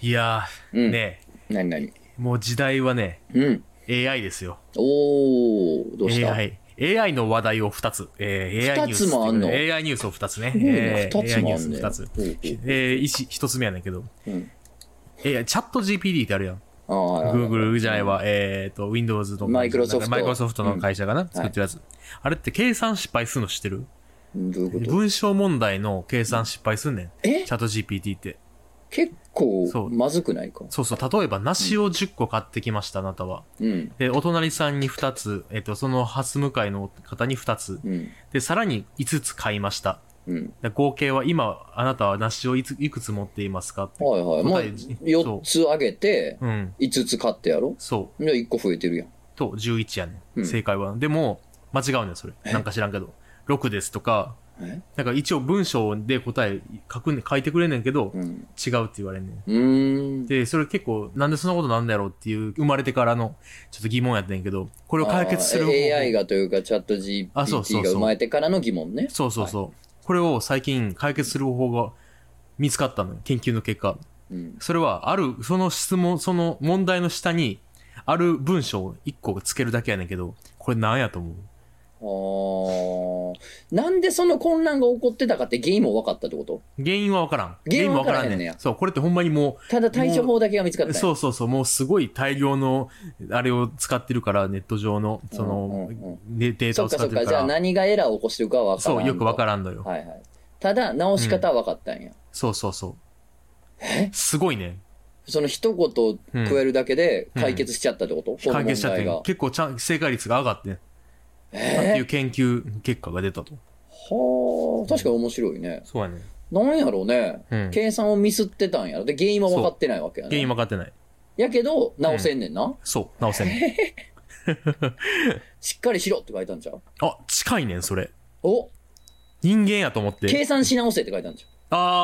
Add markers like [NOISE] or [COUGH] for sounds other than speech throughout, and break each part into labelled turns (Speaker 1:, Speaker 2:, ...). Speaker 1: いやー、
Speaker 2: うん
Speaker 1: ね
Speaker 2: 何何
Speaker 1: もう時代はね、
Speaker 2: うん。
Speaker 1: AI ですよ。
Speaker 2: おー、どうした
Speaker 1: AI。AI の話題を2つ。えー、AI ニュースって
Speaker 2: 二つもあんの
Speaker 1: いう ?AI ニュースを2つね。
Speaker 2: すごいな
Speaker 1: えー
Speaker 2: 二つ
Speaker 1: AI
Speaker 2: も
Speaker 1: ニュ
Speaker 2: あ
Speaker 1: ース
Speaker 2: んね
Speaker 1: 2つ。
Speaker 2: ほうほう
Speaker 1: えー、一一つ目やねんけど。
Speaker 2: うん
Speaker 1: えー、チャット GPT ってあるやん。
Speaker 2: あーはいはい
Speaker 1: Google じゃないわ。えっ、と、Windows の会社。
Speaker 2: マイクロソフト
Speaker 1: マイクロソフトの会社かな、作ってるやつ、あれって計算失敗するの知ってる
Speaker 2: どういうこと
Speaker 1: 文章問題の計算失敗すんねん。
Speaker 2: え
Speaker 1: チャット GPT って。
Speaker 2: 結
Speaker 1: そ
Speaker 2: 構
Speaker 1: う
Speaker 2: まずくないか
Speaker 1: そうそう。例えば、梨を10個買ってきました、あなたは。
Speaker 2: うん。
Speaker 1: で、お隣さんに2つ、えっ、と、その初向かいの方に2つ。
Speaker 2: うん。
Speaker 1: で、さらに5つ買いました。
Speaker 2: うん。
Speaker 1: で合計は今、あなたは梨をいついくつ持っていますかって。
Speaker 2: はいはい。ま
Speaker 1: 答
Speaker 2: あ、
Speaker 1: えそう
Speaker 2: 4つ上げて、
Speaker 1: うん。
Speaker 2: 5つ買ってやろ
Speaker 1: そ
Speaker 2: じゃあ1個増えてるやん。
Speaker 1: う。と、11やね、
Speaker 2: うん
Speaker 1: ん。正解は。でも、間違うねん、それ。
Speaker 2: え
Speaker 1: なんか知らんけど。6ですとか、
Speaker 2: え
Speaker 1: なんか一応文章で答え書くね、書いてくれんねんけど、
Speaker 2: うん。
Speaker 1: 違うって言われんねん。
Speaker 2: うーん。
Speaker 1: で、それ結構、なんでそんなことなんだろうっていう、生まれてからの、ちょっと疑問やったんやけど、これを解決する
Speaker 2: あ
Speaker 1: 方法。
Speaker 2: ー AI がというか、チャット
Speaker 1: あそうそ
Speaker 2: GPT
Speaker 1: う
Speaker 2: が
Speaker 1: そう
Speaker 2: 生まれてからの疑問ね。
Speaker 1: そうそうそう。これを最近解決する方法が見つかったのよ。研究の結果。
Speaker 2: うん。
Speaker 1: それは、ある、その質問、その問題の下に、ある文章を1個つけるだけやねんけど、これなんやと思う
Speaker 2: あーなんでその混乱が起こってたかって原因も分かったってこと
Speaker 1: 原因はわからん。
Speaker 2: 原因はわからへんねや
Speaker 1: 原因はわそう、これってほんまにも
Speaker 2: ただ対処法だけが見つかった
Speaker 1: う、
Speaker 2: んや
Speaker 1: そうそうそう、もうすごい大量の、あれを使ってるから、ネット上の、その
Speaker 2: うんうんうん、
Speaker 1: ねデータ
Speaker 2: そ
Speaker 1: を
Speaker 2: っ
Speaker 1: 使
Speaker 2: かそ
Speaker 1: っ
Speaker 2: っ
Speaker 1: る
Speaker 2: てか、
Speaker 1: か
Speaker 2: じゃあ
Speaker 1: ら。
Speaker 2: 何がエラーを起こしてるかは分から
Speaker 1: そ
Speaker 2: ん
Speaker 1: う、
Speaker 2: と。
Speaker 1: よくわからんのよ。
Speaker 2: はいはい。ただ、直し方は分かったんや。
Speaker 1: そうそうそう。すごいね。
Speaker 2: その一言加えるだけで解決しちゃったってこと、この
Speaker 1: 解決しちゃって
Speaker 2: 問題が
Speaker 1: ん、結構ちゃん、正解率が上がってんって
Speaker 2: え
Speaker 1: いう研究結果が出たと。
Speaker 2: ーはあ、確かに面白いね。
Speaker 1: そうやね。
Speaker 2: なんやろうね。
Speaker 1: うん。
Speaker 2: 計算をミスってたんやろ。で、原因は分かってないわけやね。
Speaker 1: 原因分かってない。
Speaker 2: やけど、直せんねんな。
Speaker 1: そう、直せんね。
Speaker 2: しっかりしろって書いたんちゃう
Speaker 1: あ、近いねん、それ。
Speaker 2: お
Speaker 1: 人間やと思って。
Speaker 2: 計算し直せって書いたんちゃ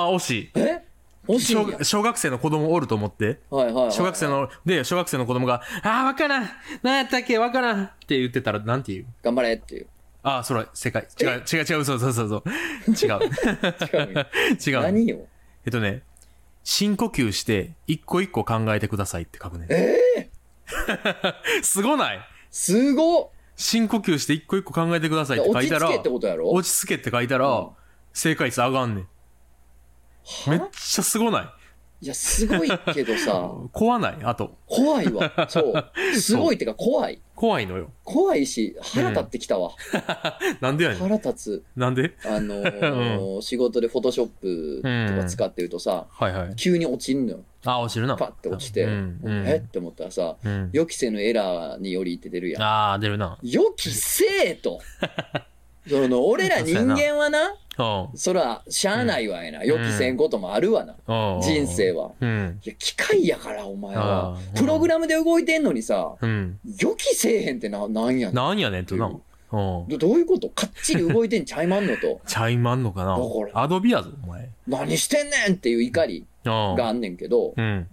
Speaker 1: あー、惜しい。
Speaker 2: うえ惜しいんや
Speaker 1: 小小学生の子供おると思って。
Speaker 2: はいはいはい。
Speaker 1: 小学生の、で、小学生の子供が、あー、わからんなんやったっけわからんって言ってたら、なんて言う
Speaker 2: 頑張れっていう。
Speaker 1: あー、それ、正解。違う、違う、違う、嘘、嘘、嘘、嘘。違
Speaker 2: [LAUGHS]
Speaker 1: う。
Speaker 2: 違
Speaker 1: [LAUGHS]
Speaker 2: うんや
Speaker 1: 違う。
Speaker 2: 何よ。
Speaker 1: えっとね、深呼吸して、一個一個考えてくださいって書くねん。
Speaker 2: え
Speaker 1: [LAUGHS] すごない
Speaker 2: すごっ
Speaker 1: 深呼吸して一個一個考えてくださいって書
Speaker 2: 落
Speaker 1: い
Speaker 2: ち
Speaker 1: た
Speaker 2: 着
Speaker 1: ら、
Speaker 2: けってことやろ
Speaker 1: 落ち着けって書いたら、
Speaker 2: うん
Speaker 1: 正解率上がんねん。めっ
Speaker 2: は
Speaker 1: ちゃすごない
Speaker 2: いや、すごいけどさ、
Speaker 1: 怖ないあと。
Speaker 2: 怖いわ。そう。すごいってか、怖い。
Speaker 1: 怖いのよ。
Speaker 2: 怖いし、腹立ってきたわ。
Speaker 1: なんでやねん。
Speaker 2: 腹立
Speaker 1: なんで
Speaker 2: つ。あのー仕事でフォトショップとか使ってるとさ、
Speaker 1: はいはい。
Speaker 2: 急に落ちんのよ。
Speaker 1: あ、落ちるな。
Speaker 2: パッて落ちて、
Speaker 1: うん。う
Speaker 2: えっ
Speaker 1: ん
Speaker 2: て思ったらさ、
Speaker 1: うん、
Speaker 2: 予期せぬエラーによりって出るやん。
Speaker 1: あー、出るな。
Speaker 2: 予期せ
Speaker 1: [LAUGHS]
Speaker 2: えと。その、俺ら人間はな、
Speaker 1: うん。
Speaker 2: そら、しゃあないわやな。予期せんこともあるわな。
Speaker 1: うん
Speaker 2: 人生。は。
Speaker 1: うん。
Speaker 2: いや、機械やから、お前
Speaker 1: あ。
Speaker 2: は
Speaker 1: あ
Speaker 2: プログラムで動いてんのにさ、
Speaker 1: うん。
Speaker 2: 予期せえへんってな、なんやねん。
Speaker 1: なんやねんとな。うん。
Speaker 2: どどういうことかっちり動いてんちゃいまんのと。
Speaker 1: ちゃいまんのかな
Speaker 2: どこれ
Speaker 1: アドビやぞ、お前。
Speaker 2: 何してんねんっていう怒り
Speaker 1: うん。
Speaker 2: があんねんけど、
Speaker 1: うん。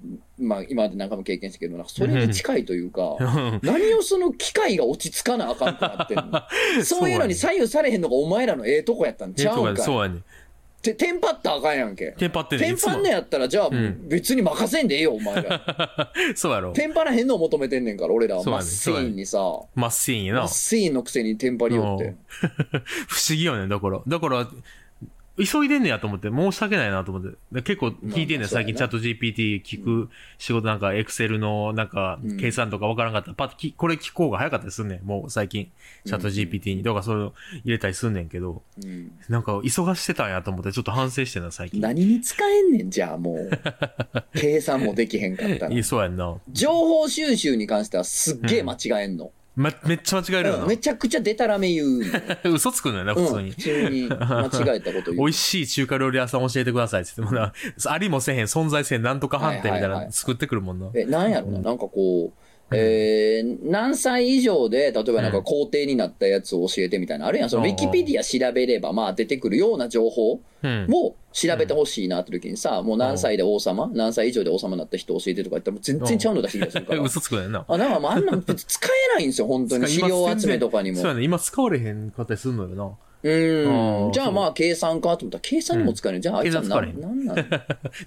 Speaker 2: まあ今まで何回も経験したけど、なんかそれに近いというか、
Speaker 1: うん
Speaker 2: [LAUGHS] 何をその機械が落ち着かなあかんくなってん
Speaker 1: [LAUGHS]
Speaker 2: のそういうのに左右されへんのがお前らのええとこやったんちゃうんかい
Speaker 1: そうやね。
Speaker 2: てテンパったらあかんやんけ。
Speaker 1: テンパってんね
Speaker 2: テ
Speaker 1: ん
Speaker 2: ン
Speaker 1: いつも
Speaker 2: パんのやったら、じゃあ
Speaker 1: ん
Speaker 2: 別に任せんでええよ、お前
Speaker 1: [LAUGHS]
Speaker 2: ら。
Speaker 1: そうやろ。
Speaker 2: テンパらへんのを求めてんねんから、俺らは。
Speaker 1: そう
Speaker 2: マ
Speaker 1: や
Speaker 2: ッ
Speaker 1: ね
Speaker 2: スイーンにさ、
Speaker 1: まっすいんや
Speaker 2: マ
Speaker 1: な
Speaker 2: ッ。スイーンのくせにテンパりよっ
Speaker 1: う
Speaker 2: て
Speaker 1: ん。 [LAUGHS] 不思議よね、だから。だから、急いでんねやと思って、申し訳ないなと思って。で結構聞いてんね
Speaker 2: まあまあ
Speaker 1: ん、最近
Speaker 2: そ
Speaker 1: チ
Speaker 2: う
Speaker 1: ャ
Speaker 2: や
Speaker 1: ット GPT 聞く仕事なんか、エクセルのなんか
Speaker 2: うん、
Speaker 1: 計算とかわからんかったら、パッときこれ聞こうが早かったりすんねん、もう最近。チャット GPT に。だからそういうの入れたりすんねんけど、
Speaker 2: うん
Speaker 1: なんか忙してたんやと思って、ちょっと反省してんな、最近。
Speaker 2: 何に使えんねん、じゃあもう。
Speaker 1: [LAUGHS]
Speaker 2: 計算もできへんかった
Speaker 1: い
Speaker 2: ら
Speaker 1: や、。そうやんな。
Speaker 2: 情報収集に関してはすっげえ間違えんの。
Speaker 1: め、めっちゃ間違える
Speaker 2: うん
Speaker 1: よ
Speaker 2: めちゃくちゃデタラメ言うの。
Speaker 1: な。 [LAUGHS] 嘘つくのよな、普通
Speaker 2: うん、普
Speaker 1: に。
Speaker 2: 通に間違えたこ
Speaker 1: [LAUGHS]
Speaker 2: と
Speaker 1: 美
Speaker 2: 言う。
Speaker 1: 味しい中華料理屋さん教えてくださいって言ってもな、 [LAUGHS] ありもせえへん、存在せえへん、なんとか判定みたい
Speaker 2: はいはいはい
Speaker 1: な
Speaker 2: は
Speaker 1: の
Speaker 2: い
Speaker 1: 作ってくるもんな。
Speaker 2: え、なんやろな、なんかこう、えー、何歳以上で、例えばなんか皇帝になったやつを教えてみたいな、あるやん、そのウ
Speaker 1: うん
Speaker 2: ィキペディア調べれば、まあ出てくるような情報
Speaker 1: うん。
Speaker 2: を調べてほしいなって時にさ、もう何歳で王様、何歳以上で王様になった人教えてとか言ったら、もう全然ちゃうの出してきたりするか
Speaker 1: え [LAUGHS]
Speaker 2: ら。
Speaker 1: 嘘つくのよな。
Speaker 2: あ、なんかもうあんなん別に使えないんですよ、本当に。資料集めとかにも
Speaker 1: そう。やね、今使われへんかったりするのよ
Speaker 2: う
Speaker 1: あ
Speaker 2: ん。
Speaker 1: ー
Speaker 2: じゃあまあ計算かと思ったら、計算にも使える。じゃああいつはな
Speaker 1: 計算使
Speaker 2: なんなん
Speaker 1: だか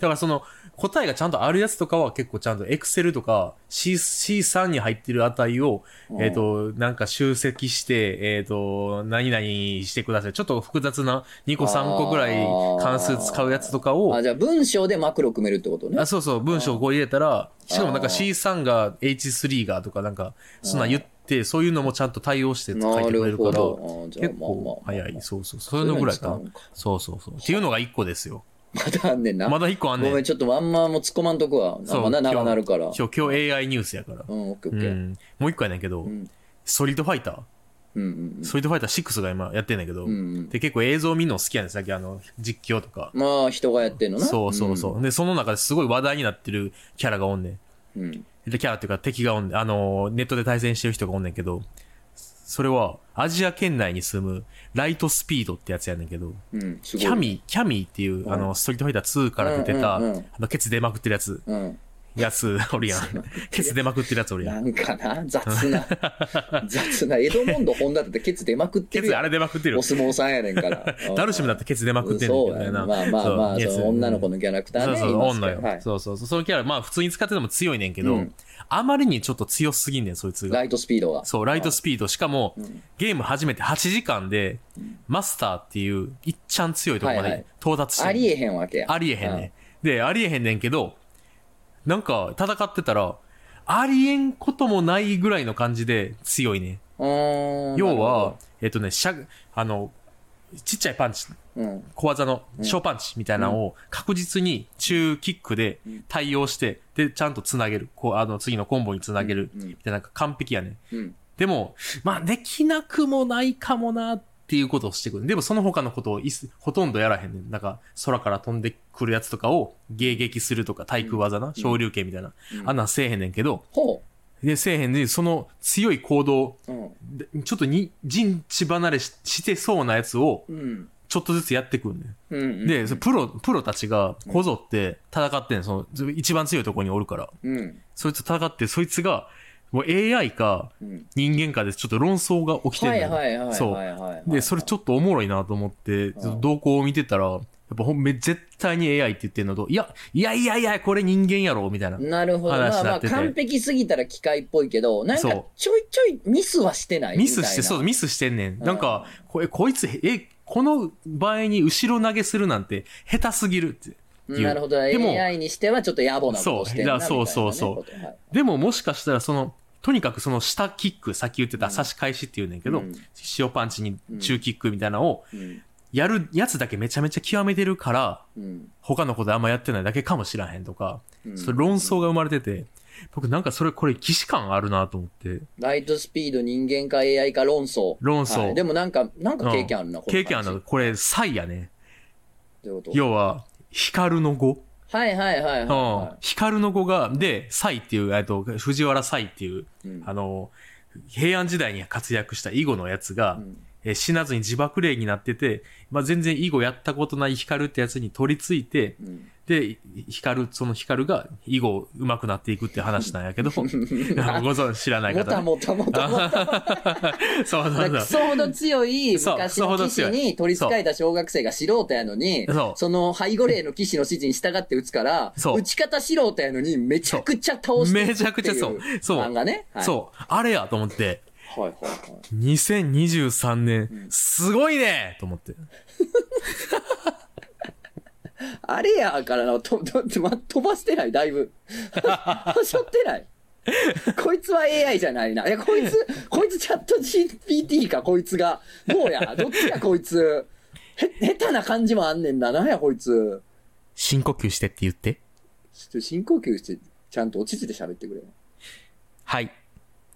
Speaker 1: らその答えがちゃんとあるやつとかは結構ちゃんと Excel とか C C3 に入ってる値を、えっ、と、なんか集積して、えっ、と、何々してください。ちょっと複雑な2個3個ぐらい関数使うやつとかを
Speaker 2: あ、、じゃあ文章でマクロ組めるってことね
Speaker 1: あ。そうそう、文章をこう入れたら、しかもなんか
Speaker 2: あー
Speaker 1: C3 が H3 がとかなんか、そんなん言って、そういうのもちゃんと対応して書いてくれるから、
Speaker 2: あーじゃあ
Speaker 1: 結
Speaker 2: まあまあ
Speaker 1: 構早い。そうそう。そ
Speaker 2: そう
Speaker 1: れ
Speaker 2: いう
Speaker 1: の
Speaker 2: の
Speaker 1: ぐ
Speaker 2: に
Speaker 1: らい
Speaker 2: 使
Speaker 1: か
Speaker 2: う
Speaker 1: な。
Speaker 2: んか
Speaker 1: そうそうそう。っていうのが1個ですよ。
Speaker 2: まだあんねんな。
Speaker 1: まだ1個あんね
Speaker 2: ごめん、
Speaker 1: ん。
Speaker 2: ちょっとあんまもう突っ込まんとこは。あ
Speaker 1: そ
Speaker 2: ん
Speaker 1: う
Speaker 2: まな、長なるから。
Speaker 1: 今日、今日 AI ニュースやから。
Speaker 2: うん、オッケー
Speaker 1: う
Speaker 2: オッケー。
Speaker 1: ん。もう1個やねんけど
Speaker 2: ん、
Speaker 1: ストリートファイター。
Speaker 2: うんうん
Speaker 1: ストリートファイター6が今やってんだけど
Speaker 2: うん。う、んうん。
Speaker 1: で、結構映像見るの好きやねん、さっきあの、実況とか。
Speaker 2: まあ、人がやってんのな。
Speaker 1: そうそうそう。で、その中ですごい話題になってるキャラがおんねん。
Speaker 2: うん。うん。
Speaker 1: で、キャラっていうか敵がおんねん、あのー、ネットで対戦してる人がおんねんけど、それは、アジア圏内に住む、ライトスピードってやつやねんけど、
Speaker 2: うん。すごい。
Speaker 1: キャミ、キャミーっていう、あの、ストリートファイター2から出てた、
Speaker 2: うんうんうん
Speaker 1: あの、ケツ出まくってるやつ、
Speaker 2: うん。
Speaker 1: やつ、 [LAUGHS] おるやん。ケツ出まくってるやつおるやん。
Speaker 2: なんかな、雑
Speaker 1: [LAUGHS]
Speaker 2: な。雑な。エドモンド・ホンダだってケツ出まくって
Speaker 1: ケ
Speaker 2: る
Speaker 1: ツ
Speaker 2: や
Speaker 1: あ
Speaker 2: ん。
Speaker 1: れ出まくってる
Speaker 2: お。相撲さんやねん
Speaker 1: [LAUGHS]
Speaker 2: から。うん
Speaker 1: ダルシムだってケツ出まくってんねん
Speaker 2: そ
Speaker 1: け
Speaker 2: う
Speaker 1: ど
Speaker 2: やね
Speaker 1: ね。
Speaker 2: ん
Speaker 1: な
Speaker 2: まあまあまあ、
Speaker 1: ケツ
Speaker 2: その女の子のキャラクター
Speaker 1: そ
Speaker 2: ね。
Speaker 1: うそう、
Speaker 2: いま
Speaker 1: お
Speaker 2: す
Speaker 1: んの
Speaker 2: から
Speaker 1: よ、
Speaker 2: はい
Speaker 1: そうそうそう。そのキャラ、まあ普通に使ってても強いねんけど、
Speaker 2: うん
Speaker 1: あまりにちょっと強すぎんねん、そいつが
Speaker 2: ラ。イトスピードが。
Speaker 1: そう、ライトスピード。しかも、ゲーム初めて8時間で、マスターっていう、いっちゃん強いとこま
Speaker 2: はいはい
Speaker 1: で到達して
Speaker 2: あ
Speaker 1: んねん
Speaker 2: りえへんわけや。
Speaker 1: ありえへんねん。で、ありえへんねんけど、なんか、戦ってたら、ありえんこともないぐらいの感じで強いね
Speaker 2: うん。うーん
Speaker 1: ん。要は、、えっとね、しゃ、あの、ちっちゃいパンチ、
Speaker 2: なるほどうん。
Speaker 1: 小技の小パンチみたいなのを確実に中キックで対応して、で、ちゃんとつなげる。こう、あの、次のコンボにつなげる。
Speaker 2: うんうん
Speaker 1: みたいな、なんか完璧やねん。
Speaker 2: うん。
Speaker 1: でも、まあ、できなくもないかもなっていうことをしてくる。でも、その他のことをいすほとんどやらへんねん。なんか、空から飛んでくるやつとかを迎撃するとか、対空技な、昇竜拳みたいな、あんなんせえへんねんけど、
Speaker 2: ほ
Speaker 1: で、せえへんで、その強い行動、
Speaker 2: う。うん。
Speaker 1: でちょっとに、人知離れししてそうなやつを
Speaker 2: う、ん。
Speaker 1: ちょっとずつやってくるねん。
Speaker 2: うんうん。
Speaker 1: で、そのプロ、プロたちがこぞって戦ってんその、一番強いところにおるから。
Speaker 2: うん。
Speaker 1: そいつと戦って、そいつが、もう AI か
Speaker 2: うん
Speaker 1: 人間かでちょっと論争が起きてる
Speaker 2: はいはいはいはいはいはい。
Speaker 1: そう
Speaker 2: はい
Speaker 1: で、それちょっとおもろいなと思って、ちょっと動向を見てたら、やっぱほんめ、絶対に AI って言ってんのと、いや、いやいやいや、これ人間やろ、みたいな。
Speaker 2: なるほど。ま
Speaker 1: 話
Speaker 2: あ
Speaker 1: に
Speaker 2: ま
Speaker 1: な
Speaker 2: あ、
Speaker 1: ってて
Speaker 2: 完璧すぎたら機械っぽいけど、なんか
Speaker 1: そう
Speaker 2: ちょいちょいミスはしてない
Speaker 1: ミスして、そう、
Speaker 2: ミ
Speaker 1: ミスしてんねん。なんか、こえこいつ、え、この場合に後ろ投げするなんて、下手すぎるっていう。
Speaker 2: なるほど。
Speaker 1: でも、
Speaker 2: AI にしてはちょっと野暮なことをしてるなみたいなね、
Speaker 1: そうそうそうそう
Speaker 2: ことはい
Speaker 1: でももしかしたらその、とにかくその下キック、さっき言って
Speaker 2: う
Speaker 1: た
Speaker 2: ん
Speaker 1: 差し返しって言うねんけど、
Speaker 2: うん
Speaker 1: 塩パンチに中キックみたいなのを、
Speaker 2: うん
Speaker 1: やるやつだけめちゃめちゃ極めてるから、
Speaker 2: うん
Speaker 1: 他のことあんまやってないだけかもしらへんとか、
Speaker 2: うん
Speaker 1: それ論争が生まれてて、僕なんかそれ、これ、既視感あるなと思って、
Speaker 2: ライトスピード、人間か AI か論争。
Speaker 1: 論争
Speaker 2: はいでもなんか、なんか経験あるな、
Speaker 1: 経験ある
Speaker 2: な
Speaker 1: の、。これ、サイやね。
Speaker 2: どういうこと
Speaker 1: 要は、光の語。
Speaker 2: はいはいはいはい
Speaker 1: うん
Speaker 2: は。
Speaker 1: 光の語が、で、サイっていう、えっと、藤原サイっていう、
Speaker 2: い。うん
Speaker 1: あの、平安時代に活躍した囲碁のやつが、
Speaker 2: うん
Speaker 1: えー死なずに自爆霊になってて、まあ、全然囲碁やったことない光ってやつに取り付いて、
Speaker 2: うん
Speaker 1: で、光、その光が囲碁上手くなっていくって話なんや
Speaker 2: [LAUGHS]
Speaker 1: けど、ご [LAUGHS] 存知知らない
Speaker 2: もた
Speaker 1: 方ね。
Speaker 2: もたもたもた。
Speaker 1: そうそ
Speaker 2: だから
Speaker 1: う
Speaker 2: ク
Speaker 1: そう。
Speaker 2: ソほど強い
Speaker 1: そう
Speaker 2: 昔の騎
Speaker 1: ク
Speaker 2: 士
Speaker 1: ソほど強
Speaker 2: に
Speaker 1: い
Speaker 2: 取り憑かれた小学生が素人やのに、
Speaker 1: そう
Speaker 2: その背後霊の騎士の指示に従って打つから、
Speaker 1: そう
Speaker 2: 打ち方素人やのにめちゃくちゃ倒していく
Speaker 1: めちゃくちゃそう
Speaker 2: ってい
Speaker 1: そう
Speaker 2: 漫画ね。はい、
Speaker 1: そう。あれやと思って、
Speaker 2: う。はいはいはい。
Speaker 1: 2023年、すごいねと思って。
Speaker 2: あれやからな、と、と、とま、飛ばしてない、だい
Speaker 1: [LAUGHS]
Speaker 2: ぶ。はしょってない。こいつは AI じゃないな。いや、こいつ、こいつチャット GPT か、こいつが。どうや、どっちや、こいつ。へ、下手な感じもあんねんだな、なんや、こいつ。
Speaker 1: 深呼吸してって言って。
Speaker 2: ちょっと深呼吸して、ちゃんと落ち着いて喋ってくれ。
Speaker 1: はい。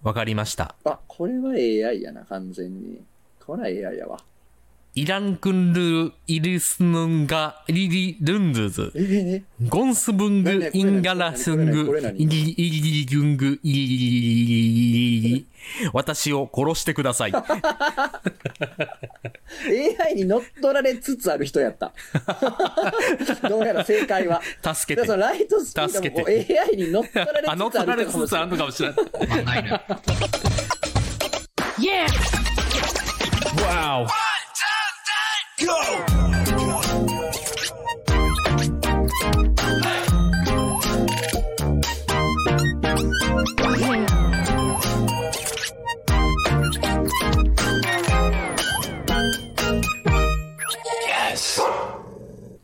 Speaker 1: わかりました。
Speaker 2: あ、これは AI やな、完全に。これは AI やわ。
Speaker 1: イランクンルー、イリスヌンガ、リリルンズズ。
Speaker 2: え、え、
Speaker 1: ゴンスブング、インガラスン
Speaker 2: これ
Speaker 1: グ
Speaker 2: 何これ、何
Speaker 1: イギリイギリギュング、イギリギリギリギリギリ私を殺してください。
Speaker 2: え AI に乗っ取られつつある人
Speaker 1: [LAUGHS]
Speaker 2: やった。どうやら正解は。
Speaker 1: 助け
Speaker 2: だからそ
Speaker 1: て。
Speaker 2: のライトスピードもこう AI に乗っ取ら
Speaker 1: [LAUGHS] あ、
Speaker 2: れつつある
Speaker 1: 乗っ取られ
Speaker 2: かも
Speaker 1: つ
Speaker 2: し
Speaker 1: つ
Speaker 2: れ
Speaker 1: あ
Speaker 2: ない
Speaker 1: るのかもしれない。
Speaker 3: Yeah!
Speaker 1: Wow!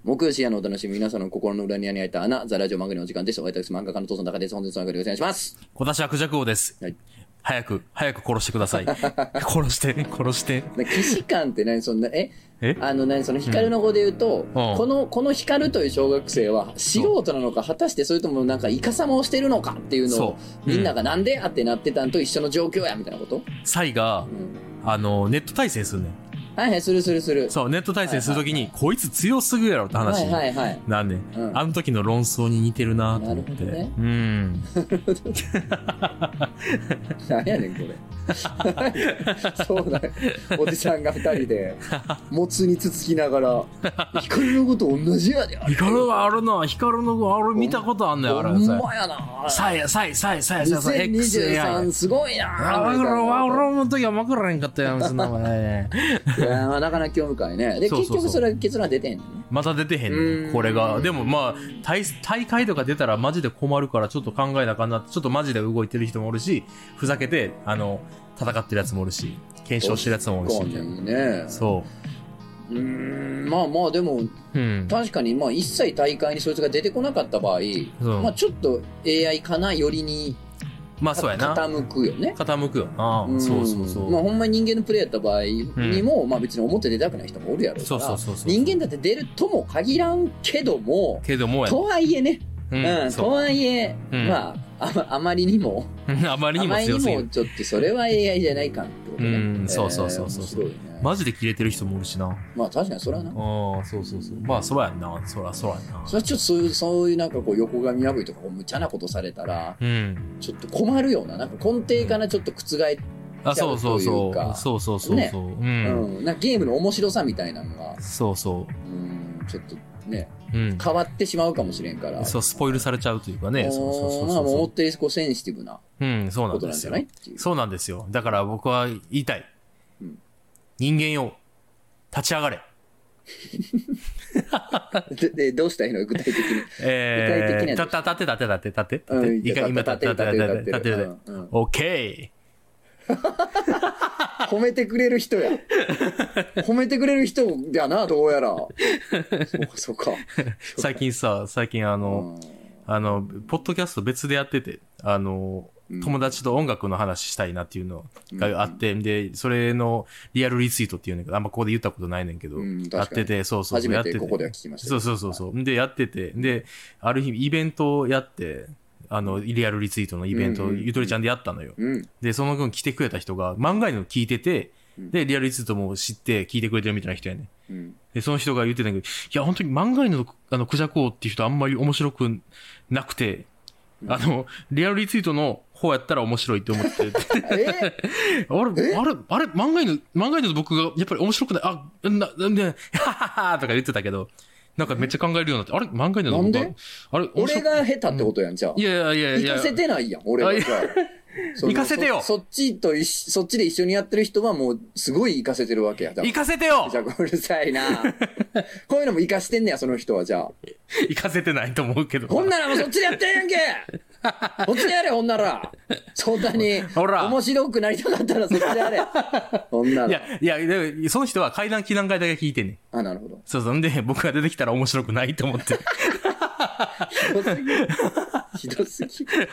Speaker 2: 木曜深夜のお楽しみ、皆さんの心の裏に穴に開いた穴、ザラジオ漫画のお時間です。お会いいたし漫画家の父さん高です。本日の中でお願いします。
Speaker 1: 私はクジャク王です。
Speaker 2: はい
Speaker 1: 早く、早く殺してくだ
Speaker 2: [LAUGHS]
Speaker 1: さい。殺して、殺して。
Speaker 2: な既視感って何そんな、え
Speaker 1: え
Speaker 2: あの何その光の語で言うと、この、この光という小学生は素人なのか、果たしてそれともなんかイカサマをしてるのかっていうのを
Speaker 1: そ、ううん
Speaker 2: みんながなんでやってなってたんと一緒の状況やみたいなこと、
Speaker 1: サイが
Speaker 2: う、ん、
Speaker 1: あの、ネット対戦するねん。
Speaker 2: はいはい、するするする。
Speaker 1: そう、ネット対戦するときに、こいつ強すぎるやろって
Speaker 2: は
Speaker 1: 話
Speaker 2: い
Speaker 1: に
Speaker 2: はいはい。
Speaker 1: なんね、
Speaker 2: うん
Speaker 1: ん、あの時の論争に似てるなと思って。
Speaker 2: なる
Speaker 1: うん。
Speaker 2: 何やねんこ
Speaker 1: [LAUGHS]
Speaker 2: れそうだよおじさんが二人でもつにつつきながら「光のこと同じやであれ」
Speaker 1: 光るはあるな、光るの、あれ見たことあんねん、あ
Speaker 2: ほ
Speaker 1: れ。
Speaker 2: んまやな
Speaker 1: サイ、サイ、サイ、サイ、サイ、サイ、X、
Speaker 2: 2023
Speaker 1: AI。
Speaker 2: すごいな
Speaker 1: あ、わからん、わからんの時は分からへんかったやん、そんなもんね。
Speaker 2: いやーなかなか興味深いねで
Speaker 1: そうそうそう
Speaker 2: 結局それは結論は出てんのね
Speaker 1: また出てへん
Speaker 2: う
Speaker 1: ね
Speaker 2: ん
Speaker 1: んこれが。でもまあ、大、大会とか出たらマジで困るから、ちょっと考えなあかんなって、ちょっとマジで動いてる人もおるし、ふざけて、あの、戦ってるやつもおるし、検証してるやつもおるし、みたいな。
Speaker 2: 確かにね
Speaker 1: そう
Speaker 2: ーんまあまあでも
Speaker 1: う。うん。
Speaker 2: 確かにまあ一切大会にそいつが出てこなかった場合、
Speaker 1: そう
Speaker 2: まあちょっと AI かなよりに
Speaker 1: まあ、そうやな。
Speaker 2: 傾くよね
Speaker 1: 傾くよな。
Speaker 2: ん
Speaker 1: そうそうそう。
Speaker 2: まあ、ほんまに人間のプレイやった場合にも、まあ別に表出たくない人もおるやろうか
Speaker 1: そう
Speaker 2: ら
Speaker 1: そうそうそう
Speaker 2: 人間だって出るとも限らんけども
Speaker 1: けどもや
Speaker 2: とはいえね、
Speaker 1: う
Speaker 2: うん
Speaker 1: ん、
Speaker 2: と
Speaker 1: そう。
Speaker 2: はいえ、
Speaker 1: うん
Speaker 2: まああまあまりにも
Speaker 1: [LAUGHS] あまり
Speaker 2: あ
Speaker 1: にも
Speaker 2: まり
Speaker 1: 強すぎ
Speaker 2: にも
Speaker 1: る。
Speaker 2: ちょっとそれは AI じゃないかんってことね、
Speaker 1: うんそうそうそうそう
Speaker 2: えー面白いねま
Speaker 1: マジでキレてる人もおるしな。あ
Speaker 2: あ確かにそれはな
Speaker 1: あ、そうそうそう。まあ、そらやんな。そら、そらやんな。
Speaker 2: それはちょっとそういうそういうなんかこう横髪破りとかこう無茶なことされたら
Speaker 1: うん。
Speaker 2: ちょっと困るようななんか根底からちょっと覆え
Speaker 1: あ、そうそうそ
Speaker 2: ちゃうというか
Speaker 1: う。そうそうそうそう。
Speaker 2: ね
Speaker 1: うん。
Speaker 2: うん、なんかゲームの面白さみたいなのが、
Speaker 1: そうそ
Speaker 2: うん、ちょっとね
Speaker 1: う。うん。
Speaker 2: 変わってしまうかもしれんから。
Speaker 1: そう、スポイルされちゃうというか
Speaker 2: う
Speaker 1: ね。
Speaker 2: ん
Speaker 1: そうそうそう
Speaker 2: まあ、もう
Speaker 1: そ
Speaker 2: 思っ
Speaker 1: う。
Speaker 2: てこうセンシティブな
Speaker 1: うん、そうな
Speaker 2: こ
Speaker 1: ん
Speaker 2: と
Speaker 1: で
Speaker 2: なん
Speaker 1: す
Speaker 2: じゃ
Speaker 1: よ
Speaker 2: ない。っていう。
Speaker 1: そうなんですよ。だから僕は言いたい。
Speaker 2: うん
Speaker 1: 人間よ、立ち上がれ。
Speaker 2: でで、どうしたらいいの具
Speaker 1: [LAUGHS]
Speaker 2: 体的に。具体
Speaker 1: え
Speaker 2: 的
Speaker 1: ー、
Speaker 2: なや
Speaker 1: た
Speaker 2: つ
Speaker 1: た立て立て立て立て
Speaker 2: う
Speaker 1: 立て。一回今立て立て立て立て立て。
Speaker 2: うんうん
Speaker 1: オッケ
Speaker 2: 褒めてくれる人や。褒めてくれる人やな、どう
Speaker 1: [LAUGHS]
Speaker 2: やら。そうか、そうか。
Speaker 1: ー。最近さ、最近あの、
Speaker 2: うん
Speaker 1: あの、ポッドキャスト別でやってて、あの、
Speaker 2: うん
Speaker 1: 友達と音楽の話したいなっていうの
Speaker 2: うん
Speaker 1: があって、で、それのリアルリツイートっていうねんけど、あんまここで言ったことないねんけど、
Speaker 2: うん確かに
Speaker 1: やってて、そうそう
Speaker 2: 初
Speaker 1: そう、や
Speaker 2: め
Speaker 1: ってて
Speaker 2: てこ。こでは聞きました
Speaker 1: そ
Speaker 2: けど。
Speaker 1: うそうそうそう。で、やってて、で、ある日イベントをやって、あの、リアルリツイートのイベント
Speaker 2: うん
Speaker 1: を
Speaker 2: うんうん
Speaker 1: ゆとりちゃんでやったのよ。
Speaker 2: うん。
Speaker 1: で、その分来てくれた人が、漫画の聞いてて、
Speaker 2: うん
Speaker 1: で、リアルリツイートも知って聞いてくれてるみたいな人やねん。
Speaker 2: うん。
Speaker 1: で、その人が言ってたんやけど、いや、本当に漫画犬の、あの、クジャク王っていう人あんまり面白くなくて、あの、リアルリツイートの方やったら面白いって思ってて、
Speaker 2: えー
Speaker 1: あれ、あれ、あれ、漫画犬、漫画犬と僕がやっぱり面白くない、あ、な、なんで、 [LAUGHS] はははとか言ってたけど、なんかめっちゃ考えるようになって、あれ、漫画犬の
Speaker 2: なん
Speaker 1: 僕
Speaker 2: で
Speaker 1: が、あれ、 [LAUGHS] 面
Speaker 2: 俺
Speaker 1: 白く
Speaker 2: が下手ってことやん、じゃあ
Speaker 1: い。やいやい
Speaker 2: 行
Speaker 1: や
Speaker 2: か
Speaker 1: い
Speaker 2: せ
Speaker 1: や、
Speaker 2: てないやん、俺はじゃあ。そ
Speaker 1: [LAUGHS]
Speaker 2: の
Speaker 1: 行かせてよ
Speaker 2: そそっちと一緒、そっちで一緒にやってる人はもう、すごい行かせてるわけや。だから
Speaker 1: 行かせてよ
Speaker 2: じゃあ、うるさいな。
Speaker 1: [LAUGHS]
Speaker 2: こういうのも活かしてんねや、その人は、じゃあ。
Speaker 1: 行かせてないと思うけど。
Speaker 2: ほんならもうそっちでやってん
Speaker 1: [LAUGHS]
Speaker 2: やんけそっちでやれ、ほんなら。そんなに、
Speaker 1: ほら
Speaker 2: 面白くなりたかったらそっちでやれ。ほんないら。
Speaker 1: や、いや、でその人は階段、祈段階だけ聞いてんねん。
Speaker 2: あ、なるほど。
Speaker 1: そうそう。んで、僕が出てきたら面白くないと思
Speaker 2: [LAUGHS]
Speaker 1: って。
Speaker 2: ひどすぎる。ひどすぎる。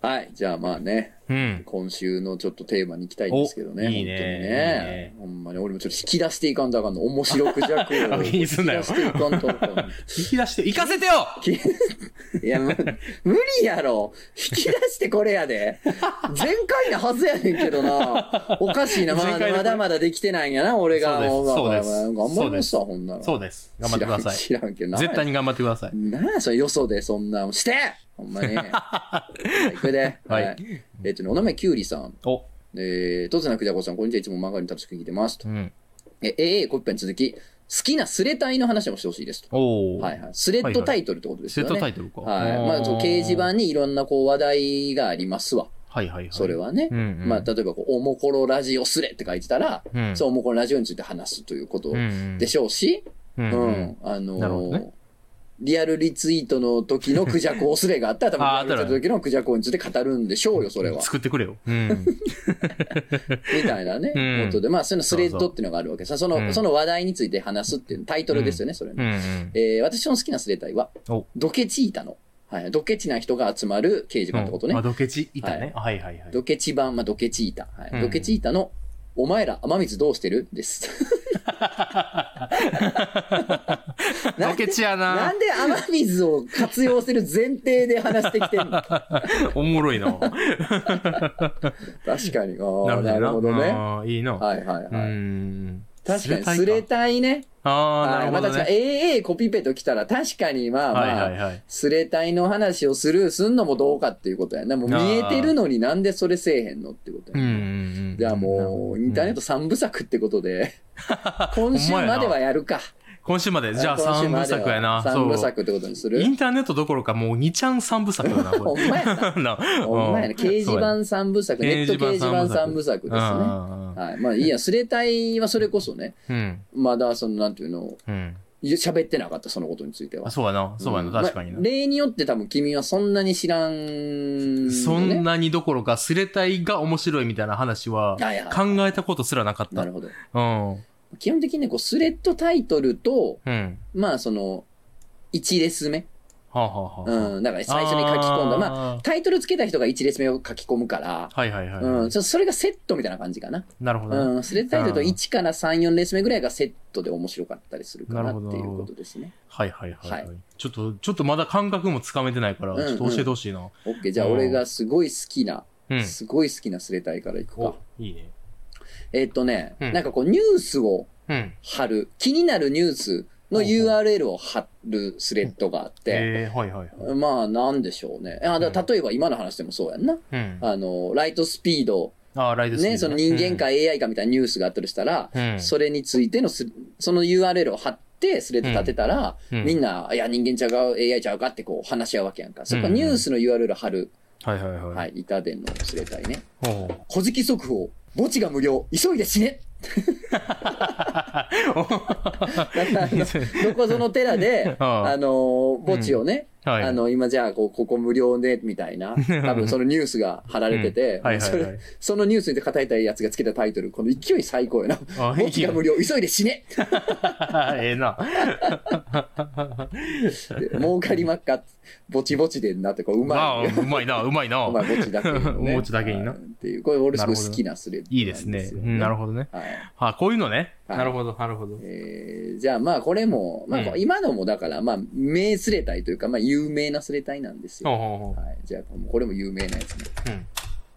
Speaker 2: はい、じゃあまあね、
Speaker 1: うん。
Speaker 2: 今週のちょっとテーマに行きたいんですけどね。
Speaker 1: おいいね
Speaker 2: 本当にね。ほんまに俺もちょっと引き出していかんとあかんの。面白くじゃく [LAUGHS]
Speaker 1: あ気にすんなよ
Speaker 2: 引き出していかんとあかんの。
Speaker 1: 引き出して、行かせてよ
Speaker 2: きいや、む無理やろ。引き出してこれやで。前回なはずやねんけどな。おかしいな。まあ
Speaker 1: 前回の
Speaker 2: まだまだできてないんやな、俺が。
Speaker 1: そうです
Speaker 2: まあまあまあ
Speaker 1: そ
Speaker 2: 頑張り
Speaker 1: うで
Speaker 2: ますした、ほんなら。
Speaker 1: そうです。頑張ってください。
Speaker 2: 知らん知らんけどな。
Speaker 1: 絶対に頑張ってください。
Speaker 2: なあ、それよそでそんな、してほんま
Speaker 1: [LAUGHS]
Speaker 2: に。はい、これで。
Speaker 1: はい
Speaker 2: えっとね、お名前、きゅうりさん。
Speaker 1: お、
Speaker 2: えー、とつなくじゃこさん、こんにちは。いつも漫画に楽しく聞いてます。と
Speaker 1: うん。
Speaker 2: え、ええコッペン続き。好きなスレ隊の話もしてほしいですと。
Speaker 1: おお、
Speaker 2: はいはい。スレッドタイトルってことです
Speaker 1: セ
Speaker 2: よ
Speaker 1: ッ
Speaker 2: ね。
Speaker 1: トタイトルか。
Speaker 2: はい。まあ、そう
Speaker 1: ー
Speaker 2: 掲示板にいろんなこう話題がありますわ。
Speaker 1: はいはいはい。
Speaker 2: それ
Speaker 1: は。
Speaker 2: はね。
Speaker 1: うんうん
Speaker 2: まあ、例えばこう、おもころラジオスレって書いてたら、
Speaker 1: うん、
Speaker 2: そう、おもころラジオについて話すということ
Speaker 1: うん
Speaker 2: でしょうし、
Speaker 1: うん。
Speaker 2: う
Speaker 1: うん
Speaker 2: ん。あの
Speaker 1: なるほ
Speaker 2: ー
Speaker 1: どね
Speaker 2: リアルリツイートの時のクジャコオスレがあ
Speaker 1: [LAUGHS]
Speaker 2: ったら、多
Speaker 1: あーあっ
Speaker 2: 分、
Speaker 1: た
Speaker 2: リア
Speaker 1: ら
Speaker 2: ルリツイートの時のクジャコについて語るんでしょうよ、それは。
Speaker 1: 作ってくれよ。うん。
Speaker 2: みたいなね、
Speaker 1: うん
Speaker 2: ことで、まあ、そのスレッドっていうのがあるわけです。その、
Speaker 1: うん
Speaker 2: その話題について話すっていうタイトルですよね、それ
Speaker 1: う
Speaker 2: の。
Speaker 1: ん。
Speaker 2: えー私の好きなスレタイは
Speaker 1: お、
Speaker 2: ドケチータの、はい、ドケチな人が集まる掲示板ってことね
Speaker 1: まあ、。ドケチいたね。はいはいはい。
Speaker 2: ドケチ版、まあ、ドケチータ、はい
Speaker 1: うん
Speaker 2: ドケチータの、お前ら雨水どうしてる
Speaker 1: [LAUGHS]
Speaker 2: です。
Speaker 1: ドケチや
Speaker 2: な
Speaker 1: な。
Speaker 2: んで雨水を活用する前提で話してきて
Speaker 1: [LAUGHS]
Speaker 2: んの
Speaker 1: おもろいな。
Speaker 2: 確かに。あーなるほどね。
Speaker 1: ね。いいな。
Speaker 2: はいはいはい。
Speaker 1: うん。
Speaker 2: 確かに、スレタイね。
Speaker 1: ああ、な
Speaker 2: はい
Speaker 1: る
Speaker 2: ま
Speaker 1: ほ
Speaker 2: あ、
Speaker 1: ど
Speaker 2: 確か
Speaker 1: ね。
Speaker 2: に AA コピペときたら、確かに、まあまあ、
Speaker 1: はいはいはい。
Speaker 2: スレタイの話をする、すんのもどうかっていうことやな。もう見えてるのになんでそれせえへんのってこと
Speaker 1: う
Speaker 2: や
Speaker 1: んう
Speaker 2: な。
Speaker 1: ん。
Speaker 2: じゃあもう、インターネッ
Speaker 1: ト。
Speaker 2: ト三部作ってこ
Speaker 1: [LAUGHS]
Speaker 2: とで、今週まではやるか。
Speaker 1: 今週まで、じゃあ
Speaker 2: 今週
Speaker 1: 3
Speaker 2: ま
Speaker 1: 部
Speaker 2: では
Speaker 1: 作やな。
Speaker 2: 三部作ってことにす
Speaker 1: イ
Speaker 2: る
Speaker 1: ンターネットどころかもう2ちゃん3部作だな、
Speaker 2: [LAUGHS] ほ
Speaker 1: こ
Speaker 2: んまやな。
Speaker 1: れ。な
Speaker 2: ほんま
Speaker 1: [LAUGHS]
Speaker 2: やな。
Speaker 1: うん
Speaker 2: 掲示板三部作、
Speaker 1: そう
Speaker 2: ネ
Speaker 1: や
Speaker 2: ット掲示板三部作ですね。は
Speaker 1: あ
Speaker 2: い。まあいいや、スレタイはそれこそね、
Speaker 1: ーうん。
Speaker 2: まだその、なんていうの、
Speaker 1: うん。
Speaker 2: 喋ってなかった、そのことについては
Speaker 1: あ、。そうやな。そうや
Speaker 2: ん
Speaker 1: な。確かに
Speaker 2: ま
Speaker 1: な
Speaker 2: あ。例によって多分君はそんなに知らん。
Speaker 1: そん。なにどころか、スレタイが面白いみたいな話は
Speaker 2: はいはい、
Speaker 1: 考えたことすらなかっ
Speaker 2: な
Speaker 1: た。
Speaker 2: るほど。
Speaker 1: うん。
Speaker 2: 基本的にね、こう、スレッドタイトルと、
Speaker 1: うん。
Speaker 2: まあ、その、1列目。
Speaker 1: はあ、はあはあ、
Speaker 2: うん。だから最初に書き込んだ。まあ、
Speaker 1: ま
Speaker 2: タイトルつけた人が1列目を書き込むから、
Speaker 1: あ。はいはいはい。
Speaker 2: うん。そそれがセットみたいな感じかな。
Speaker 1: なるほどね、
Speaker 2: うん。スレッドタイトルと
Speaker 1: うん
Speaker 2: 1から3、4列目ぐらいがセットで面白かったりするかな
Speaker 1: な
Speaker 2: っ
Speaker 1: るほど
Speaker 2: ていうことですね。
Speaker 1: はいはいはい、はい
Speaker 2: は
Speaker 1: ちょっと、ちょっとまだ感覚もつかめてないから、
Speaker 2: うんうん
Speaker 1: ちょっと教えてほしいな。
Speaker 2: OK。じゃあ、俺がすごい好きな、
Speaker 1: うん。
Speaker 2: すごい好きなスレタイからいくか
Speaker 1: お。、いいね。
Speaker 2: えっとね、
Speaker 1: うん
Speaker 2: なんかこう、ニュースを
Speaker 1: うん。
Speaker 2: 貼る、気になるニュースの
Speaker 1: ほうほう
Speaker 2: URL を貼るスレッドがあって、
Speaker 1: えー、はいはいはい。
Speaker 2: まあ、なんでしょうね。あだから例えば今の話でもそうやんな。
Speaker 1: うん。
Speaker 2: あの、ライトスピード、
Speaker 1: あー、ライドスピード
Speaker 2: ね、その人間か AI かみたいなニュースがあったとしたら、
Speaker 1: うん
Speaker 2: それについてのス、その URL を貼って、スレッド立てたら、
Speaker 1: うん
Speaker 2: みんな、いや、人間ちゃうか、AI ちゃうかってこう話し合うわけやんか。そこは
Speaker 1: うん
Speaker 2: ニュースの URL 貼る、
Speaker 1: はいはいはい。
Speaker 2: はい、板伝のスレタイね。
Speaker 1: おう
Speaker 2: [LAUGHS]
Speaker 1: [LAUGHS]
Speaker 2: 小敷速報、墓地が無料、急いで死ねだからあのどこぞの寺で、
Speaker 1: [LAUGHS] ああ
Speaker 2: あの、墓地をね、
Speaker 1: はい。
Speaker 2: あの、今じゃあ、こう、ここ無料で、みたい
Speaker 1: [LAUGHS]
Speaker 2: な、多分そのニュースが貼られてて、
Speaker 1: うんはいはい
Speaker 2: そ
Speaker 1: はい
Speaker 2: れそのニュースに語りたいやつがつけたタイトル、この勢い最
Speaker 1: [LAUGHS]
Speaker 2: 高やな。
Speaker 1: あ
Speaker 2: 墓地が無料、急いで死ね
Speaker 1: ええな。
Speaker 2: で [LAUGHS] 儲かりまっか、ぼちぼちでんなって、こう、う
Speaker 1: ま
Speaker 2: ま
Speaker 1: あ、
Speaker 2: い。
Speaker 1: うまい
Speaker 2: [LAUGHS]
Speaker 1: な、うまいな
Speaker 2: う。まい、墓地だけに、
Speaker 1: [LAUGHS]
Speaker 2: ね。
Speaker 1: 墓地だけにな
Speaker 2: はいっていう、これ俺すごい好きなスレッド
Speaker 1: いいですね。うんなる
Speaker 2: ほ
Speaker 1: ほどね。
Speaker 2: ど。はい。
Speaker 1: あ、こういうのね。
Speaker 2: はい
Speaker 1: なるほど、なるほど。
Speaker 2: えーじゃあまあこれも、まあこう
Speaker 1: うん
Speaker 2: 今のもだから、まあ名スレタイというか、まあ有名なスレタイなんです
Speaker 1: ほう
Speaker 2: よ。
Speaker 1: ほうほ
Speaker 2: はい。じゃあこれも有名なやつね。
Speaker 1: ううん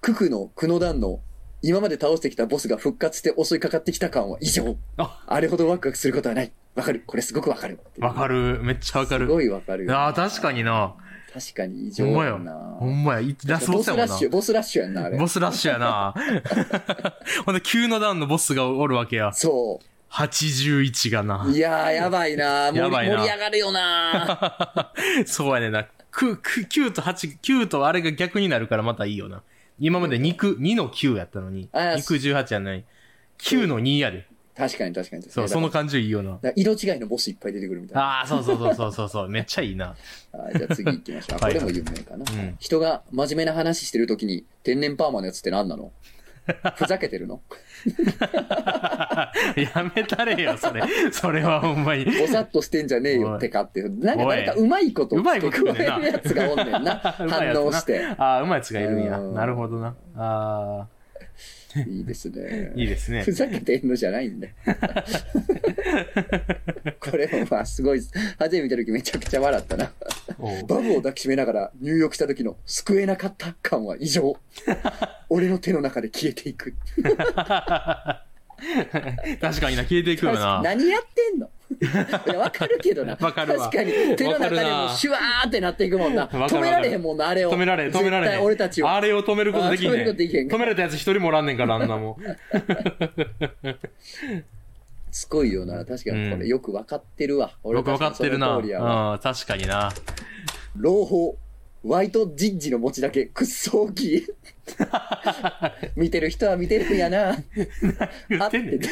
Speaker 2: ククのクノダンの今まで倒してきたボスが復活して襲いかかってきた感は以上。
Speaker 1: あ
Speaker 2: あれほどワクワクすることはない。わかる。これすごくわかる。
Speaker 1: わかる。めっちゃわか
Speaker 2: す
Speaker 1: る。
Speaker 2: ごいわかるよ。
Speaker 1: ああ、確かにな。
Speaker 2: 確かに異常やな
Speaker 1: ほ。んまや、いラスボ
Speaker 2: ボ
Speaker 1: ス
Speaker 2: ス
Speaker 1: やもん
Speaker 2: ラッ
Speaker 1: な
Speaker 2: シ。ュ、ボスラッシュやんな、あれ
Speaker 1: ボ。スラッシュやな。
Speaker 2: [LAUGHS]
Speaker 1: ほんで、急の段のボスがおるわけや。
Speaker 2: そ
Speaker 1: 81がな
Speaker 2: う。。いやー、やばいな盛り
Speaker 1: やばいな
Speaker 2: 盛り上がるよな
Speaker 1: [LAUGHS] そうやねんな。く、く、9と8、9とあれが逆になるからまたいいよな。今まで肉、2の9やったのに、
Speaker 2: あー
Speaker 1: 肉18やない。9の2やで。
Speaker 2: 確かに確かに。
Speaker 1: そう、
Speaker 2: だから
Speaker 1: その感じいいよな。
Speaker 2: だから色違いのボスいっぱい出てくるみたいな。
Speaker 1: ああ、そうそうそうそうそうそう、めっちゃいいな。 [LAUGHS]
Speaker 2: はいじゃあ次行きましょう。あこ
Speaker 1: はい
Speaker 2: れも有名かな。
Speaker 1: うん
Speaker 2: 人が真面目な話してるときに、天然パーマのやつって何
Speaker 1: [LAUGHS]
Speaker 2: なのふざけてるの
Speaker 1: やめたれよ、それ。それはほんまに。 [LAUGHS]
Speaker 2: ぼさっとしてんじゃねえよってかっていう。なんか
Speaker 1: おい
Speaker 2: 誰かうまいこと
Speaker 1: うまいこと
Speaker 2: 加
Speaker 1: 言うねん
Speaker 2: え
Speaker 1: な
Speaker 2: るやつがおんねん
Speaker 1: [LAUGHS]
Speaker 2: な。
Speaker 1: うまいや
Speaker 2: 反
Speaker 1: つな
Speaker 2: 応して。
Speaker 1: ああ、うまいやつがいるんや。
Speaker 2: うん
Speaker 1: なるほどな。あ
Speaker 2: いいですね
Speaker 1: あ、。いいですね
Speaker 2: ふ。ざけてんのじゃないんだよ。これもまあすごい、初め見たときめちゃくちゃ笑ったな。
Speaker 1: おう
Speaker 2: バブを抱きしめながら入浴した時の救えなかった感は異常。俺の手の中で消えていく。
Speaker 1: 確かにな、消えていくよな。
Speaker 2: 何やってんのいや、わかるけどな。
Speaker 1: [LAUGHS] わかるわ
Speaker 2: 確かに、手の中で
Speaker 1: わかる
Speaker 2: も
Speaker 1: な
Speaker 2: シュワーってなっていくもんな。
Speaker 1: かるわか
Speaker 2: 止
Speaker 1: る
Speaker 2: められへんもんな、あれを。
Speaker 1: 止められへん、止められへ
Speaker 2: 絶対
Speaker 1: ん。
Speaker 2: 俺たちは。
Speaker 1: あれを止めることできん
Speaker 2: あー止める
Speaker 1: ねん。
Speaker 2: ことできへんか [LAUGHS]
Speaker 1: 止められたやつ一人もおらんねんから、あんなもん。
Speaker 2: つこいよな。確かにこ
Speaker 1: う
Speaker 2: れ
Speaker 1: ん
Speaker 2: よく分かってるわ。
Speaker 1: よくわかってるな。
Speaker 2: 確かにその通りやわ
Speaker 1: うん、確かにな。
Speaker 2: 朗報。ワイト人事の持ちだけ、くっそ大きい。見てる人は見てるんやな。あ
Speaker 1: 言ってんねん
Speaker 2: って。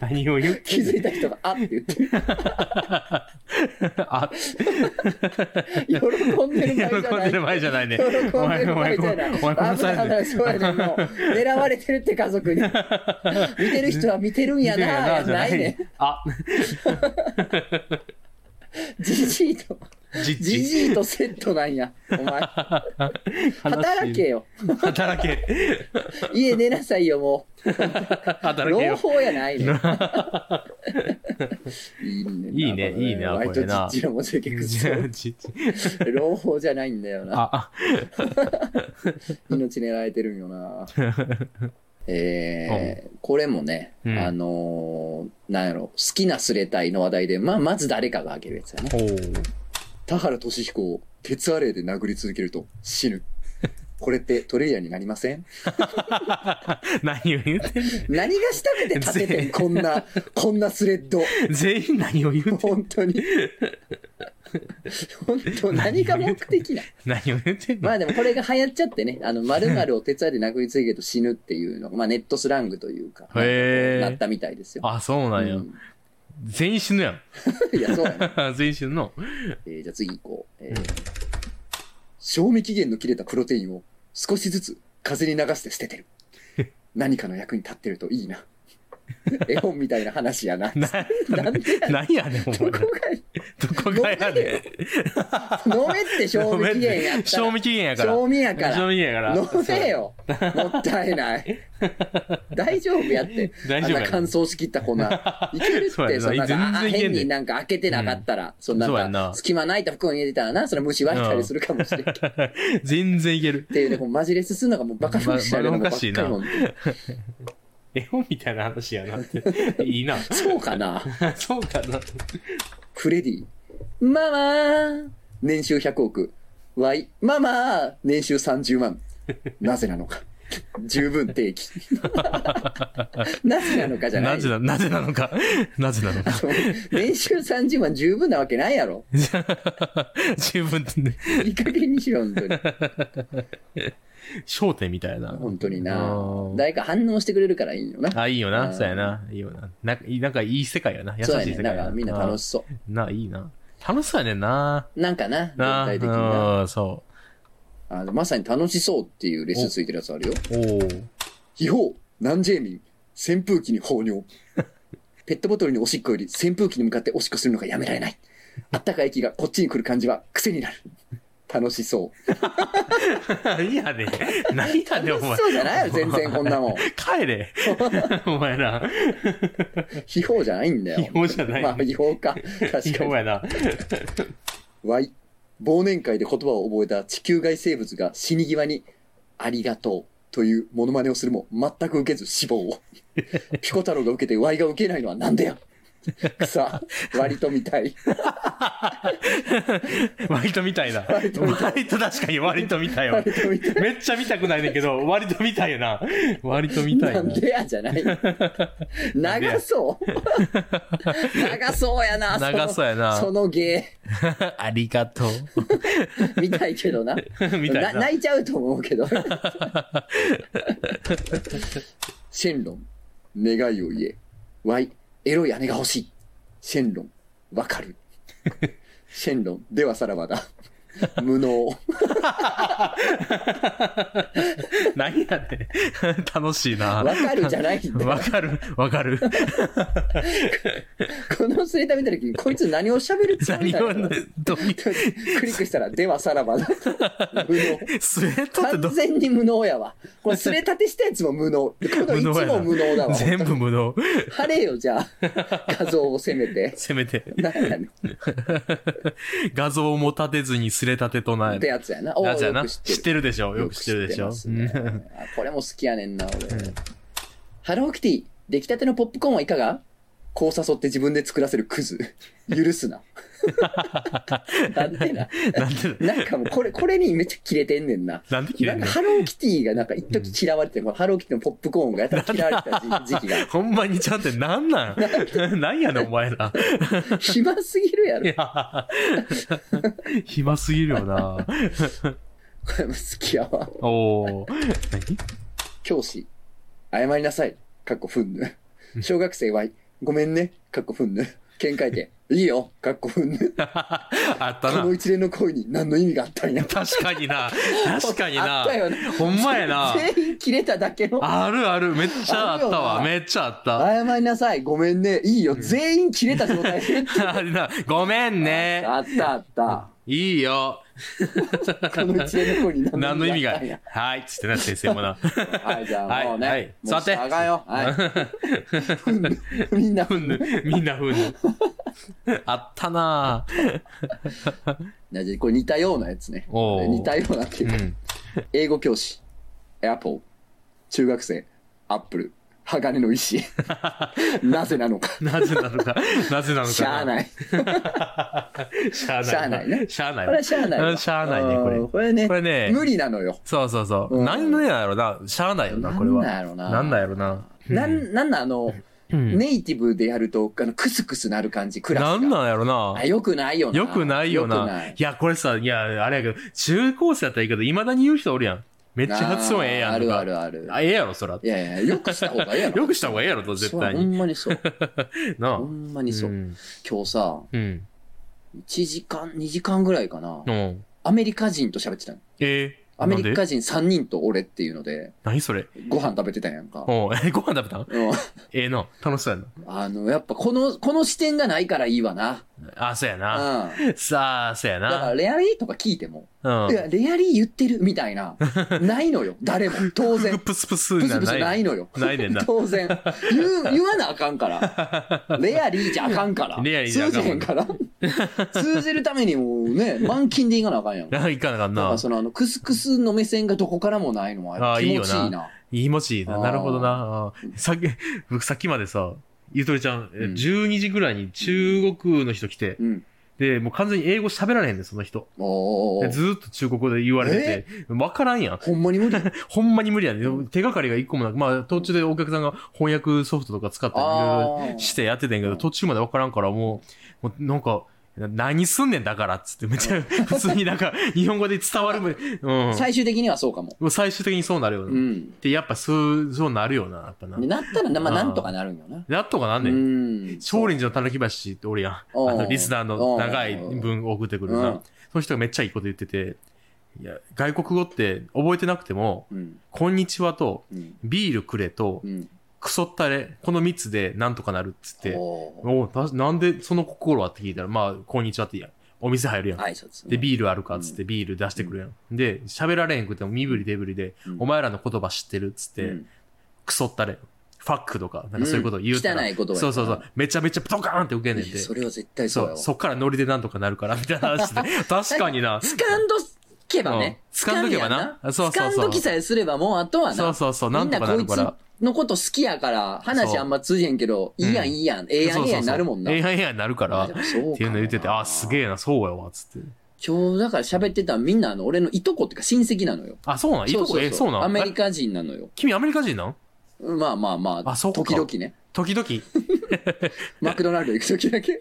Speaker 1: 何を言っ
Speaker 2: 気
Speaker 1: てんねん
Speaker 2: づいた人が、あって言ってる。
Speaker 1: あ、
Speaker 2: 喜んで
Speaker 1: 喜
Speaker 2: る場合じゃ
Speaker 1: ん
Speaker 2: な
Speaker 1: で
Speaker 2: い。
Speaker 1: る場合じゃないね。
Speaker 2: 喜んでる
Speaker 1: お
Speaker 2: 場
Speaker 1: 前、お前、お
Speaker 2: 合じゃな
Speaker 1: 前、お前、
Speaker 2: い。
Speaker 1: この
Speaker 2: 危な
Speaker 1: サ
Speaker 2: い
Speaker 1: イ
Speaker 2: 危
Speaker 1: ズ
Speaker 2: な
Speaker 1: で。
Speaker 2: い、そうやねん。もう、狙われてるって家族に。見てる人は見てるんやな。や
Speaker 1: じゃ
Speaker 2: ないねん。
Speaker 1: あ、
Speaker 2: じじいと、
Speaker 1: じっ
Speaker 2: じ
Speaker 1: ち。
Speaker 2: じいとセットなんや。お前、働け。よ。
Speaker 1: 働け。
Speaker 2: 家寝なさいよ、もう。
Speaker 1: 働け
Speaker 2: 朗
Speaker 1: よ。
Speaker 2: 報やないねん。いいねんない
Speaker 1: いねいいね
Speaker 2: これワイ
Speaker 1: こ
Speaker 2: ト
Speaker 1: れな
Speaker 2: じじいの持ちだけくっ
Speaker 1: [LAUGHS]
Speaker 2: そ
Speaker 1: じっち
Speaker 2: 朗報じゃないんだよな。
Speaker 1: あ、あ、
Speaker 2: 命狙られてるん
Speaker 1: [LAUGHS]
Speaker 2: よな。えーこれもね、
Speaker 1: うん
Speaker 2: あのーなんやろ、好きなスレタイの話題で、まあ、まず誰かが挙げるやつやね。
Speaker 1: おー
Speaker 2: 田原俊彦を鉄アレイで殴り続けると
Speaker 1: [LAUGHS]
Speaker 2: 死ぬ。これってトレイヤーになりません
Speaker 1: 何を言ってんね
Speaker 2: 何がしたくて立ててん、こんな、こんなスレッド。
Speaker 1: ん全員何を言ってん
Speaker 2: [LAUGHS] 本当に。本当、何が目的なの
Speaker 1: 何を言ってんの
Speaker 2: まあでもこれが流行っちゃってね、あの、〇〇を鉄アレイで殴り続けると死ぬっていうのが、まあネットスラングというか、なんかこう
Speaker 1: へー
Speaker 2: なったみたいですよ。
Speaker 1: あ、そうなんや
Speaker 2: う。ん [LAUGHS]
Speaker 1: 全員死ぬやん。
Speaker 2: いや、そうや
Speaker 1: [LAUGHS]
Speaker 2: ね。
Speaker 1: 全員死ぬの。
Speaker 2: え [LAUGHS] ーじゃあ次行こう。えー
Speaker 1: うん
Speaker 2: 賞味期限の切れたプロテインを少しずつ風に流して捨て [LAUGHS] てる。何かの役に立ってるとい [LAUGHS] いな。絵本みたいな話 [LAUGHS] やな。
Speaker 1: な
Speaker 2: なんでや
Speaker 1: 何やねん、お
Speaker 2: どこ
Speaker 1: 前。ど
Speaker 2: [LAUGHS] が、
Speaker 1: こがやね
Speaker 2: 飲めって
Speaker 1: ん。
Speaker 2: 賞味期限やったら。 [LAUGHS]
Speaker 1: 賞味期限やから。
Speaker 2: 賞味やから。
Speaker 1: 賞味期限やから。
Speaker 2: 飲めよ。もった
Speaker 1: [LAUGHS]
Speaker 2: いない。大丈夫やって。
Speaker 1: 大
Speaker 2: あん
Speaker 1: 丈夫
Speaker 2: な
Speaker 1: やろ
Speaker 2: 乾燥しきった
Speaker 1: [LAUGHS]
Speaker 2: 粉。いけるって、そ
Speaker 1: そうやなん
Speaker 2: な
Speaker 1: 全然
Speaker 2: あ
Speaker 1: いけんね
Speaker 2: 変になんか開けてなかったら、そんな
Speaker 1: そうや
Speaker 2: ん
Speaker 1: な
Speaker 2: か、隙間ないと袋に入れたらな、それ虫湧いたりするかもしれんけど。っ
Speaker 1: 全然いける。
Speaker 2: ていうね、こうマジレスするのがもうバカふしゃるのばっかり
Speaker 1: ま
Speaker 2: も
Speaker 1: バ絵本みたいな話やなって。いいな。 [LAUGHS]
Speaker 2: そうかな、
Speaker 1: そうかな。
Speaker 2: フレディ。ママー年収100億。わい、ママー年収30万。なぜなのか。十分定
Speaker 1: [LAUGHS]
Speaker 2: 期。なぜなのかじゃない。
Speaker 1: なぜな、なぜなのか。なぜなのか。
Speaker 2: [LAUGHS] 年収30万十分なわけないやろ。
Speaker 1: 十分、
Speaker 2: いい加減にしろ、本当
Speaker 1: [LAUGHS]
Speaker 2: に。
Speaker 1: 焦点みたいな。
Speaker 2: 本当に
Speaker 1: あ
Speaker 2: な。
Speaker 1: ー
Speaker 2: 誰か反応してくれるからいいよな。
Speaker 1: あ、いいよ
Speaker 2: う
Speaker 1: な。
Speaker 2: ん
Speaker 1: そうやな。いいよな。なんかいいなんかいい世界やな。優しい
Speaker 2: そう
Speaker 1: 世
Speaker 2: や
Speaker 1: 界
Speaker 2: ね。
Speaker 1: や
Speaker 2: だか
Speaker 1: な。。
Speaker 2: らみんな楽しそう
Speaker 1: な、いいな。楽しそうやねんな。
Speaker 2: う。なんかな、全
Speaker 1: な、
Speaker 2: 体的にな。
Speaker 1: うん、そ
Speaker 2: あのまさに楽しそうっていうレスついてるやつあるよ。
Speaker 1: う。お [LAUGHS] お。
Speaker 2: 秘宝、南ジェミン、扇風機に
Speaker 1: [LAUGHS]
Speaker 2: 放尿。ペットボトルにおしっこより扇風機に向かっておしっこするのがやめられない。あったかい気がこっちに来る感じは癖になる。楽しそう。
Speaker 1: 何や
Speaker 2: [LAUGHS]
Speaker 1: ねん何やねんお
Speaker 2: 楽し
Speaker 1: 前。
Speaker 2: そうじゃないよ、全然こんなもん。
Speaker 1: 帰れ。お前ら。
Speaker 2: 秘宝じゃないん
Speaker 1: [LAUGHS]
Speaker 2: だよ。
Speaker 1: 違法じゃない
Speaker 2: まあ、違法か。確か
Speaker 1: いや
Speaker 2: に
Speaker 1: お。前な。
Speaker 2: わい忘年会で言葉を覚えた地球外生物が死に際に「ありがとう」というモノマネをするも全く受けず死亡
Speaker 1: [LAUGHS]
Speaker 2: をピコ太郎が受けてわいが受けないのはなんでやさあ割と見たい
Speaker 1: 割とみたいな。
Speaker 2: 割とみ
Speaker 1: 割と確かに割とみたいわ
Speaker 2: 割。と見たい
Speaker 1: めっちゃ見たくないねんけど、割と見たいよな。割と見たい
Speaker 2: な。
Speaker 1: なん
Speaker 2: でやじゃない長そう
Speaker 1: [LAUGHS]
Speaker 2: 長そうやな
Speaker 1: 長そう
Speaker 2: や
Speaker 1: やな。
Speaker 2: その芸
Speaker 1: [LAUGHS] ありがとう。
Speaker 2: [LAUGHS] 見たいけどな
Speaker 1: [LAUGHS] みたい
Speaker 2: な
Speaker 1: な。
Speaker 2: 泣いちゃうと思
Speaker 1: [LAUGHS]
Speaker 2: うけどシェンロン願いを言えわいエロい姉が欲しいシェンロンわか
Speaker 1: [LAUGHS]
Speaker 2: るシェンロンではさらばだ無能
Speaker 1: 何やねん。楽しいな。
Speaker 2: わかるじゃないんだ
Speaker 1: [LAUGHS]
Speaker 2: よ
Speaker 1: わかる、わか
Speaker 2: [LAUGHS]
Speaker 1: る。
Speaker 2: このスレタ見た時にこいつ何を喋るつもり
Speaker 1: 何
Speaker 2: な
Speaker 1: を
Speaker 2: の、
Speaker 1: どういう、
Speaker 2: クリックしたらではさらば
Speaker 1: [LAUGHS]
Speaker 2: だ無能
Speaker 1: スウェットってど
Speaker 2: [LAUGHS] 完、全に無能やわこれスレ立てしたやつも無能この
Speaker 1: 無能
Speaker 2: 1
Speaker 1: やな
Speaker 2: も無能だわ
Speaker 1: 全部無能。 [LAUGHS]
Speaker 2: 晴れよじゃあ画像をせめて
Speaker 1: せめて。
Speaker 2: なんやねん
Speaker 1: 画像をも立てずにすれ立てとな
Speaker 2: って
Speaker 1: え。
Speaker 2: やつやな。おー
Speaker 1: なぜや
Speaker 2: よ
Speaker 1: な。
Speaker 2: く
Speaker 1: 知
Speaker 2: 知っ
Speaker 1: って
Speaker 2: る。
Speaker 1: てるでしょ。よく知ってるでしょ
Speaker 2: よく。知ってますねあこれも好きやねんな、俺。ハローキティ、出来たてのポップコーンはいかがこう誘って自分で作らせるクズ。許す
Speaker 1: [LAUGHS]
Speaker 2: な。なんでな。
Speaker 1: なん [LAUGHS] で、
Speaker 2: なんかもうこれ、これにめっちゃキレてんねんな。
Speaker 1: なんで切
Speaker 2: な
Speaker 1: れん
Speaker 2: んか
Speaker 1: の
Speaker 2: ハローキティがなんか一時嫌われてて、このハローキティのポップコーンがやたら嫌われてた時時
Speaker 1: [LAUGHS]
Speaker 2: 期が。
Speaker 1: ほんまにちゃんってなんなん [LAUGHS] なんやねんお前ら。
Speaker 2: 暇すぎるや
Speaker 1: い
Speaker 2: ろ。
Speaker 1: や、 [LAUGHS] 暇すぎるよな。
Speaker 2: これも好きやわ。
Speaker 1: おお。何 [LAUGHS]
Speaker 2: 教師、謝りなさい。かっこふんぬ。小学生は、ごめんね。かっこふんぬ。見解
Speaker 1: [LAUGHS]
Speaker 2: 点、いいよ。かっこふんぬ。
Speaker 1: あっ
Speaker 2: こ
Speaker 1: たな
Speaker 2: の。一連の行為に何の意味があったんや。
Speaker 1: 確かにな。確かに
Speaker 2: あ
Speaker 1: な
Speaker 2: った。よね。
Speaker 1: ほんまやな。
Speaker 2: 全員切れただけの。
Speaker 1: あるある。めっちゃあったわ。
Speaker 2: ある
Speaker 1: めっちゃあった。
Speaker 2: 謝りなさい。ごめんね。いいよ。全員切れた状態で。
Speaker 1: あれな。ごめん [LAUGHS] ね。
Speaker 2: あったあった。
Speaker 1: いいよ。
Speaker 2: この一連の行為に
Speaker 1: 何
Speaker 2: 何
Speaker 1: の
Speaker 2: の
Speaker 1: 意
Speaker 2: 意
Speaker 1: 味
Speaker 2: 味があ
Speaker 1: が
Speaker 2: ったんや。。
Speaker 1: はい。つってな、先生もな。
Speaker 2: はい、じゃ
Speaker 1: は
Speaker 2: あ
Speaker 1: い
Speaker 2: もうね。
Speaker 1: はい
Speaker 2: もう
Speaker 1: 座って
Speaker 2: あがよ。
Speaker 1: [LAUGHS]
Speaker 2: はい。みんな。
Speaker 1: [LAUGHS] ふんぬ。みんなふんぬ。あったな。
Speaker 2: なじこれ似たようなやつね。
Speaker 1: おー
Speaker 2: 似たようなっていう
Speaker 1: う
Speaker 2: か、
Speaker 1: ん。
Speaker 2: 英語教師、エアポー、中学生、アップル、鋼
Speaker 1: [LAUGHS]
Speaker 2: の石。なぜなのか。
Speaker 1: なぜなのか。なぜなのか。
Speaker 2: しゃあ
Speaker 1: い。
Speaker 2: ない。
Speaker 1: しゃあない。
Speaker 2: しゃあないね
Speaker 1: しゃあない。
Speaker 2: これはしゃあない
Speaker 1: うん
Speaker 2: わ。
Speaker 1: しゃあないね、これ
Speaker 2: うん。これね、
Speaker 1: これね
Speaker 2: 無理なのよ。
Speaker 1: そうそうそう。
Speaker 2: うん
Speaker 1: 何のやろな。しゃあないよな、これは。
Speaker 2: なんなんやろな
Speaker 1: なんなんやろな。
Speaker 2: なん、なんなんあの、
Speaker 1: うん
Speaker 2: ネイティブでやると、あの、クスクスなる感じ、クラスが。
Speaker 1: なんなんやろな
Speaker 2: あ、。よくないよな。
Speaker 1: よくないよ
Speaker 2: 良く
Speaker 1: な。いや、これさ、いや、あれやけど、中高生だったらいいけど、未だに言う人おるやん。めっちゃ発音ええやんとか。
Speaker 2: あーあるあるある。
Speaker 1: あええやろ、そら
Speaker 2: い。やいや、よくした方がいいやろ。
Speaker 1: よくした方がええやろ、と絶対
Speaker 2: そうほ
Speaker 1: に。
Speaker 2: んまにそう。
Speaker 1: なあ。
Speaker 2: ほんまにそうう。
Speaker 1: ん。
Speaker 2: 今日さ、
Speaker 1: うん。
Speaker 2: 1時間、2時間ぐらいかな
Speaker 1: う。ん
Speaker 2: アメリカ人と喋ってたの。
Speaker 1: えー
Speaker 2: アメリ
Speaker 1: なんで
Speaker 2: カ人3人と俺っていうので、
Speaker 1: 何それ
Speaker 2: ご飯食べてたんやんか。
Speaker 1: おう [LAUGHS] えご飯食べたん
Speaker 2: うん
Speaker 1: ええな。楽しそうや
Speaker 2: あの、やっぱこの、この視点がないからいいわな。
Speaker 1: な。あ、そうや
Speaker 2: うん。
Speaker 1: な。
Speaker 2: だ
Speaker 1: さあ、そうや
Speaker 2: から、
Speaker 1: な。
Speaker 2: レアリーとか聞いても、
Speaker 1: うん
Speaker 2: い。や、レアリー言ってるみたい
Speaker 1: [LAUGHS]
Speaker 2: な、ないのよ。誰も。当然。
Speaker 1: プスプス
Speaker 2: ブ
Speaker 1: に
Speaker 2: ス
Speaker 1: な
Speaker 2: ブスないのよ。
Speaker 1: ないねんな
Speaker 2: [LAUGHS] 当然。言う、言わなあかんから。レアリーじゃあかんから。
Speaker 1: レアリーじゃあ
Speaker 2: 通
Speaker 1: かん
Speaker 2: じへんから。通じるためにもうね、満勤でいかなあかんやん。だ
Speaker 1: な。いかなあかん
Speaker 2: か
Speaker 1: な
Speaker 2: ら。そのあの、クスクスの目線がどこからもないの
Speaker 1: あ
Speaker 2: は
Speaker 1: ー
Speaker 2: 気持ちい
Speaker 1: い
Speaker 2: いな。
Speaker 1: いよいい文字だ。
Speaker 2: あー
Speaker 1: なるほどな。あーさっき、僕さっきまでさ、ゆとりちゃん、え
Speaker 2: うん
Speaker 1: 12時ぐらいに中国の人来て、
Speaker 2: うん。
Speaker 1: で、もう完全に英語喋られへんねん、その人。
Speaker 2: お
Speaker 1: で
Speaker 2: ー
Speaker 1: ずーっと中国語で言われてて、わからんやん。
Speaker 2: ほんまに無理。
Speaker 1: ほんまに無理やねんでも。手がかりが一個もなく、まあ途中でお客さんが翻訳ソフトとか使ったりいろい
Speaker 2: あ
Speaker 1: ろ
Speaker 2: ー
Speaker 1: してやっててんけ
Speaker 2: う
Speaker 1: ど、
Speaker 2: ん
Speaker 1: 途中までわからんからもう、もうなんか、な何すんねんだからっつって、めっちゃ普通に [LAUGHS] なんか日本語で伝わるまで、うん。
Speaker 2: 最終的にはそうかも。
Speaker 1: もう最終的にそうなるよな。
Speaker 2: う
Speaker 1: で、
Speaker 2: ん。
Speaker 1: やっぱそう、そうなるよな、やっぱな
Speaker 2: で。なったらな、まあ、
Speaker 1: あー
Speaker 2: なんとかなるんよな。
Speaker 1: やっとかなんね
Speaker 2: う
Speaker 1: ん。
Speaker 2: ん。
Speaker 1: 少林寺のたぬき橋っておるやん。あ
Speaker 2: おう
Speaker 1: の、リスナーの長い文を送ってくる
Speaker 2: う。
Speaker 1: なんその人がめっちゃいいこと言ってて、いや、外国語って覚えてなくても、
Speaker 2: うん。
Speaker 1: こんにちはと、
Speaker 2: うん。
Speaker 1: ビールくれと
Speaker 2: う、ん。
Speaker 1: クソったれ、この3つでなんとかなるっつって、
Speaker 2: おー
Speaker 1: おうたなんでその心はって聞いたら、まあ、こんにちはって言うやん。お店入るやん。
Speaker 2: 挨拶。
Speaker 1: で、ビールあるかっつってビール出してくるやん。で、喋られへんくても身振り手振りで、
Speaker 2: うん
Speaker 1: お前らの言葉知ってるっつって、
Speaker 2: うん
Speaker 1: クソったれ、ファックとか、なんかそういうこと言うたら、
Speaker 2: うん汚い言葉やから
Speaker 1: そうそうそう、めちゃめちゃドカーンって受けんねん
Speaker 2: い
Speaker 1: て。
Speaker 2: やそれは絶対そう
Speaker 1: そ
Speaker 2: や
Speaker 1: う、
Speaker 2: わ。
Speaker 1: そっからノリでなんとかなるから、みたいな話
Speaker 2: [LAUGHS]
Speaker 1: で。確かにな。
Speaker 2: 掴んどけばね。
Speaker 1: うん掴んどけばな
Speaker 2: 掴みや
Speaker 1: そうそうそう
Speaker 2: 掴んどきさえすればもうあとはな。
Speaker 1: そうそうそう、なんとかな
Speaker 2: み
Speaker 1: る
Speaker 2: ん
Speaker 1: か
Speaker 2: なこ
Speaker 1: ら。
Speaker 2: いつのこと好きやから、話あんま通じへんけど、
Speaker 1: そう
Speaker 2: いいやんいいやん、ええやんええやんなるもんな。
Speaker 1: ええやんええやんなるから。
Speaker 2: あ
Speaker 1: っ
Speaker 2: で
Speaker 1: て
Speaker 2: もそうかな
Speaker 1: いうの言ってて、あ、すげえな、そうやわ、つって。
Speaker 2: 今日だから喋ってたみんなあの、俺のいとこっていうか親戚なのよ。
Speaker 1: あ、そうなんいいとこ、え、そうなん
Speaker 2: アメリカ人なのよ。
Speaker 1: 君アメリカ人なん
Speaker 2: まあまあまあ、
Speaker 1: あそうか
Speaker 2: 時々ね。
Speaker 1: 時々。
Speaker 2: マクドナルド行く時
Speaker 1: [LAUGHS]
Speaker 2: だけ。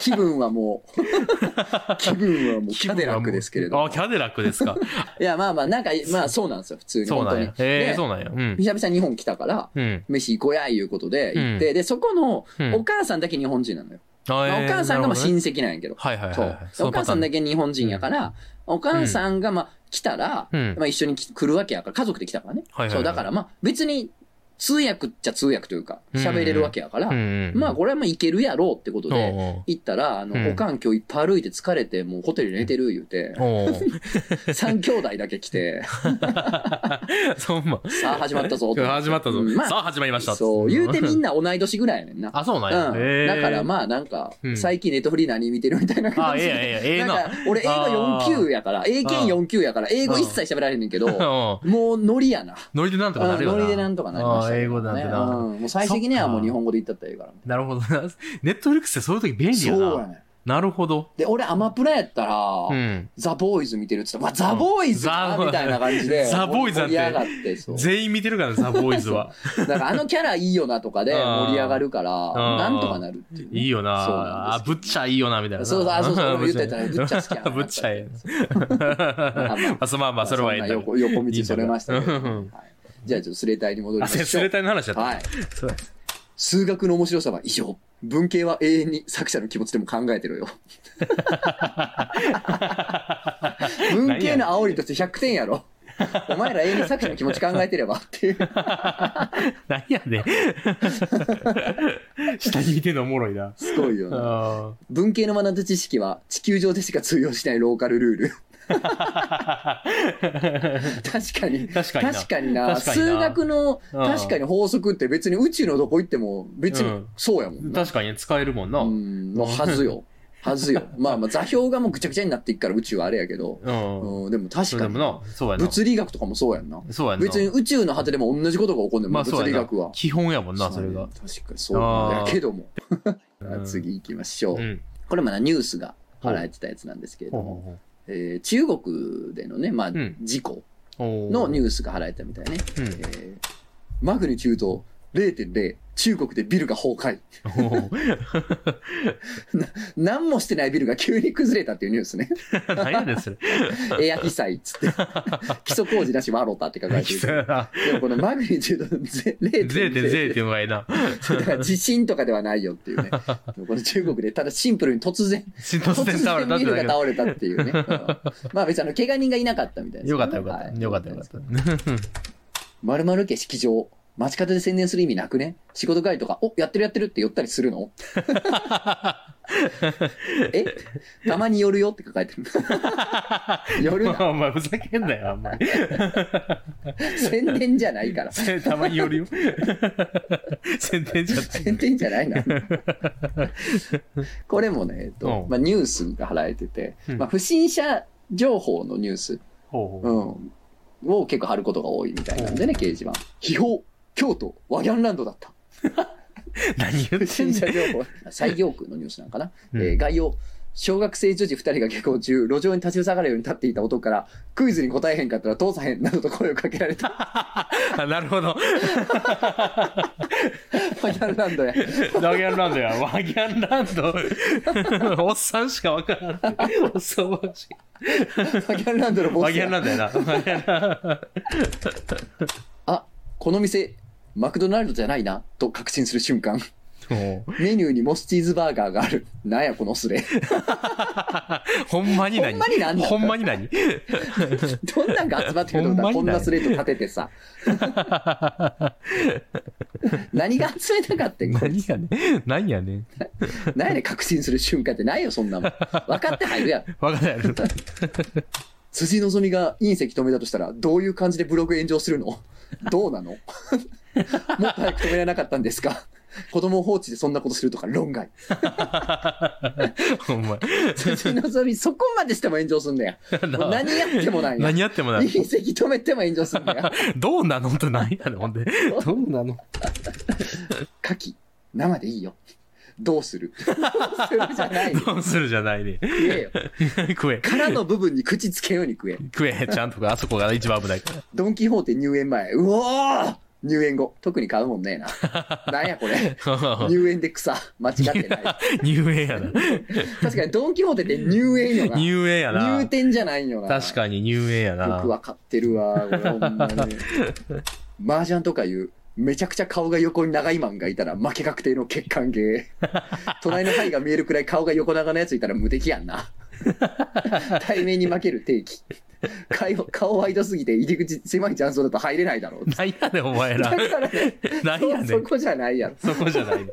Speaker 2: 気分はもう、 [LAUGHS] 気分はもうキャデラックですけれど
Speaker 1: あ、
Speaker 2: も。
Speaker 1: キャデラックですか。
Speaker 2: いや、まあまあ、なんか、まあそうなんですよ、普通
Speaker 1: [LAUGHS]
Speaker 2: に。
Speaker 1: そうなんや
Speaker 2: 本。当に
Speaker 1: ええ、
Speaker 2: で
Speaker 1: そうなんや。うん。
Speaker 2: 久々に日本来たから、
Speaker 1: うん。
Speaker 2: 飯行こうや、いうことで行って、で、そこの
Speaker 1: うん
Speaker 2: お母さんだけ日本人なのよ。
Speaker 1: あ
Speaker 2: まあ
Speaker 1: ええ
Speaker 2: お母さんがま
Speaker 1: なるほど
Speaker 2: あ親
Speaker 1: ね
Speaker 2: 戚なんやけど。
Speaker 1: はいはいはい
Speaker 2: そ
Speaker 1: は
Speaker 2: う
Speaker 1: い。。
Speaker 2: でお母さんだ
Speaker 1: け。
Speaker 2: け日本人やから、お母さんがまあ来たら、
Speaker 1: うん
Speaker 2: まあ一緒に来来るわけやから、家族で来たからね。
Speaker 1: はいはいはい
Speaker 2: そう、だからまあ別に通訳っちゃ通訳というか、
Speaker 1: うん
Speaker 2: 喋れるわけやから、
Speaker 1: うんうんうん。
Speaker 2: まあこれはまあいけるやろうってことで、
Speaker 1: おう
Speaker 2: 行ったら、あの、
Speaker 1: うん
Speaker 2: おかん今日いっぱい歩いて疲れて、もうホテルで寝てる言うて、
Speaker 1: おう。おう [LAUGHS]
Speaker 2: [LAUGHS] 三兄弟だけ来て、
Speaker 1: そうま。
Speaker 2: さあ始まったぞっ
Speaker 1: [LAUGHS]
Speaker 2: て
Speaker 1: 始まったぞ
Speaker 2: うん。まあ
Speaker 1: さあ始まりました。
Speaker 2: そう、言うてみんな同い年ぐらいやねんな。
Speaker 1: [LAUGHS] あ、そうなんや。
Speaker 2: う
Speaker 1: え
Speaker 2: ん。
Speaker 1: え
Speaker 2: だからまあなんか
Speaker 1: う、ん
Speaker 2: 最近ネットフリー何見てるみたいな
Speaker 1: あ、
Speaker 2: 感
Speaker 1: え
Speaker 2: じ
Speaker 1: え
Speaker 2: で。
Speaker 1: やんええやん、ええ
Speaker 2: [LAUGHS] なん
Speaker 1: な。
Speaker 2: か、俺英語
Speaker 1: あー
Speaker 2: 4級やから、英検4級やから、英語一切喋られへんねんけど、
Speaker 1: [LAUGHS] う
Speaker 2: もうノリやな。
Speaker 1: んノリでなんとかなるよな。
Speaker 2: うんノリでなんとかなりま
Speaker 1: あー
Speaker 2: ししたけどね、
Speaker 1: 英語なんてな
Speaker 2: うんもう最終的にはもう日本語で言ったったらええから
Speaker 1: なるほどな。 [LAUGHS] ネットフリックスってそういう時便利やな。
Speaker 2: そうやね
Speaker 1: なるほど。
Speaker 2: で俺アマプラやったら、
Speaker 1: うん。
Speaker 2: ザ・ボーイズ見てるっつって、まあ、ザ・ボーイズか
Speaker 1: うん
Speaker 2: みたいな感じで
Speaker 1: [LAUGHS] ザボーイズなん
Speaker 2: 盛
Speaker 1: て
Speaker 2: り上がってそう
Speaker 1: 全員見てるからね、
Speaker 2: [LAUGHS]
Speaker 1: ザ・ボーイズは。
Speaker 2: だからあのキャラいいよなとかで盛り上がるから
Speaker 1: ん
Speaker 2: なんとかなるっていうね、
Speaker 1: いいよな。
Speaker 2: そうなん
Speaker 1: あ、
Speaker 2: です
Speaker 1: ぶっちゃいいよな、みたいな。
Speaker 2: そうそうあそうそ
Speaker 1: [LAUGHS]
Speaker 2: う俺も言ってたね
Speaker 1: ね
Speaker 2: ぶっちゃ好きやな
Speaker 1: ぶっちゃええ
Speaker 2: ま [LAUGHS] あまあ
Speaker 1: な。まあ、そ [LAUGHS] まあまあ、それはいい
Speaker 2: ま
Speaker 1: ん
Speaker 2: あ
Speaker 1: だ
Speaker 2: そ
Speaker 1: け
Speaker 2: んな
Speaker 1: ど。
Speaker 2: 横横道それましたけど、
Speaker 1: いいんだけどうん
Speaker 2: はいじゃあちょっとスレタイに戻り
Speaker 1: あ、
Speaker 2: ましょう
Speaker 1: せスレタイの話だった。
Speaker 2: はい
Speaker 1: そう
Speaker 2: 数学の面白さは異常文系は永遠に作者の気持ちでも考えて
Speaker 1: [LAUGHS]
Speaker 2: ろよ文系の煽りとして100点やろお前ら永遠に作者の気持ち考えてればっていう
Speaker 1: 何や
Speaker 2: [LAUGHS]
Speaker 1: ねん下に見てんのおもろいな。
Speaker 2: すごいよね
Speaker 1: あ
Speaker 2: [LAUGHS] 文系の学んだ知識は地球上でしか通用しないローカルルール
Speaker 1: ー
Speaker 2: 確かに
Speaker 1: 確かにな。
Speaker 2: 確かに
Speaker 1: 確かにな
Speaker 2: な数学の
Speaker 1: うん
Speaker 2: 確かに法則って別に宇宙のどこ行っても別
Speaker 1: う
Speaker 2: に
Speaker 1: ん
Speaker 2: そうやもんな、
Speaker 1: 確かに使えるもんな。
Speaker 2: う
Speaker 1: うん。
Speaker 2: ん、のはずよはずよまあまあ座標がもうぐちゃぐちゃになっていくから宇宙はあれやけど、うん、でも
Speaker 1: そ
Speaker 2: 確
Speaker 1: れ
Speaker 2: か
Speaker 1: で
Speaker 2: に
Speaker 1: もな、そうやな。
Speaker 2: 物理学とかもそうやんな
Speaker 1: そうやんな。
Speaker 2: 別に宇宙の果てでも同じことが起こんでも、
Speaker 1: まあそう
Speaker 2: 物
Speaker 1: や
Speaker 2: 理
Speaker 1: な
Speaker 2: 学は
Speaker 1: 基本やもんな、それ
Speaker 2: う
Speaker 1: が
Speaker 2: ね。確かにそうなん
Speaker 1: あ
Speaker 2: だ
Speaker 1: ー
Speaker 2: けども
Speaker 1: うん
Speaker 2: 次行きましょう、
Speaker 1: うん。
Speaker 2: これまだニュースが払えてたやつなんですけれど
Speaker 1: ほう
Speaker 2: も、
Speaker 1: ほ
Speaker 2: えー中国でのね、まあ
Speaker 1: ん、
Speaker 2: 事故
Speaker 1: うほう。
Speaker 2: のニ
Speaker 1: ュ
Speaker 2: ュースが払えたみたいね。
Speaker 1: ー
Speaker 2: えーマグニチュード0.0、中国でビルが崩壊。
Speaker 1: [LAUGHS]
Speaker 2: 何もしてないビルが急に崩れたっていうニュー
Speaker 1: [LAUGHS]
Speaker 2: スね。
Speaker 1: うん。何やねん、それ。 [LAUGHS]
Speaker 2: エア被災っつって。基礎工事なし笑ったって書かれて
Speaker 1: [LAUGHS]
Speaker 2: る。でもこのマグニチュード
Speaker 1: ゼ
Speaker 2: 0.0
Speaker 1: ーテンゼーテンがいい [LAUGHS] な。
Speaker 2: だから地震とかではないよっていう
Speaker 1: [LAUGHS]
Speaker 2: ね。でもこの中国でただシンプルに突然、
Speaker 1: 突然倒れたっ
Speaker 2: ビ
Speaker 1: て
Speaker 2: ル
Speaker 1: だ
Speaker 2: が
Speaker 1: けど。
Speaker 2: 倒れたってい
Speaker 1: [LAUGHS]
Speaker 2: うね。うんまあ別にあの、怪我人がいなかったみたいです
Speaker 1: よ
Speaker 2: ね
Speaker 1: かったよかった。よかったよかった。
Speaker 2: 〇〇家式場。街角で宣伝する意味なくね仕事帰りとか、おやってるやってるって寄ったりす
Speaker 1: [LAUGHS]
Speaker 2: るのえたまに寄るよって書かれてる。寄
Speaker 1: [LAUGHS]
Speaker 2: るな。
Speaker 1: お前ふざけんなよ、あんまり。
Speaker 2: 宣伝じゃないから。
Speaker 1: たまによるよ。宣伝じゃない。
Speaker 2: 宣伝じゃないな。これもね、えっと、
Speaker 1: うん
Speaker 2: まあ、ニュースが払えてて、
Speaker 1: うん
Speaker 2: まあ、不審者情報のニュース、
Speaker 1: ほう
Speaker 2: う
Speaker 1: ほう。
Speaker 2: ん、を結構貼ることが多いみたいなんでね、掲示板。秘宝京都ワギャンランドだった。
Speaker 1: 何言
Speaker 2: 不
Speaker 1: ってん
Speaker 2: 審
Speaker 1: ね
Speaker 2: 者
Speaker 1: [LAUGHS]
Speaker 2: 情報。西行区のニュースなんかな。
Speaker 1: うん
Speaker 2: えー概要。小学生女児2人が下校中、路上に立ち塞がるように立っていた男から、クイズに答えへんかったら通さへんなどと声をかけられ
Speaker 1: [LAUGHS]
Speaker 2: た。
Speaker 1: ん。あなるほど。
Speaker 2: ワギャンランドや。
Speaker 1: ワギャンランドや。ワギャンランド。おっさんしかわからん。おっさんばっかり
Speaker 2: ワギャンランドのボスや。
Speaker 1: ワギャンランドやな。ワギャンランド
Speaker 2: あ、この店、マクドナルドじゃないな、と確信する瞬間。
Speaker 1: もう
Speaker 2: メニューにモスチーズバーガーがある。なんやこの
Speaker 1: [LAUGHS]
Speaker 2: スレ。
Speaker 1: ほんまに何
Speaker 2: ほんまに何なん
Speaker 1: ほんまに何
Speaker 2: どんなんが集まってくると思った
Speaker 1: ほんま
Speaker 2: こ
Speaker 1: に
Speaker 2: ん
Speaker 1: ない
Speaker 2: なスレと立ててさ。何が集めたかってんこ
Speaker 1: [LAUGHS]
Speaker 2: れ
Speaker 1: 何やねん。何やねん。
Speaker 2: 何やねん確信する瞬間ってないよ、そんなもん。分かって入るやん。
Speaker 1: わからない。
Speaker 2: 辻のぞみが隕石止めたとしたら、どういう感じでブログ炎上するのど
Speaker 1: [LAUGHS]
Speaker 2: うなのもっと早く止められなかったんですか子供を放置でそんなことするとか論外。
Speaker 1: ほんま。
Speaker 2: 辻のぞみ、そこまでしても炎上すんだよ。
Speaker 1: [LAUGHS]
Speaker 2: もう何やってもないな。
Speaker 1: 何や [LAUGHS] ってもない。
Speaker 2: 隕石止めても炎上すんだ [LAUGHS] よ。
Speaker 1: どうなのって何やねん、ほんで。どうなの
Speaker 2: 牡蠣、生でいいよ。どう
Speaker 1: [LAUGHS]
Speaker 2: するどうするじゃないよ。
Speaker 1: どうするじゃないね。
Speaker 2: 食え
Speaker 1: [LAUGHS]
Speaker 2: よ。
Speaker 1: 食え。
Speaker 2: 殻の部分に口つけように食え。
Speaker 1: 食え。ちゃんとか、あそこが一番危ないから。
Speaker 2: ドン・キホーテ入園前。うおー入園後。特に買うもんね
Speaker 1: [LAUGHS]
Speaker 2: えな。なんやこれ。入園で草。間違ってない。
Speaker 1: 入園やな。
Speaker 2: 確かにドン・キホーテって入園よな。
Speaker 1: [LAUGHS] 入園や
Speaker 2: 入
Speaker 1: な。
Speaker 2: 店じゃないよな。
Speaker 1: 確かに入園やな
Speaker 2: 僕。は買ってるわ。これほん
Speaker 1: [LAUGHS]
Speaker 2: まに。麻雀とかいう。めちゃくちゃ顔が横に長いマンがいたら負け確定の欠陥ゲ
Speaker 1: [LAUGHS]
Speaker 2: ー。隣の範囲が見えるくらい顔が横長のやついたら無敵やんな。対面に負ける定期。顔顔ワイドすぎて入り口狭い雀荘だと入れないだろう。
Speaker 1: 何やねん、お前ら
Speaker 2: だ。からね、
Speaker 1: 何やね
Speaker 2: そ
Speaker 1: ん。
Speaker 2: こじゃないやろ。
Speaker 1: そこじゃないね。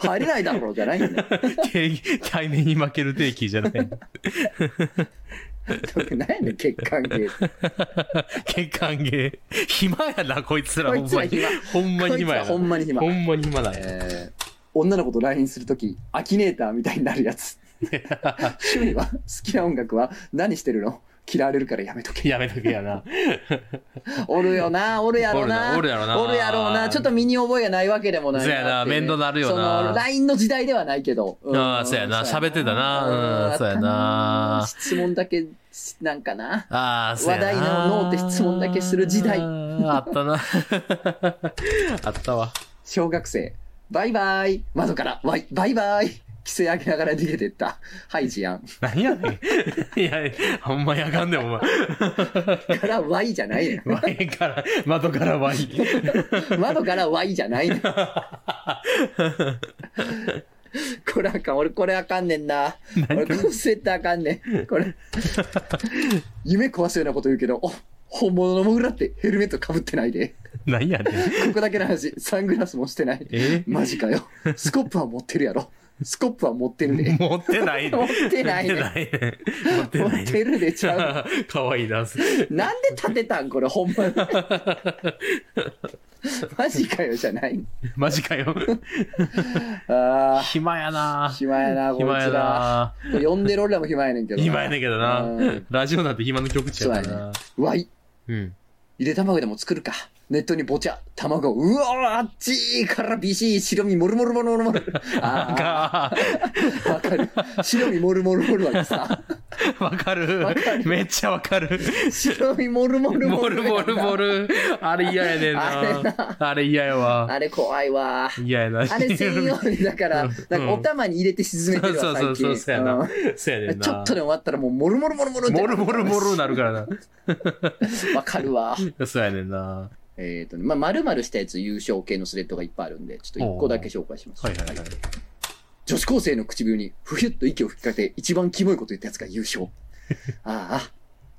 Speaker 2: 入れないだろうじゃな
Speaker 1: [LAUGHS]
Speaker 2: いんだよ。
Speaker 1: 定義対面に負ける定期じゃ
Speaker 2: [LAUGHS]
Speaker 1: ない。
Speaker 2: 何やねん欠陥ゲーって。
Speaker 1: 欠陥芸。暇やな、こいつら。ほ
Speaker 2: こい
Speaker 1: ん
Speaker 2: つ
Speaker 1: ま
Speaker 2: ら
Speaker 1: に
Speaker 2: 暇。。
Speaker 1: ほんまに暇や
Speaker 2: こいつらほ
Speaker 1: な。
Speaker 2: んまに暇
Speaker 1: ほ。んまに暇だよ。
Speaker 2: えー女の子と LINE するとき、
Speaker 1: [LAUGHS]
Speaker 2: アキネーターみたいになるやつ。趣味は好きな音楽は何してるの嫌われるからや
Speaker 1: [LAUGHS]
Speaker 2: めとけ。
Speaker 1: やめとけやな。
Speaker 2: おるよな、おるやろな。
Speaker 1: おるなおるやろな
Speaker 2: おるやろうな。ちょっと身に覚えがないわけでもない
Speaker 1: そうやな
Speaker 2: っていう
Speaker 1: 面倒なるよな
Speaker 2: その、LINE の時代ではないけど。ん
Speaker 1: ああそうやな喋ってたなうんそうやな
Speaker 2: あった質問だけ、なんかな。
Speaker 1: ああ、そうやな。
Speaker 2: 話題の脳って質問だけする時代
Speaker 1: あったな。 [LAUGHS] あったわ。
Speaker 2: 小学生。バイバイ。窓から、わいバイバイ。規制上げながら逃げてった。はい、事案。
Speaker 1: 何やねん。いや、ほんまやかんで、お前。
Speaker 2: から、わいじゃないねん。
Speaker 1: ワインから、窓からワイン。
Speaker 2: [LAUGHS] 窓からワイじゃないねん。これあかん。俺これあかんねんな。俺このスウェッターあかんねん。これ。夢壊すようなこと言うけど、お本物のモグラってヘルメットかぶってないで。
Speaker 1: 何やねん。
Speaker 2: ここだけの話、サングラスもしてない。
Speaker 1: え
Speaker 2: マジかよ。スコップは持ってるやろ。スコップは持ってるで。
Speaker 1: 持ってないね。
Speaker 2: 持ってないね
Speaker 1: 持ってないね。持って
Speaker 2: 持
Speaker 1: ない [LAUGHS]
Speaker 2: って
Speaker 1: ね。
Speaker 2: るでちゃう。
Speaker 1: かわいいダンス。
Speaker 2: なんで立てたんこれ、ほん
Speaker 1: [LAUGHS]
Speaker 2: まに。マジかよ、じゃない。
Speaker 1: マジかよ。
Speaker 2: あ
Speaker 1: 暇や
Speaker 2: あ、
Speaker 1: な。
Speaker 2: 暇やな、こいつ
Speaker 1: 暇や
Speaker 2: ら。
Speaker 1: な。
Speaker 2: 呼んでる俺らも暇やねんけどな。
Speaker 1: 暇やねんけどな
Speaker 2: うん。
Speaker 1: ラジオなんて暇の曲ちゃうから
Speaker 2: そうや
Speaker 1: な。
Speaker 2: わい、
Speaker 1: うん。
Speaker 2: ゆで卵でも作るか。ネットにぼちゃ、卵、うわーあっちーからビシー、白身もるもるもるもるもる。あ
Speaker 1: か
Speaker 2: あ、わかる。白身もるもるもるは
Speaker 1: [LAUGHS]
Speaker 2: さ、
Speaker 1: わかる
Speaker 2: わかる。
Speaker 1: めっちゃわかる。
Speaker 2: 白身もるもるも
Speaker 1: ボ
Speaker 2: る
Speaker 1: ルボルボル。あれ嫌やねん
Speaker 2: あれ
Speaker 1: な
Speaker 2: な。
Speaker 1: あれ嫌やわ。
Speaker 2: あれ怖いわー。
Speaker 1: 嫌やな。
Speaker 2: あれ専用にだから、なんかお玉に入れて沈めて
Speaker 1: そう
Speaker 2: るわ、
Speaker 1: そう
Speaker 2: 最
Speaker 1: そう、
Speaker 2: 近。
Speaker 1: そうや
Speaker 2: う。
Speaker 1: なんそうやねんな。
Speaker 2: ちょっとでも終わったらもう、もるもるもるもるって。
Speaker 1: ボルボルボルなるからな。
Speaker 2: わかるわ。
Speaker 1: そうやねんな。
Speaker 2: えっとね、まあ、まるまるしたやつ優勝系のスレッドがいっぱいあるんで、ちょっと一個だけ紹介します。
Speaker 1: はいはいはい。
Speaker 2: 女子高生の唇にふひゅっと息を吹きかけて一番キモいこと言ったやつが
Speaker 1: [LAUGHS]
Speaker 2: 優勝。ああ、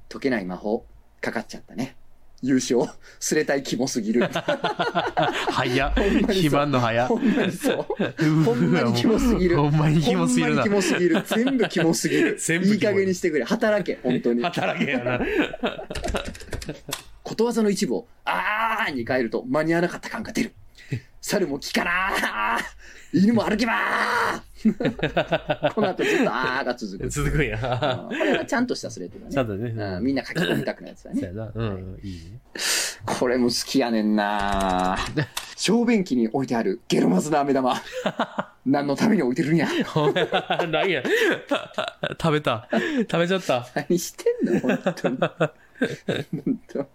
Speaker 2: 解けない魔法、かかっちゃったね。優勝、すれたいキモす
Speaker 1: [LAUGHS]
Speaker 2: ぎる。
Speaker 1: 早っ。
Speaker 2: んまにそう
Speaker 1: 肥満の早っ。
Speaker 2: ほんまにそう。
Speaker 1: う
Speaker 2: ほんまにキモすぎる
Speaker 1: ほんまにキモすぎる
Speaker 2: ほ
Speaker 1: なん
Speaker 2: ま。にキモすぎる。全部キモすぎる。
Speaker 1: [LAUGHS] 全部キモい
Speaker 2: いい加減にしてくれ。働け、
Speaker 1: [LAUGHS]
Speaker 2: 本当に。
Speaker 1: 働けやな。
Speaker 2: ことわざの一部を、あーに変えると間に合わなかった感が
Speaker 1: [LAUGHS]
Speaker 2: 出る。猿も木からー犬も歩けば
Speaker 1: [LAUGHS]
Speaker 2: ーこの後ずっとあーが続く。
Speaker 1: 続くん
Speaker 2: うん
Speaker 1: や。
Speaker 2: これはちゃんとしたスレッドだね。
Speaker 1: ちゃんとね。
Speaker 2: う、
Speaker 1: うん
Speaker 2: みんな書き込みたくなるやつだ
Speaker 1: そう
Speaker 2: ね。
Speaker 1: やな。うん。いいね。
Speaker 2: これも好きやねんな小便器に置いてあるゲロマズな飴玉。何のために置いてるんや。
Speaker 1: お前何や。食べた。食べちゃった。
Speaker 2: 何してんの本当に。本当。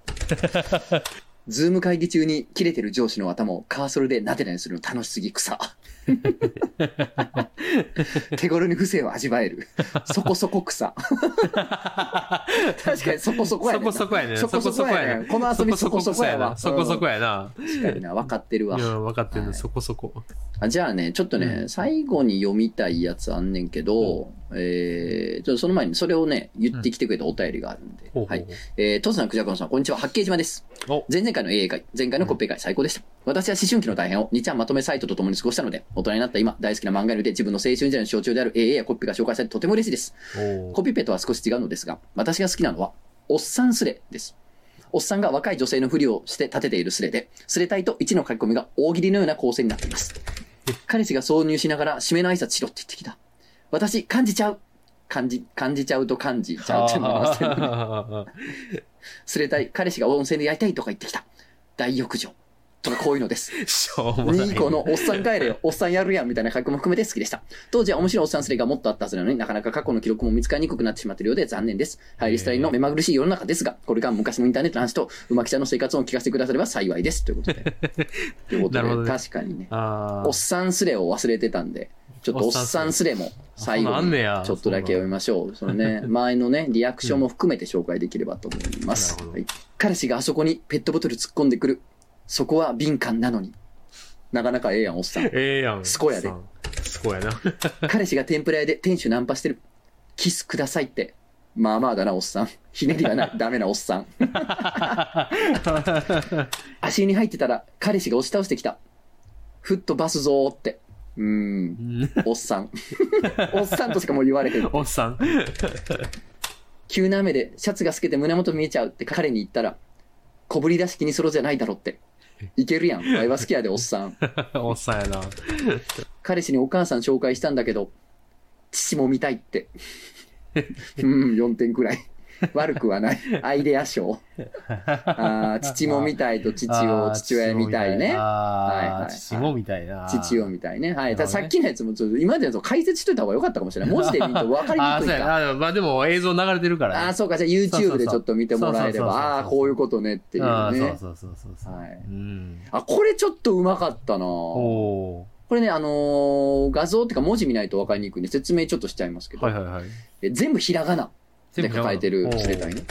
Speaker 2: ズーム会議中に切れてる上司の頭をカーソルでなでなでするの楽しすぎ草。手頃に不正を味わえる。そこそこ草。確かにそこそこや
Speaker 1: そ
Speaker 2: ねんな
Speaker 1: こそこやね。
Speaker 2: そこそこやねんこの遊びそこそこやわ。
Speaker 1: そこそこ
Speaker 2: や。
Speaker 1: やな。
Speaker 2: 確かにな、分かってるわ
Speaker 1: い。や、分かってん
Speaker 2: は
Speaker 1: だ。
Speaker 2: い
Speaker 1: そこそこ。
Speaker 2: あじゃあね、ちょっとね、
Speaker 1: うん
Speaker 2: 最後に読みたいやつあんねんけど、えー、ちょっとその前にそれをね、言ってきてくれたお便りがあるんで、
Speaker 1: ほうほ
Speaker 2: は
Speaker 1: う
Speaker 2: い。えー、トスナクジャコンさん、こんにちは、八景島です。
Speaker 1: お
Speaker 2: 前々回の AA 会、前回のコッペ会、最高でした。私は思春期の大変を2ちゃんまとめサイトと共に過ごしたので、大人になった今、大好きな漫画によって自分の青春時代の象徴である AA やコッペが紹介されてとても嬉しいです。
Speaker 1: お
Speaker 2: コピペとは少し違うのですが、私が好きなのは、おっさんスレです。おっさんが若い女性のふりをして立てているスレで、スレ隊と1の書き込みが大喜利のような構成になっています。彼氏が挿入しながら締めの挨拶しろって言ってきた。私、感じちゃう。感じ、感じちゃうと感じちゃうってなりま
Speaker 1: [LAUGHS]
Speaker 2: すね
Speaker 1: あ
Speaker 2: スレ隊、彼氏が温泉でやりたいとか言ってきた。大浴場。とかこういうのです。
Speaker 1: ーしょうもない。
Speaker 2: 2以降のおっさん帰れよ、おっさんやるやんみたいな書き込みも含めて好きでした。当時は面白いおっさんスレがもっとあったはずなのになかなか過去の記録も見つかりにくくなってしまっているようで残念です。入りスタインの目まぐるしい世の中ですが、これからも昔のインターネットの話と、うまきちゃんの生活を聞かせてくだされば幸いです。ということで。ということ
Speaker 1: なる
Speaker 2: で、
Speaker 1: ほどね
Speaker 2: 確かにね。
Speaker 1: あー
Speaker 2: おっさんスレを忘れてたんで、ちょっとおっさんスレも
Speaker 1: あ
Speaker 2: 最
Speaker 1: そ
Speaker 2: 後
Speaker 1: ん
Speaker 2: に
Speaker 1: なんあんねや
Speaker 2: ちょっとだけ読みましょう。そのね、前のね、リアクションも含めて紹介できればと思いま
Speaker 1: な
Speaker 2: す
Speaker 1: る。ほど
Speaker 2: はい彼氏があそこにペットボトル突っ込んでくる。そこは敏感なのに。なかなかええやん、おっさ
Speaker 1: [LAUGHS]
Speaker 2: ん。
Speaker 1: ええやん。
Speaker 2: 健やで
Speaker 1: おっさん。健やな。
Speaker 2: 彼氏が天ぷら屋で店主ナンパしてる。キスくださいって。まあまあだな、おっさん。ひねりがない、ダメな
Speaker 1: [LAUGHS]
Speaker 2: おっさん。足湯に入ってたら、彼氏が押し倒してきた。ふっとバスぞーって。うーん、おっさん。おっさんとしかもう言われへん。
Speaker 1: おっさん。
Speaker 2: 急な雨でシャツが透けて胸元見えちゃうって彼に言ったら、小ぶり出し気にするじゃないだろって。いけるやん。ワイは好きやで、おっさん。
Speaker 1: おっさんやな。
Speaker 2: 彼氏にお母さん紹介したんだけど、父も見たいって。うん、4点くらい。悪くはない。アイデア賞。あー父もみたいと父
Speaker 1: あ
Speaker 2: を、
Speaker 1: ー
Speaker 2: 父親みたいね。はいはい
Speaker 1: あ
Speaker 2: は
Speaker 1: ー
Speaker 2: い
Speaker 1: 父もみたいな。
Speaker 2: 父を
Speaker 1: み
Speaker 2: みたいね。はい。
Speaker 1: な
Speaker 2: た
Speaker 1: るほ
Speaker 2: だ
Speaker 1: ど
Speaker 2: さ
Speaker 1: ね
Speaker 2: っきのやつもちょっと今までのやつを解説しといた方が良かったかもしれない。文字で見ると分かり
Speaker 1: あー
Speaker 2: に
Speaker 1: そう
Speaker 2: く
Speaker 1: や
Speaker 2: いか。
Speaker 1: な。あーまあでも映像流れてるからね。
Speaker 2: ああ、そうか。じゃあ YouTube でちょっと見てもらえれ
Speaker 1: そうそうそうそうそうそうそう
Speaker 2: ば、ああー、こういうことねっていう
Speaker 1: あー
Speaker 2: ね。
Speaker 1: そうそうそうそうそう。
Speaker 2: はい
Speaker 1: うん。
Speaker 2: あ、これちょっとうまかったなこ
Speaker 1: お
Speaker 2: れね、あのー画像っていうか文字見ないと分かりにくいんで、説明ちょっとしちゃいますけ
Speaker 1: ー
Speaker 2: ど。
Speaker 1: はいはいはい。
Speaker 2: え全部ひらがな。で抱えてる世代ね。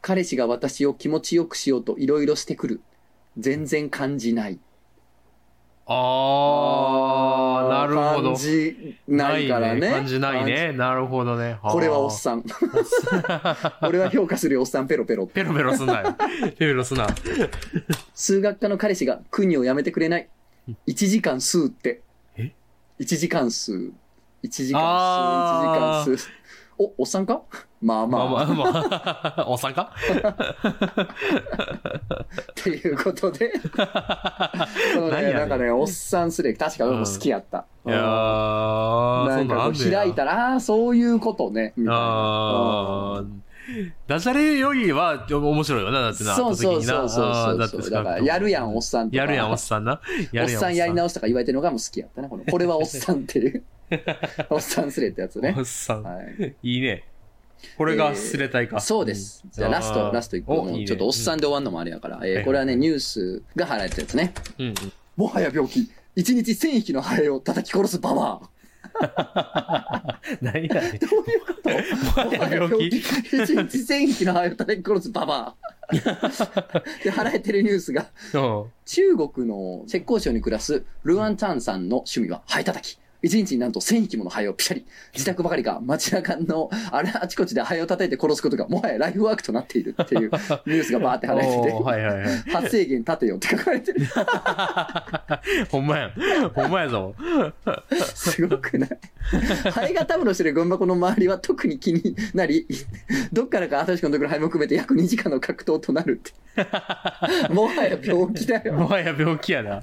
Speaker 2: 彼氏が私を気持ちよくしようといろいろしてくる。全然感じない。
Speaker 1: ああ、なるほど
Speaker 2: 感。じないからね。
Speaker 1: 感じないね。なるほどね。
Speaker 2: [LAUGHS] 感じ。これはおっさん。 [LAUGHS] 俺は評価するよ、おっさんペロペロ。
Speaker 1: ペロペロすん
Speaker 2: [LAUGHS]
Speaker 1: なよ。ペロペロすんな。
Speaker 2: 数学科の彼氏が国をやめてくれない。1時間数って。
Speaker 1: え
Speaker 2: ?1 時間数。1時間
Speaker 1: あ
Speaker 2: 数。1時間数。お、おっさんかまあま
Speaker 1: ま
Speaker 2: あ
Speaker 1: あ。まあまあ。おっ [LAUGHS] さんか
Speaker 2: っていうこ
Speaker 1: [LAUGHS]
Speaker 2: とで。そう
Speaker 1: 何や
Speaker 2: ね、
Speaker 1: ねん
Speaker 2: なんかね、おっさんスレ確か俺も好きやった。
Speaker 1: いや
Speaker 2: うん
Speaker 1: ー、
Speaker 2: な
Speaker 1: そ
Speaker 2: ん
Speaker 1: んな
Speaker 2: か
Speaker 1: んあ
Speaker 2: こ
Speaker 1: ん
Speaker 2: う
Speaker 1: ねや
Speaker 2: 開いたら、ああー、そういうことね。みたいな
Speaker 1: あーダジャレよりは面白いよな、だってな。
Speaker 2: そうそう
Speaker 1: 後的にな
Speaker 2: そうそ
Speaker 1: あーだ
Speaker 2: う
Speaker 1: って
Speaker 2: そう。
Speaker 1: 使
Speaker 2: だ
Speaker 1: う
Speaker 2: か
Speaker 1: と
Speaker 2: ら、やるやん、おっさんとか。
Speaker 1: やるやん、おっさんな。や
Speaker 2: [LAUGHS] おっ
Speaker 1: るやん、
Speaker 2: さんやり直したか言われてるのがもう好きやったな、この。これはおっさんっ
Speaker 1: [LAUGHS]
Speaker 2: ていう。おっさんスレってやつね
Speaker 1: お。っさん。
Speaker 2: はい。
Speaker 1: いいね。これがすれたいか。
Speaker 2: そうです。じゃあラス
Speaker 1: あ
Speaker 2: ト、
Speaker 1: ー
Speaker 2: ラストい個。
Speaker 1: おい
Speaker 2: も
Speaker 1: うい
Speaker 2: い
Speaker 1: ね
Speaker 2: ちょっとおっさんで終わんのもあれやから。
Speaker 1: はい
Speaker 2: え
Speaker 1: は
Speaker 2: ー
Speaker 1: い
Speaker 2: これはね、ニュースが払えたやつね。
Speaker 1: うんうん。
Speaker 2: もはや病気。一日千匹のハエを叩き殺すババア。 [LAUGHS]
Speaker 1: 何やねん。
Speaker 2: どういうこと
Speaker 1: もはや病気。
Speaker 2: 一日千匹のハエを叩き殺すババ [LAUGHS] ア。で、払えてるニュースが、
Speaker 1: うん
Speaker 2: 中国の浙江省に暮らすルアン・タンさんの趣味はハエ叩き。一日になんと千匹ものハエをピシャリ。自宅ばかりか街中のあらあちこちでハエを叩いて殺すことがもはやライフワークとなっているっていうニュースがバーって払えてて
Speaker 1: おー。はいはい [LAUGHS] はい。
Speaker 2: 発生源立てよって書か
Speaker 1: [LAUGHS]
Speaker 2: れてる。
Speaker 1: ほんまやん。ほんまやぞ。
Speaker 2: すごくないハエがたむろしてるゴミ箱の周りは特に気になり、どっからか新しくのところハエも含めて約2時間の格闘となる
Speaker 1: [LAUGHS]
Speaker 2: って。もはや病気だよ。
Speaker 1: もはや病気やな。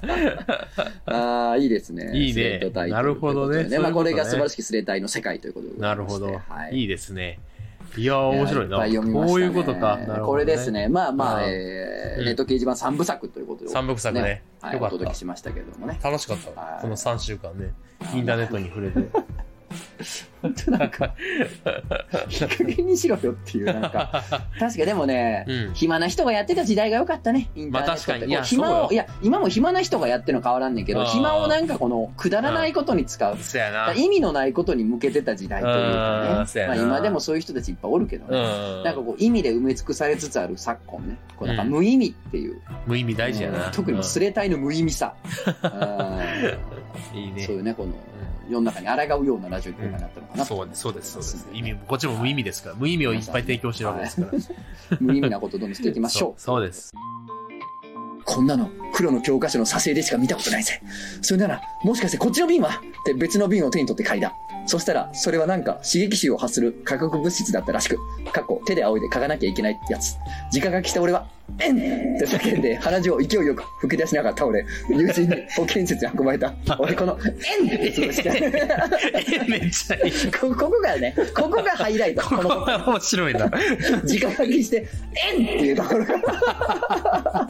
Speaker 2: ああ、いいですね。
Speaker 1: いいね
Speaker 2: スレッド隊
Speaker 1: なるほどね
Speaker 2: ということで
Speaker 1: そういうことね
Speaker 2: まあ、これが素晴らしきスレ隊の世界ということでござ
Speaker 1: ないる
Speaker 2: まし
Speaker 1: ほ
Speaker 2: て
Speaker 1: ど。
Speaker 2: はい。
Speaker 1: いいですね。いやー、面白いな。
Speaker 2: やっぱり読みま
Speaker 1: こ
Speaker 2: した
Speaker 1: う
Speaker 2: ね
Speaker 1: いうことか。なるほど
Speaker 2: これですね。。まあまあ、
Speaker 1: うん
Speaker 2: え
Speaker 1: う
Speaker 2: ー、
Speaker 1: ん
Speaker 2: ネット掲示板三部作ということで、
Speaker 1: 三部作ね
Speaker 2: はい、
Speaker 1: よか
Speaker 2: お
Speaker 1: った
Speaker 2: 届けしましたけれどもね。
Speaker 1: 楽しかった
Speaker 2: は
Speaker 1: わ
Speaker 2: い。
Speaker 1: この3週間ね。インターネットに触れて。
Speaker 2: 本当なんか、いい加減にしろよっていう、なんか、確かでもね、
Speaker 1: うん
Speaker 2: 暇な人がやってた時代が良かったね、インターネットって
Speaker 1: まあ確かにいや
Speaker 2: こう暇を、
Speaker 1: そうよ
Speaker 2: いや、今も暇な人がやってるの変わらんねんけど、
Speaker 1: あー
Speaker 2: 暇をなんかこの、くだらないことに使う。
Speaker 1: そやな。
Speaker 2: 意味のないことに向けてた時代という
Speaker 1: あ
Speaker 2: か
Speaker 1: ーそう
Speaker 2: ね、
Speaker 1: や
Speaker 2: まあ、
Speaker 1: な
Speaker 2: 今でもそういう人たちいっぱいおるけど
Speaker 1: う
Speaker 2: ね、
Speaker 1: ん。
Speaker 2: なんかこう意味で埋め尽くされつつある昨今ね、こうなんか
Speaker 1: うん
Speaker 2: 無意味っていう、
Speaker 1: 無意味大事や
Speaker 2: う
Speaker 1: な。
Speaker 2: ん特にスレタイの無意味さ、
Speaker 1: うんいい
Speaker 2: うん
Speaker 1: ね
Speaker 2: そう。いうね、この世の中に抗うようなラジオに今なったのかなと
Speaker 1: そ
Speaker 2: 思
Speaker 1: う
Speaker 2: い
Speaker 1: で、
Speaker 2: ますす
Speaker 1: そうです、そうです。意味、こっちも無意味ですから、無意味をいっぱい提供してるわけですから。
Speaker 2: 無意味なことどんどんしていきま
Speaker 1: [LAUGHS]
Speaker 2: し
Speaker 1: そ
Speaker 2: ょ
Speaker 1: うそうです。
Speaker 2: う。こんなの、黒の教科書の左折でしか見たことないぜ。それなら、もしかしてこっちの瓶はって別の瓶を手に取って嗅いだ。そしたら、それはなんか刺激臭を発する化学物質だったらしく、過去手で仰いで嗅がなきゃいけないやつ。直書きした俺は、えんって叫んで鼻血を勢いよく吹き出しながら倒れ、友人に保健施設に運ばれた。俺この、えんって潰した。 [LAUGHS]
Speaker 1: え、めっちゃいい。
Speaker 2: こここがね、ここがハイライト。こ
Speaker 1: こ
Speaker 2: の
Speaker 1: こは面白いな。
Speaker 2: 直書きして、えんっていうとこ
Speaker 1: [LAUGHS]
Speaker 2: ろが。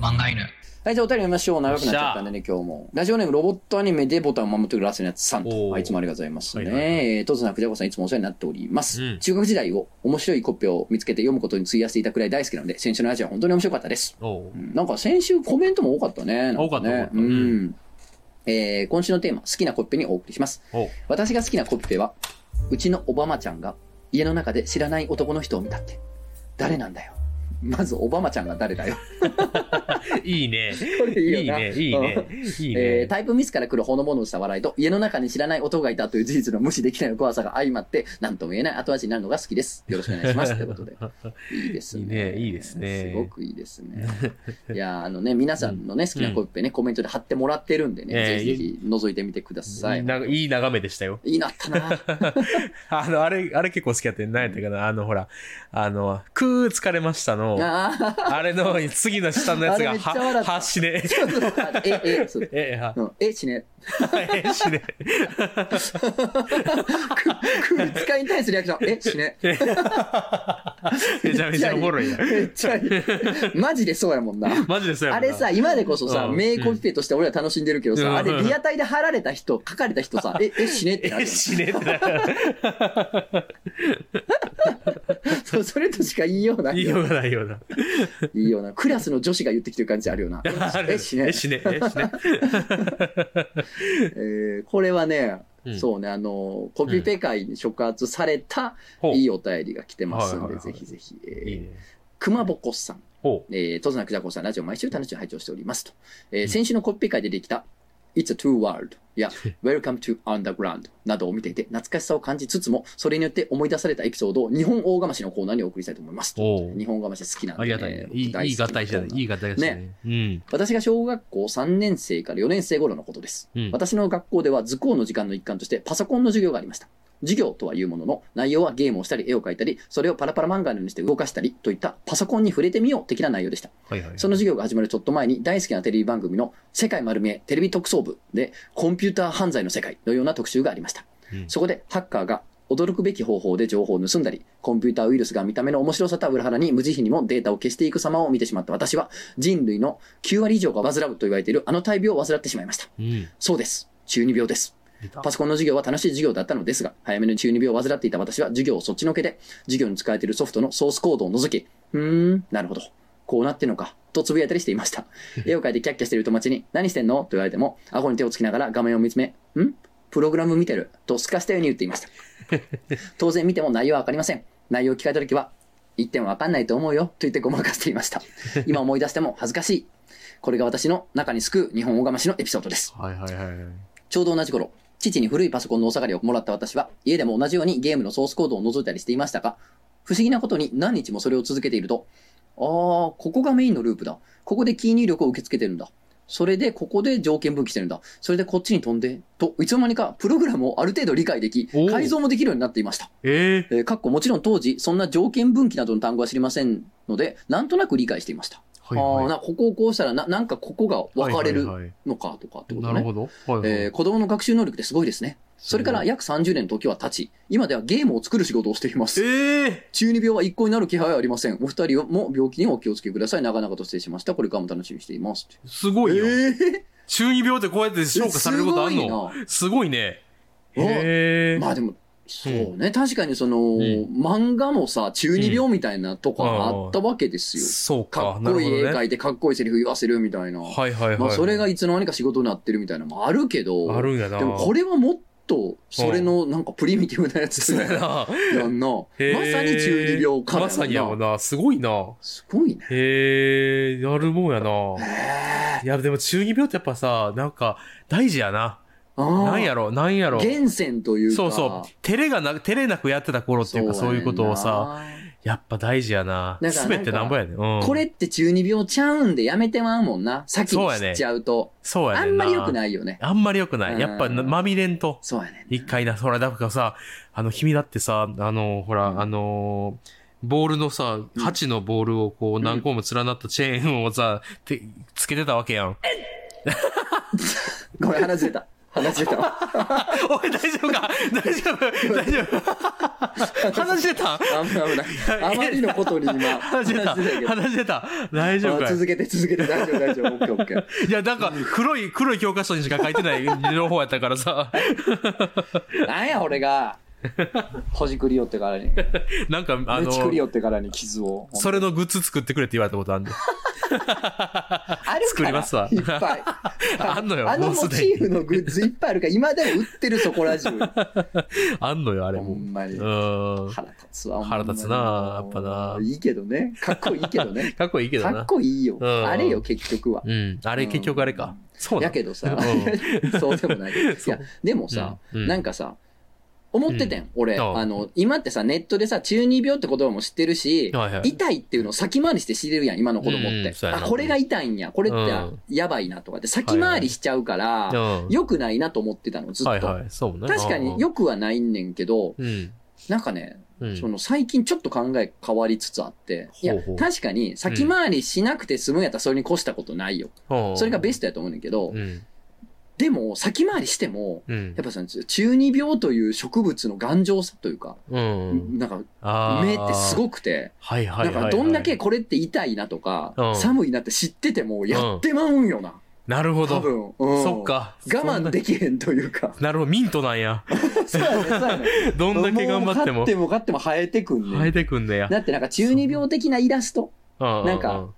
Speaker 3: 漫画犬。
Speaker 2: はい、じゃあお便り読みましょう。長くなっちゃったんでね、今日も。ラジオネーム、ロボットアニメでボタンを守ってくるラスのやつさん
Speaker 1: おー
Speaker 2: はい、いつもありがとうございますね。
Speaker 1: はいはい
Speaker 2: えー、とつなくじゃこさん、いつもお世話になっております。
Speaker 1: うん
Speaker 2: 中学時代を面白いコッペを見つけて読むことに費やしていたくらい大好きなので、先週のラジオは本当に面白かったです。
Speaker 1: おう
Speaker 2: うんなんか先週コメントも多かったね。なんね
Speaker 1: 多かった多かった
Speaker 2: う。
Speaker 1: うん
Speaker 2: えー、今週のテーマ、好きなコッペにお送りします。
Speaker 1: おう
Speaker 2: 私が好きなコッペは、うちのオバマちゃんが家の中で知らない男の人を見たって、誰なんだよ。まず、オバマちゃんが誰だよ。
Speaker 1: い [LAUGHS] いね。
Speaker 2: これ
Speaker 1: い
Speaker 2: い
Speaker 1: い
Speaker 2: いよな
Speaker 1: ね、いい
Speaker 2: うん
Speaker 1: ね。いい
Speaker 2: えー
Speaker 1: ね。
Speaker 2: タイプミスから来るほのぼのした笑いと家の中に知らない男がいたという事実の無視できない怖さが相まって何とも言えない後味になるのが好きですよろしくお願いしますというこ
Speaker 1: [LAUGHS]
Speaker 2: とでいいですね
Speaker 1: いいねいいですね
Speaker 2: すごくいいです
Speaker 1: [LAUGHS]
Speaker 2: ねいやーあのね皆さんのね好きなコッペねコメントで貼ってもらってるんでね、
Speaker 1: ね
Speaker 2: ぜひぜひ覗いてみてくださ
Speaker 1: い
Speaker 2: い
Speaker 1: いな、いい眺めでしたよ。
Speaker 2: いいなったな
Speaker 1: [LAUGHS] あの、あれ、あれ結構好きやって、何やったかな、あの、ほら、あの、くー疲れましたの、
Speaker 2: あー
Speaker 1: あれの次の下のやつ
Speaker 2: あれ
Speaker 1: が、
Speaker 2: めっちゃ笑っ
Speaker 1: は、
Speaker 2: た
Speaker 1: はしね。 [LAUGHS]
Speaker 2: そうそうあええそう
Speaker 1: え、は、
Speaker 2: うんえしね
Speaker 1: え、しね。
Speaker 2: くく使いに対するリアクションえしね
Speaker 1: めちゃめちゃおもろいやん。
Speaker 2: めっちゃいい。マジでそうやもんな。
Speaker 1: マジでそうや
Speaker 2: あ
Speaker 1: もんな
Speaker 2: れさ、今でこそさ、
Speaker 1: うん
Speaker 2: 名コピペとして俺ら楽しんでるけど
Speaker 1: うん
Speaker 2: さ、あれリアタイで貼られた人、書かれた人さ、え、え、死ねってな
Speaker 1: [LAUGHS]
Speaker 2: る
Speaker 1: え、
Speaker 2: よね
Speaker 1: 死ねえってなる。
Speaker 2: そうそれとしか言いようない
Speaker 1: 言いようがないような。
Speaker 2: いいよな。クラスの女子が言ってきてる感じあるよな。
Speaker 1: ある
Speaker 2: え、死ね
Speaker 1: え、。死ねえ。え、死ね
Speaker 2: えーこれはね、
Speaker 1: え。うん
Speaker 2: そうね、あの、コピペ会に触発された
Speaker 1: ほう。
Speaker 2: い
Speaker 1: い
Speaker 2: いお便りが来てますん
Speaker 1: はい
Speaker 2: で、
Speaker 1: はいはい
Speaker 2: ぜひぜひ。え
Speaker 1: い
Speaker 2: ー
Speaker 1: ね。
Speaker 2: 熊ぼこさん、
Speaker 1: ほう。
Speaker 2: えー、とずなくじゃこさん、ラジオ毎週楽しみに拝聴しておりますと。えー
Speaker 1: うん
Speaker 2: 先週のコピペ会でできた、It's a True World
Speaker 1: [LAUGHS]
Speaker 2: や Welcome to Underground などを見ていて、懐かしさを感じつつも、それによって思い出されたエピソードを日本大釜市のコーナーにお送りしたいと思いますと。
Speaker 1: おう
Speaker 2: 日本大釜市好きなん
Speaker 1: あ
Speaker 2: で、
Speaker 1: り
Speaker 2: ね。
Speaker 1: がたいね。いい、
Speaker 2: 大好
Speaker 1: いい
Speaker 2: きな
Speaker 1: 合体したね。いい合体したね。うん。
Speaker 2: 私が小学校3年生から4年生頃のことです。
Speaker 1: うん
Speaker 2: 私の学校では図工の時間の一環としてパソコンの授業がありました。授業とはいうものの、内容はゲームをしたり、絵を描いたり、それをパラパラ漫画のようにして動かしたりといったパソコンに触れてみよう的な内容でした。
Speaker 1: はいはい。
Speaker 2: その授業が始まるちょっと前に大好きなテレビ番組の世界丸見えテレビ特捜部でコンピューター犯罪の世界のような特集がありました。
Speaker 1: うん
Speaker 2: そこでハッカーが驚くべき方法で情報を盗んだり、コンピューターウイルスが見た目の面白さとは裏腹に無慈悲にもデータを消していく様を見てしまった私は人類の9割以上が患うと言われているあの大病を患ってしまいました。
Speaker 1: うん。
Speaker 2: そうです。中二病です。
Speaker 1: 出た
Speaker 2: パソコンの授業は楽しい授業だったのですが、早めの中二病を患っていた私は授業をそっちのけで、授業に使われているソフトのソースコードを除き、うーん、なるほど。こうなってんのか。とつぶやいたりしていました。絵を描いてキャッキャしている友達に、何してんのと言われても、顎に手をつきながら画面を見つめ、んプログラム見てる。とすかしたように言っていました。当然見ても内容はわかりません。内容を聞かれた時は、一点わかんないと思うよ。と言ってごまかしていました。今思い出しても恥ずかしい。これが私の中に救う日本大釜市のエピソードです。
Speaker 1: はいはいはいはい。
Speaker 2: ちょうど同じ頃、父に古いパソコンのお下がりをもらった私は、家でも同じようにゲームのソースコードを覗いたりしていましたが、不思議なことに何日もそれを続けていると、あー、ここがメインのループだ。ここでキー入力を受け付けてるんだ。それで、ここで条件分岐してるんだ。それで、こっちに飛んで、と、いつの間にか、プログラムをある程度理解でき
Speaker 1: お、ー
Speaker 2: 改造もできるようになっていました。
Speaker 1: ええ。
Speaker 2: えーかっこもちろん当時、そんな条件分岐などの単語は知りませんので、なんとなく理解していました。
Speaker 1: はい
Speaker 2: あー
Speaker 1: は
Speaker 2: な、ここをこうしたらな、なんかここが分かれ
Speaker 1: はい
Speaker 2: る
Speaker 1: はいはい
Speaker 2: のか、とかって
Speaker 1: い。
Speaker 2: こと
Speaker 1: な
Speaker 2: ね
Speaker 1: る。ほど。はいはい
Speaker 2: えー子供の学習能力ってすごいですね。それから
Speaker 1: え
Speaker 2: 約30年の時は経ち、今ではゲームを作る仕事をしています。
Speaker 1: え
Speaker 2: 中二病は一向になる気配はありません。お二人も病気にお気をつけください。長々と失礼しました。これからも楽しみにしています。
Speaker 1: すごいよ。
Speaker 2: ー
Speaker 1: 中二病ってこうやって消化されることあんのすごいね。
Speaker 2: お
Speaker 1: へえ。
Speaker 2: まあでも、そうね。確かにその、
Speaker 1: ん
Speaker 2: 漫画もさ、中二病みたいなとこあったわけですよ。
Speaker 1: そう
Speaker 2: か
Speaker 1: か。
Speaker 2: っ
Speaker 1: なるほ
Speaker 2: こいい絵
Speaker 1: どね。
Speaker 2: 描いてかっこいいセリフ言わせるみたいな。
Speaker 1: はいはいはい。
Speaker 2: まあそれがいつの間にか仕事になってるみたいなのもあるけど、
Speaker 1: あるんやな。
Speaker 2: でもこれはもっと、それのなんかプリミティブなやつ
Speaker 1: [LAUGHS] そうやな。
Speaker 2: やんな。ま
Speaker 1: へー
Speaker 2: さに中二病から
Speaker 1: まさにやもん
Speaker 2: な。
Speaker 1: な。すごいな。
Speaker 2: すごいね。
Speaker 1: へえ、やるもんやな。
Speaker 2: へ
Speaker 1: いや、でも中二病ってやっぱさ、なんか、大事やな。なんや
Speaker 2: ろ
Speaker 1: ろ、なんやろ。
Speaker 2: 源泉というか。
Speaker 1: そうそう。照れがな、照れなくやってた頃っていうか、そういうことをさ、やっぱ大事やな。
Speaker 2: だからなんか
Speaker 1: すべてなんぼやねん。うん。
Speaker 2: うん。これって中二病ちゃうんでやめてまうもんな。先に知っちゃうと。
Speaker 1: そうや
Speaker 2: あ
Speaker 1: ね
Speaker 2: ん
Speaker 1: んな。
Speaker 2: まり良くないよね。
Speaker 1: あんまり良くない。やっぱ
Speaker 2: う
Speaker 1: な、
Speaker 2: ん
Speaker 1: まみれんと。
Speaker 2: そうやねんな。
Speaker 1: 一回な、ほら、だからさ、あの、君だってさ、あの、ほら、
Speaker 2: うん
Speaker 1: あのーボールのさ、8のボールをこう、
Speaker 2: ん
Speaker 1: 何個も連なったチェーンをさ、て、つけてたわけや
Speaker 2: [LAUGHS]
Speaker 1: ん。
Speaker 2: ごめん、話ずれた。話ずれたわ。
Speaker 1: おい、大丈夫
Speaker 2: [LAUGHS]
Speaker 1: か大丈夫大丈夫 [LAUGHS] 話してた
Speaker 2: 危ない危
Speaker 1: [LAUGHS]
Speaker 2: ない。あまりのことに今。
Speaker 1: 話してた
Speaker 2: 話ずれけど
Speaker 1: 話してた大丈夫
Speaker 2: あ
Speaker 1: かい
Speaker 2: 続けて続けて大丈夫大丈夫。オッケーオッケー。
Speaker 1: いや、なんか、黒い、黒い教科書にしか書いてない両方やったから
Speaker 2: [LAUGHS]
Speaker 1: さ、
Speaker 2: なんや俺が。ほじくり寄ってからに。
Speaker 1: なんか、あ
Speaker 2: 打
Speaker 1: の
Speaker 2: ちくり寄ってからに傷を。
Speaker 1: それのグッズ作ってくれって言われたこと
Speaker 2: [LAUGHS]
Speaker 1: あんで。
Speaker 2: ある
Speaker 1: 作りますわ
Speaker 2: いっぱい。
Speaker 1: [LAUGHS] あんのよ
Speaker 2: あの
Speaker 1: もう
Speaker 2: モ
Speaker 1: すで
Speaker 2: チ
Speaker 1: に
Speaker 2: ーフのグッズいっぱいあるから、今でも売ってるそこら中に。
Speaker 1: あんのよ、あれ
Speaker 2: ほ
Speaker 1: も。
Speaker 2: んま
Speaker 1: う
Speaker 2: に。
Speaker 1: ん。
Speaker 2: 腹立つわ。ほんまに
Speaker 1: 腹立つなやっぱない。
Speaker 2: いけどね。かっこいいけどね
Speaker 1: かっ [LAUGHS] こいいけど
Speaker 2: か
Speaker 1: な。
Speaker 2: っこいいよ。
Speaker 1: うん
Speaker 2: あれよ、結局は。
Speaker 1: うん。あれ、
Speaker 2: うん
Speaker 1: 結局あれか。そうな
Speaker 2: や
Speaker 1: の
Speaker 2: けどさ
Speaker 1: う、
Speaker 2: [LAUGHS] そうで
Speaker 1: [LAUGHS]
Speaker 2: もないけど。いや、でもさ、
Speaker 1: うんうん
Speaker 2: なんかさ、思っててん、俺。
Speaker 1: ああ
Speaker 2: あの、今ってさ、ネットでさ、中二病って言葉も知ってるし、
Speaker 1: はいはい
Speaker 2: 痛いっていうのを先回りして知れるやん、今の子供っ
Speaker 1: うんう
Speaker 2: て
Speaker 1: ん。そうや
Speaker 2: あ、
Speaker 1: な
Speaker 2: これが痛いんや、これっ
Speaker 1: うん
Speaker 2: てやばいなとかって先回りしちゃうから、
Speaker 1: うん
Speaker 2: 良くないなと思ってたの、ずっと。
Speaker 1: はいはい、そうね。
Speaker 2: 確かに良くはないんねんけど、
Speaker 1: うん。
Speaker 2: なんかね、
Speaker 1: うん。
Speaker 2: その最近ちょっと考え変わりつつあって、いや
Speaker 1: ほうほう、
Speaker 2: 確かに先回りしなくて済むんやったらそれに越したことないよ。
Speaker 1: うん
Speaker 2: それがベストやと思うねんけど
Speaker 1: う、ん。
Speaker 2: でも、先回りしても、
Speaker 1: うん
Speaker 2: やっ。ぱその中二病という植物の頑丈さというか、
Speaker 1: うん。
Speaker 2: なんか
Speaker 1: ああ。
Speaker 2: 目ってすごくて、
Speaker 1: はいはいは
Speaker 2: なん
Speaker 1: いはい。
Speaker 2: かどんだけこれって痛いなとか、
Speaker 1: うん
Speaker 2: 寒いなって知っててもやってまうんよな、
Speaker 1: なるほど。
Speaker 2: 多分、うん
Speaker 1: そっか。
Speaker 2: 我慢できへんというか
Speaker 1: なるほど、ミントなん
Speaker 2: [LAUGHS]
Speaker 1: や。
Speaker 2: そうやねそうやね
Speaker 1: どんだけ頑張って
Speaker 2: う勝っ
Speaker 1: も
Speaker 2: て。も勝っても生えてくん
Speaker 1: 生
Speaker 2: ね
Speaker 1: え
Speaker 2: ん
Speaker 1: てくんだよ。
Speaker 2: だってなんか中二病的なイラスト
Speaker 1: な
Speaker 2: なんか、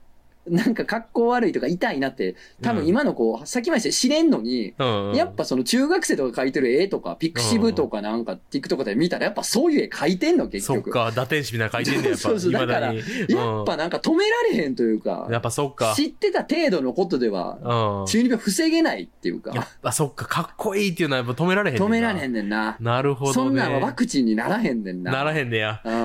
Speaker 2: なんか格好悪いとか痛いなって多分今の子先までして知れんのに、
Speaker 1: うんうん
Speaker 2: やっぱその中学生とか描いてる絵とか、ピクシブとかなんか、TikTok とかで見たら、やっぱそういう絵描いてんの、結
Speaker 1: そっ
Speaker 2: 局。
Speaker 1: か、打天使みたいなの書いてんねや、やっぱ。
Speaker 2: そうそうだから
Speaker 1: 未だに
Speaker 2: やっぱなんか止められへんというか
Speaker 1: うん、やっぱそっか。
Speaker 2: 知ってた程度のことで
Speaker 1: う
Speaker 2: は、
Speaker 1: ん。
Speaker 2: 中二病防げないっていう
Speaker 1: やっ
Speaker 2: か、
Speaker 1: ぱそっか、かっこいいっていうのはやっぱ止められへんね
Speaker 2: 止められへ
Speaker 1: ん
Speaker 2: んねんな。
Speaker 1: な。なるほどね。
Speaker 2: そんなんはワクチンにならへんねんな。
Speaker 1: なら
Speaker 2: ん。
Speaker 1: へんねや。
Speaker 2: あ
Speaker 1: い
Speaker 2: あ。
Speaker 1: や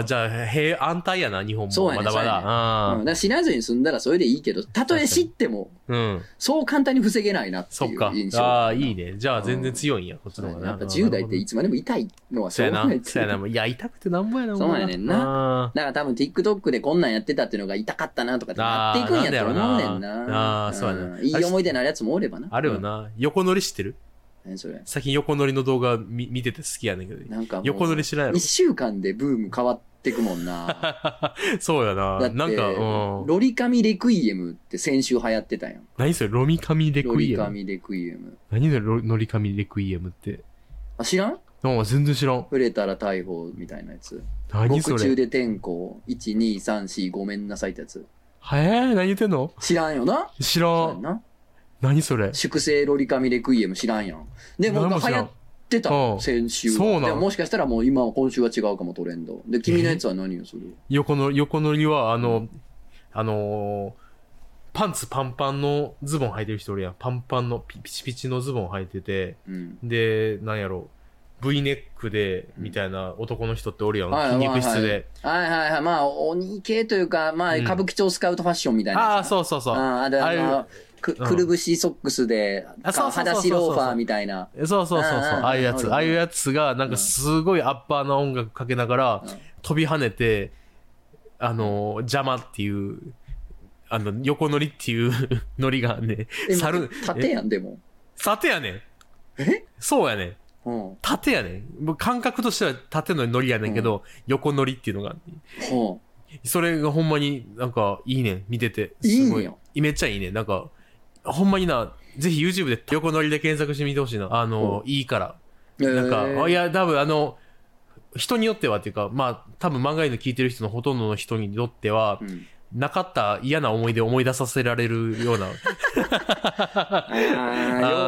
Speaker 1: ーじゃあ、平安泰やな、日本
Speaker 2: そう
Speaker 1: も。
Speaker 2: やね
Speaker 1: まだま
Speaker 2: う
Speaker 1: だ。
Speaker 2: ん、だから知らずに済んだらそれでいいけど、たとえ知っても、
Speaker 1: うん。うん。
Speaker 2: そう簡単に防げないなって
Speaker 1: そ
Speaker 2: い
Speaker 1: っ
Speaker 2: う
Speaker 1: か
Speaker 2: 印。象。
Speaker 1: ああ、いいね。じゃあ、全然強いんや、こっち
Speaker 2: そう
Speaker 1: の
Speaker 2: や
Speaker 1: 方
Speaker 2: ね。
Speaker 1: が
Speaker 2: や
Speaker 1: な
Speaker 2: っぱ10代ってい
Speaker 1: つ
Speaker 2: つまでも痛いのはし
Speaker 1: そう
Speaker 2: ょ
Speaker 1: や
Speaker 2: うが
Speaker 1: な
Speaker 2: ないっ。てい
Speaker 1: そうやな。もういや、痛くてなんぼやな、
Speaker 2: そうやねんな
Speaker 1: な。うん
Speaker 2: だから多分 TikTok でこんなんやってたっていうのが痛かったなとかってなっていくんやと思うねん
Speaker 1: あーなんだよ
Speaker 2: な。
Speaker 1: なあーそうやなん
Speaker 2: いい思い出になるやつもおればな。
Speaker 1: あるよな。横乗り知ってる
Speaker 2: うん。何それ。
Speaker 1: 最近横乗りの動画見見てて好きやねんけど。
Speaker 2: なんかもう
Speaker 1: 横乗り知らんやろ
Speaker 2: 一週間でブーム変わってくもんな。
Speaker 1: [LAUGHS] そうや
Speaker 2: だっ
Speaker 1: な。
Speaker 2: て、
Speaker 1: なんか、うん。
Speaker 2: ロリカミレクイエムって先週流行ってたやん。
Speaker 1: 何それ、ロミカミレ
Speaker 2: ロ
Speaker 1: クイ
Speaker 2: リ
Speaker 1: エ
Speaker 2: カ
Speaker 1: ム。
Speaker 2: ミレクイエム。
Speaker 1: 何それ、ロノリカミレクイエムって。
Speaker 2: あ、知らん
Speaker 1: なんか全然知らん。
Speaker 2: 触れたら逮捕みたいなやつ。
Speaker 1: 何そ
Speaker 2: 獄中
Speaker 1: れ。
Speaker 2: で転校。1、2、3、4、ごめんなさいってやつ。
Speaker 1: はえー、何言ってんの
Speaker 2: 知らんよな。
Speaker 1: 知
Speaker 2: そ
Speaker 1: ら
Speaker 2: うやん
Speaker 1: ん。
Speaker 2: な。
Speaker 1: 何それ。
Speaker 2: 粛清ロリカミレクイエム知らんやん。でも、
Speaker 1: 何
Speaker 2: 流
Speaker 1: も知ら
Speaker 2: 行っ
Speaker 1: ん。
Speaker 2: ってたの
Speaker 1: うん
Speaker 2: 先週は
Speaker 1: そうなの
Speaker 2: でももしかしたらもう今は今週は違うかもトレンドで君のやつは何よそれ
Speaker 1: 横の、横乗りは、あの、あのーパンツパンパンのズボン履いてる人おるやん。パンパンのピピチピチのズボン履いてて、
Speaker 2: うん
Speaker 1: で、なんやろ、V ネックで、みたいな男の人っておるやん。
Speaker 2: はい
Speaker 1: 筋肉質
Speaker 2: はい
Speaker 1: で。
Speaker 2: はいはいはいまあ鬼系というかまあ
Speaker 1: うん
Speaker 2: 歌舞伎町スカウトファッションみたいなやつな、
Speaker 1: ああ、そうそうそう。
Speaker 2: ああで
Speaker 1: あ
Speaker 2: あ
Speaker 1: あいう
Speaker 2: のく
Speaker 1: うん
Speaker 2: くるぶしソックスで
Speaker 1: あそうそうそうそう
Speaker 2: 裸足ローファーみたいな
Speaker 1: えそうそうそうそう。
Speaker 2: ああ
Speaker 1: ああいうや
Speaker 2: なるほ
Speaker 1: つ。
Speaker 2: ど
Speaker 1: ああいうやつが、なんかすごいアッパーな音楽かけながら
Speaker 2: うん、
Speaker 1: 飛び跳ねて、あのー、邪魔っていう、あの、横乗りっていう [LAUGHS] 乗りがね、
Speaker 2: え
Speaker 1: 猿、
Speaker 2: 縦やんでも
Speaker 1: 縦やねん。
Speaker 2: え
Speaker 1: そうやねん。
Speaker 2: うん、うん、
Speaker 1: 縦やねん。もう感覚としては縦の乗りやねんけど、横乗りっていうのがあってそれがほんまになんかいいねん、見てて。すご
Speaker 2: いいんや
Speaker 1: めっちゃいいねん。なんか、ほんまにな、ぜひ YouTube で横乗りで検索してみてほしいな。あの、いいから。なんか、
Speaker 2: え
Speaker 1: あいや、多分あの、人によってはっていうか、まあ、多分漫画の聞いてる人のほとんどの人にとっては
Speaker 2: う、ん、
Speaker 1: なかった嫌な思い出を思い出させられる
Speaker 2: [LAUGHS]
Speaker 1: ような。あ
Speaker 2: あー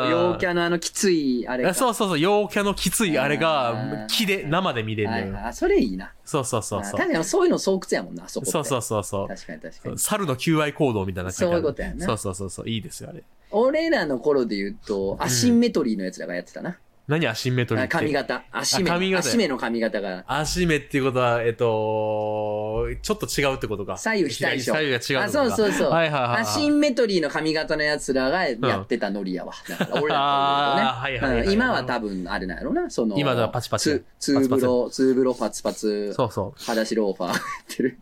Speaker 1: ー
Speaker 2: よ陽キャのあのきついあれか
Speaker 1: あそうそうそう、陽キャのきついあれ
Speaker 2: あー
Speaker 1: が、木で、生で見れる
Speaker 2: は
Speaker 1: の
Speaker 2: いはい
Speaker 1: よ。
Speaker 2: あそれいいな
Speaker 1: そうそうそう
Speaker 2: あ
Speaker 1: そう
Speaker 2: 確。かにそういうの巣窟やもんなあそこって
Speaker 1: そうそうそうそう。
Speaker 2: 確かに確かに
Speaker 1: 猿の求愛行動みたいな感じ
Speaker 2: そういうことやな
Speaker 1: そうそうそうそう。いいですよ、あれ。
Speaker 2: 俺らの頃で言うと、アシンメトリーのやつらがやってたな。
Speaker 1: 何アシンメトリー
Speaker 2: あ
Speaker 1: って。
Speaker 2: 髪。型。アシメ。
Speaker 1: あ髪型
Speaker 2: アシメの髪型が。
Speaker 1: アシメっていうことは、えっと、ちょっと違うってことか。
Speaker 2: 左右非対称
Speaker 1: 左右が違うってことか
Speaker 2: あ、そうそうそう。
Speaker 1: はいはいはいはい。
Speaker 2: アシンメトリーの髪型のやつらがやってたノリやわ。だから俺
Speaker 1: あーはい
Speaker 2: ら
Speaker 1: は
Speaker 2: の
Speaker 1: いはい
Speaker 2: ねうん。今は多分、あれなんやろな。その、
Speaker 1: 今ではパチパチ
Speaker 2: ツツーブロ、ツーブロパツパツ、
Speaker 1: そうそ
Speaker 2: 裸足ローファーやってる。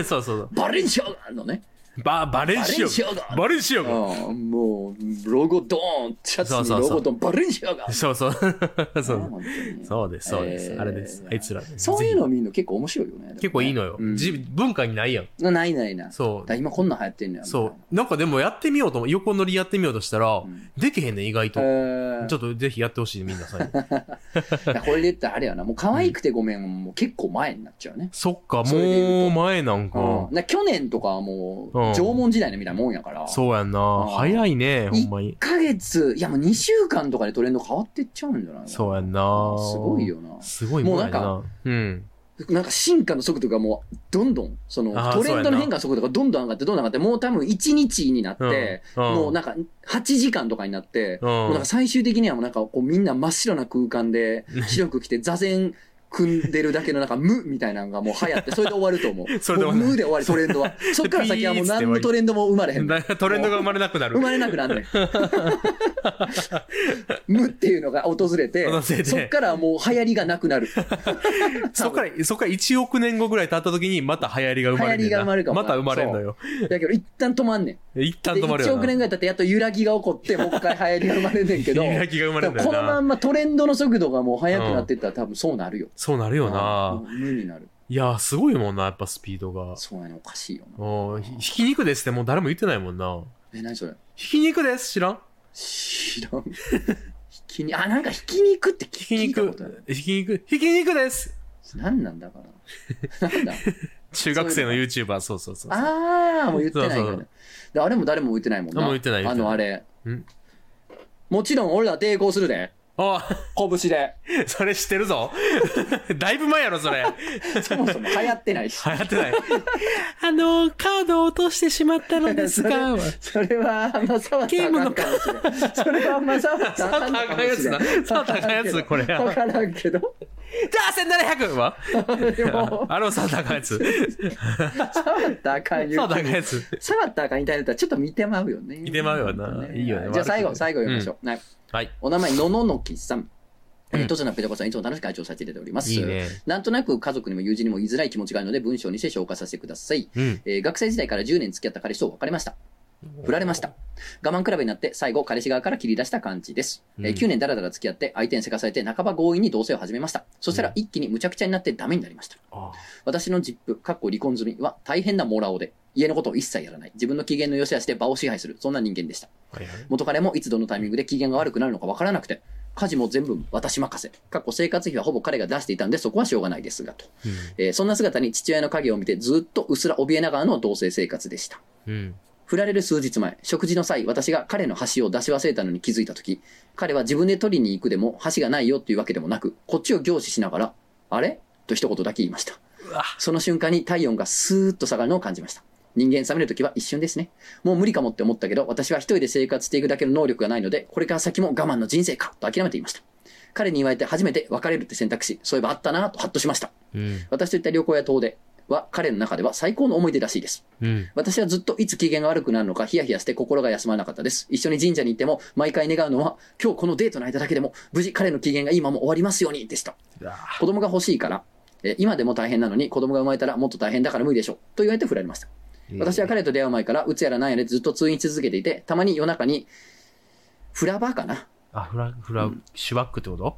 Speaker 1: う。 [LAUGHS] そうそうそう。
Speaker 2: バレンシアガのね。
Speaker 1: バ、バレン
Speaker 2: バ
Speaker 1: シ
Speaker 2: レンシ
Speaker 1: オ
Speaker 2: アガ
Speaker 1: ガ。バレンシオガ。
Speaker 2: うんもう、ロゴドーン、シャツにロゴドーン、バレンシアガ
Speaker 1: そうそう。 [LAUGHS] そう。
Speaker 2: 本当に
Speaker 1: そうです、そうです。
Speaker 2: えー
Speaker 1: あれです。あいつらです。
Speaker 2: そういうの
Speaker 1: ぜ
Speaker 2: 見るの結構面白いよね。
Speaker 1: ひ結構いいのよ
Speaker 2: でもね。
Speaker 1: じ
Speaker 2: うん
Speaker 1: 文化にないやん。
Speaker 2: なないないない。
Speaker 1: そ
Speaker 2: だから
Speaker 1: う。
Speaker 2: 今こんなん流行ってんのや。
Speaker 1: そう。なんかでもやってみようと思う、横乗りやってみようとしたら
Speaker 2: ん、
Speaker 1: できへんねん、意外
Speaker 2: みたい
Speaker 1: と。
Speaker 2: な。
Speaker 1: ち
Speaker 2: ちょ
Speaker 1: ょっとぜひやってほしい、みんなさんに。
Speaker 2: [LAUGHS] っと。これで言ったらあれやな。もう可愛くてごめん、もう結構前になっちゃうね。
Speaker 1: そっか、
Speaker 2: それで言
Speaker 1: も
Speaker 2: う
Speaker 1: う
Speaker 2: と
Speaker 1: 前なん
Speaker 2: う
Speaker 1: か
Speaker 2: ん。。だから去年とかはもう
Speaker 1: うん、
Speaker 2: 縄文時代のみたいなもんやから。う。
Speaker 1: そうやんな。
Speaker 2: ん
Speaker 1: 早いね、ほんま
Speaker 2: 1
Speaker 1: に。
Speaker 2: ヶ月、いやもう2週間とかでトレンド変わってっちゃうんじゃないの
Speaker 1: そうやんな。
Speaker 2: すごいよ。な。
Speaker 1: すごいもんや
Speaker 2: も
Speaker 1: な。うん。
Speaker 2: なんか進化の速度がもう、どんどん、その、
Speaker 1: あー
Speaker 2: トレンドの変化の速度がどんどん上がって、どんどん上がって、もう多分1日になって、
Speaker 1: うんうん
Speaker 2: もうなんか8時間とかになって、
Speaker 1: うん
Speaker 2: もうなんか最終的にはもうなんかこうみんな真っ白な空間で、白く着て、座禅組んでるだけのなんか無みたいなのがもう
Speaker 1: [LAUGHS]
Speaker 2: 流行って、それで終わると思う。
Speaker 1: それで終わ
Speaker 2: も
Speaker 1: る
Speaker 2: う無で終わり、トレンドは。
Speaker 1: [LAUGHS]
Speaker 2: そっから先はもう何のトレンドも生まれへんねん。
Speaker 1: だ [LAUGHS] からトレンドが生まれなくなる
Speaker 2: 生。まれなくなんねん。 [LAUGHS] 無っていうのが訪れて
Speaker 1: 訪れて
Speaker 2: そっからもう流行りがなくなる。
Speaker 1: [LAUGHS] そっから、そっから1億年後ぐらい経った時に、また流行りが生まれるん
Speaker 2: 流行りが生まれ
Speaker 1: だ
Speaker 2: るか
Speaker 1: よ。
Speaker 2: も
Speaker 1: ま
Speaker 2: な
Speaker 1: た生まれんのよ。
Speaker 2: だけど一旦止まんねん。
Speaker 1: 一旦
Speaker 2: で
Speaker 1: 止まるよ
Speaker 2: 1
Speaker 1: な。
Speaker 2: 億年ぐらい経ってやっと揺らぎが起こって、もう一回流行りが生まれんねんけど。
Speaker 1: [LAUGHS] 揺らぎが生まれるんだ
Speaker 2: でも
Speaker 1: よ
Speaker 2: このま
Speaker 1: な。
Speaker 2: んまトレンドの速度がもう速くなってったら多分そうなるよ。
Speaker 1: そうなるよな。
Speaker 2: うん無になる。
Speaker 1: いやー、すごいもんな、やっぱスピードが。
Speaker 2: そうやねんおかしいよな。
Speaker 1: おーひひき肉ですってもう誰も言ってないもんな。
Speaker 2: え、何それ
Speaker 1: ひき肉です知らん
Speaker 2: 知らん。ひき肉、あ、なんかひき肉って
Speaker 1: ひ
Speaker 2: 聞
Speaker 1: き
Speaker 2: いたことあ
Speaker 1: 肉。ひき肉。ひき肉です
Speaker 2: る。んなんだから。なんだ
Speaker 1: 中学生の YouTuber、そうそうそう。
Speaker 2: あー、もう言ってないから。
Speaker 1: そうそう
Speaker 2: であれも誰も言ってないもんな。
Speaker 1: あもう言ってない言っ
Speaker 2: あ
Speaker 1: てない
Speaker 2: の、あれ
Speaker 1: ん。
Speaker 2: もちろん俺ら抵抗するで。
Speaker 1: あ
Speaker 2: 拳で。
Speaker 1: それ知ってるぞ。 [LAUGHS] だいぶ前やろ、そ
Speaker 2: [LAUGHS]
Speaker 1: れ。
Speaker 2: そもそも流行ってないし。
Speaker 1: 流行ってない。あのカードを落としてしまったの
Speaker 2: ですが [LAUGHS] それはあんま触ったらあかんかもしれん。それはあんま触ったらあかんのかもしれん。
Speaker 1: 触ったらあかんやつな触ったらあかんやつこれ
Speaker 2: わからんけど。
Speaker 1: じゃあ、1700は
Speaker 2: でも、
Speaker 1: あの、サーターカやつ。
Speaker 2: 触ったらあかん言
Speaker 1: サー
Speaker 2: う
Speaker 1: タ
Speaker 2: け
Speaker 1: ーカ
Speaker 2: ど
Speaker 1: やつ。
Speaker 2: 触ったらあかんインターネットはちょっと見てまうよね。
Speaker 1: 見てまうよな
Speaker 2: 本当
Speaker 1: いいよね
Speaker 2: じゃあ最後、
Speaker 1: 悪くない
Speaker 2: 最後読みましょう。はい
Speaker 1: はい。
Speaker 2: お名前、のののきさん。え
Speaker 1: う
Speaker 2: ー、
Speaker 1: ん
Speaker 2: とつなぺとこさん、いつも楽しく会長させていただいております。
Speaker 1: いいね。
Speaker 2: なんとなく家族にも友人にも言いづらい気持ちがあるので文章にして消化させてください。
Speaker 1: うん。
Speaker 2: えー学生時代から10年付き合った彼氏と別れました。振られました。我慢比べになって、最後、彼氏側から切り出した感じです。え
Speaker 1: うん
Speaker 2: ー9年だらだら付き合って、相手にせかされて、半ば強引に同棲を始めました。そした
Speaker 1: う
Speaker 2: ら
Speaker 1: ん
Speaker 2: 一気に無茶苦茶になってダメになりました。
Speaker 1: あ
Speaker 2: 私のジップ、かっこ離婚済みは大変なモラオで、家のことを一切やらない。自分の機嫌の良し悪しで場を支配する。そんな人間でした。
Speaker 1: はいはい
Speaker 2: 元彼もいつどのタイミングで機嫌が悪くなるのかわからなくて、家事も全部私任せ。かっこ生活費はほぼ彼が出していたんで、そこはしょうがないですが、と。えーそんな姿に父親の影を見て、ずっとうっすら怯えながらの同棲生活でした。
Speaker 1: うん。うん。
Speaker 2: 振られる数日前、食事の際、私が彼の箸を出し忘れたのに気づいたとき、彼は自分で取りに行くでも、箸がないよっていうわけでもなく、こっちを凝視しながら、あれと一言だけ言いました
Speaker 1: うわ。
Speaker 2: その瞬間に体温がスーッと下がるのを感じました。人間冷めるときは一瞬ですね。もう無理かもって思ったけど、私は一人で生活していくだけの能力がないので、これから先も我慢の人生か、と諦めていました。彼に言われて初めて別れるって選択肢、そういえばあったなとハッとしました。
Speaker 1: うん。
Speaker 2: 私といった旅行や遠出は彼の中では最高の思い出らしいです。
Speaker 1: うん。
Speaker 2: 私はずっといつ機嫌が悪くなるのかヒヤヒヤして心が休まらなかったです。一緒に神社に行っても毎回願うのは今日このデートの間だけでも無事彼の機嫌が今も終わりますようにでした。
Speaker 1: うわ
Speaker 2: 子供が欲しいから、えー今でも大変なのに子供が生まれたらもっと大変だから無理でしょうと言われて振られました。私は彼と出会う前からうつやらなんやでずっと通院し続けていてたまに夜中にフラバーかな
Speaker 1: あ、フラ、フラ、シュバックってこと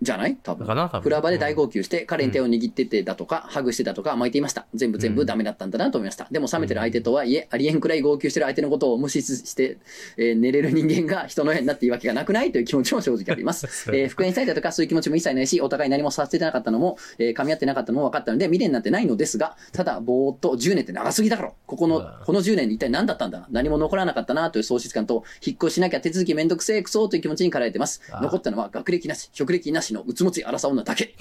Speaker 2: じゃない多
Speaker 1: だ
Speaker 2: 分
Speaker 1: か。な多分
Speaker 2: フラバで大号泣して、彼に手を握っててだとか、ハグしてたとか、巻いていました。全部全
Speaker 1: う
Speaker 2: 部
Speaker 1: ん
Speaker 2: ダメだったんだなと思いました。でも冷めてる相手とはいえ、ありえんくらい号泣してる相手のことを無視して、えー寝れる人間が人の親になっていいわけがなくないという気持ちも正直あ
Speaker 1: [LAUGHS]
Speaker 2: ります。
Speaker 1: そう
Speaker 2: えー復縁したいだとか、そういう気持ちも一切ないし、お互い何もさせてなかったのも、えー噛み合ってなかったのも分かったので、未練なんてないのですが、ただ、ぼーっと10年って長すぎだろ。ここ
Speaker 1: う
Speaker 2: の
Speaker 1: わ、
Speaker 2: この10年に一体何だったんだ何も残らなかったなという喪失感と、引っ越ししなきゃ手続きめんどくせえ、くそーという気持ちに駆られてます。
Speaker 1: あー
Speaker 2: 残ったのは学歴なし、職歴なしのうつもち荒さ女
Speaker 1: [LAUGHS]
Speaker 2: だけ。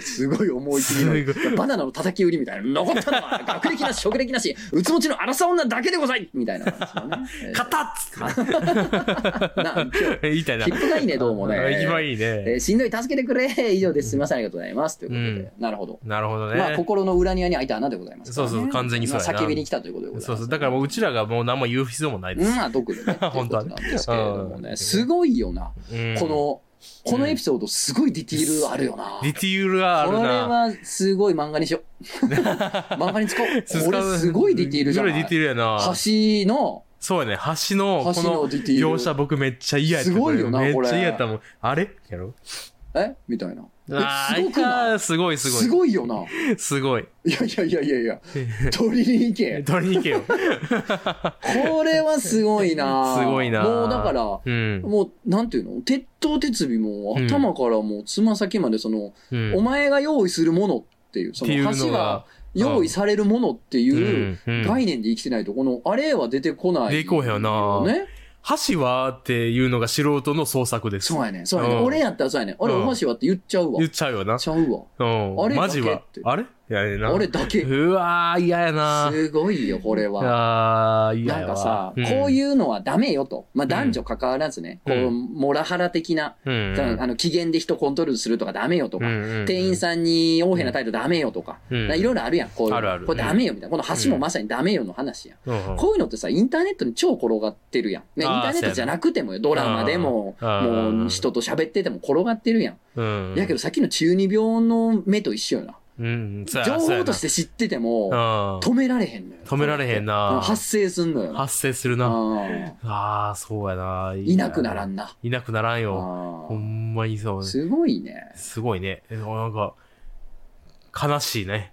Speaker 2: すごい思い切り
Speaker 1: す
Speaker 2: の、バナナの叩き売りみたいな。残ったのは学歴なし、職歴なし、うつもちの荒さ女だけでございみたいな感じのね。えー
Speaker 1: 勝ったっつっ [LAUGHS]
Speaker 2: な今日
Speaker 1: て言いたいな。
Speaker 2: ヒップがいいねどうもね
Speaker 1: あ一番いい
Speaker 2: えー
Speaker 1: ね。
Speaker 2: しんどい、助けてくれ。以上です。すみません、ありがとうございます。ということで、なるほど。
Speaker 1: なるほどね。
Speaker 2: まあ、心の裏庭に開いた穴でございますからね。
Speaker 1: そうそう完全にそうやな
Speaker 2: まあ叫びに来たということでございます。
Speaker 1: そうそう。だからもううちらがもう何も言う必要もないで
Speaker 2: まあ、特にね。
Speaker 1: [LAUGHS] 本当はね
Speaker 2: ということなんですけれども
Speaker 1: う
Speaker 2: ね。
Speaker 1: ん
Speaker 2: すごいよな。
Speaker 1: す。うん
Speaker 2: この、このエピソード、すごいディティールあるよな。
Speaker 1: ディティールはある
Speaker 2: これ
Speaker 1: な。
Speaker 2: はすごい漫画にしよう。
Speaker 1: [LAUGHS]
Speaker 2: 漫画に使おう。これすごいディティールじゃな
Speaker 1: すごいディティー
Speaker 2: い
Speaker 1: ルやな。
Speaker 2: 橋の、
Speaker 1: そうやね。橋の、こ
Speaker 2: 橋
Speaker 1: の
Speaker 2: のディティー
Speaker 1: 描
Speaker 2: ル。
Speaker 1: 写僕めっちゃ嫌やった。
Speaker 2: すごいよな
Speaker 1: めっ
Speaker 2: これ
Speaker 1: ちゃ嫌やったもん。あれやろ
Speaker 2: えみたいな。
Speaker 1: あ
Speaker 2: えすごくない
Speaker 1: ーすごいすごい。
Speaker 2: すごいよな。
Speaker 1: す
Speaker 2: [LAUGHS]
Speaker 1: ごい。
Speaker 2: いやいやいやいやいや。取りに行け。
Speaker 1: 取りに行けよ。
Speaker 2: これはすごい
Speaker 1: [LAUGHS]
Speaker 2: な。
Speaker 1: すごいな。
Speaker 2: もうだから、
Speaker 1: うん。
Speaker 2: もう、なんていうの鉄頭鉄尾も、
Speaker 1: うん
Speaker 2: 頭からもう、つま先まで、その、
Speaker 1: うん
Speaker 2: お前が用意するものっていう、そ
Speaker 1: っていう
Speaker 2: の、
Speaker 1: のが
Speaker 2: 橋は用意されるものっていう
Speaker 1: うんうん
Speaker 2: 概念で生きてないと、この、あれは出てこない。
Speaker 1: 出てこへんよな
Speaker 2: ね。
Speaker 1: 橋はっていうのが素人の創作です。
Speaker 2: そうやねんそうやねん
Speaker 1: うん
Speaker 2: 俺やったらそうやねん俺、
Speaker 1: うん
Speaker 2: お箸はって言っちゃうわ
Speaker 1: 言。っちゃうよな。
Speaker 2: ちゃうわ。
Speaker 1: うん。
Speaker 2: あれ
Speaker 1: マジ
Speaker 2: だ
Speaker 1: は
Speaker 2: けって。
Speaker 1: あれやねんな。
Speaker 2: 俺だけ。
Speaker 1: うわー、嫌やな。
Speaker 2: すごいよ、これは。
Speaker 1: あー、嫌
Speaker 2: な
Speaker 1: や
Speaker 2: ん
Speaker 1: わ
Speaker 2: かさ、こう
Speaker 1: う
Speaker 2: いうのはダメよと。まあ男女関わらずね、
Speaker 1: うん
Speaker 2: こう、
Speaker 1: う
Speaker 2: モラハラ的な、
Speaker 1: ん、うん
Speaker 2: あの、機嫌で人コントロールするとかダメよとか、
Speaker 1: うん
Speaker 2: 店員さんに横柄な態度ダメよとか、
Speaker 1: うん
Speaker 2: なんかいろいろあるやん、こういうの。
Speaker 1: あるある
Speaker 2: これダメよみたいな。この橋もまさにダメよの話やん。
Speaker 1: うんうん
Speaker 2: こういうのってさ、インターネットに超転がってるやん。ね、イン
Speaker 1: あー
Speaker 2: ターネットじゃなくてもよ、ドラマでも、
Speaker 1: あー
Speaker 2: もう人と喋ってても転がってるやん。
Speaker 1: うん
Speaker 2: やけどさっきの中二病の目と一緒よな。
Speaker 1: うん、情
Speaker 2: 情報として知ってても、
Speaker 1: 止
Speaker 2: 止められへんのよ。
Speaker 1: 止められへんな
Speaker 2: 発生すんのよな。
Speaker 1: 発生するな。
Speaker 2: うん
Speaker 1: ああ、そうやな。
Speaker 2: いなくなら
Speaker 1: ん。
Speaker 2: んな。
Speaker 1: いなくならんよ。
Speaker 2: あ
Speaker 1: ほ
Speaker 2: ー
Speaker 1: んまにそうね。
Speaker 2: すごいね。
Speaker 1: すごいね。えなんか、悲しいね。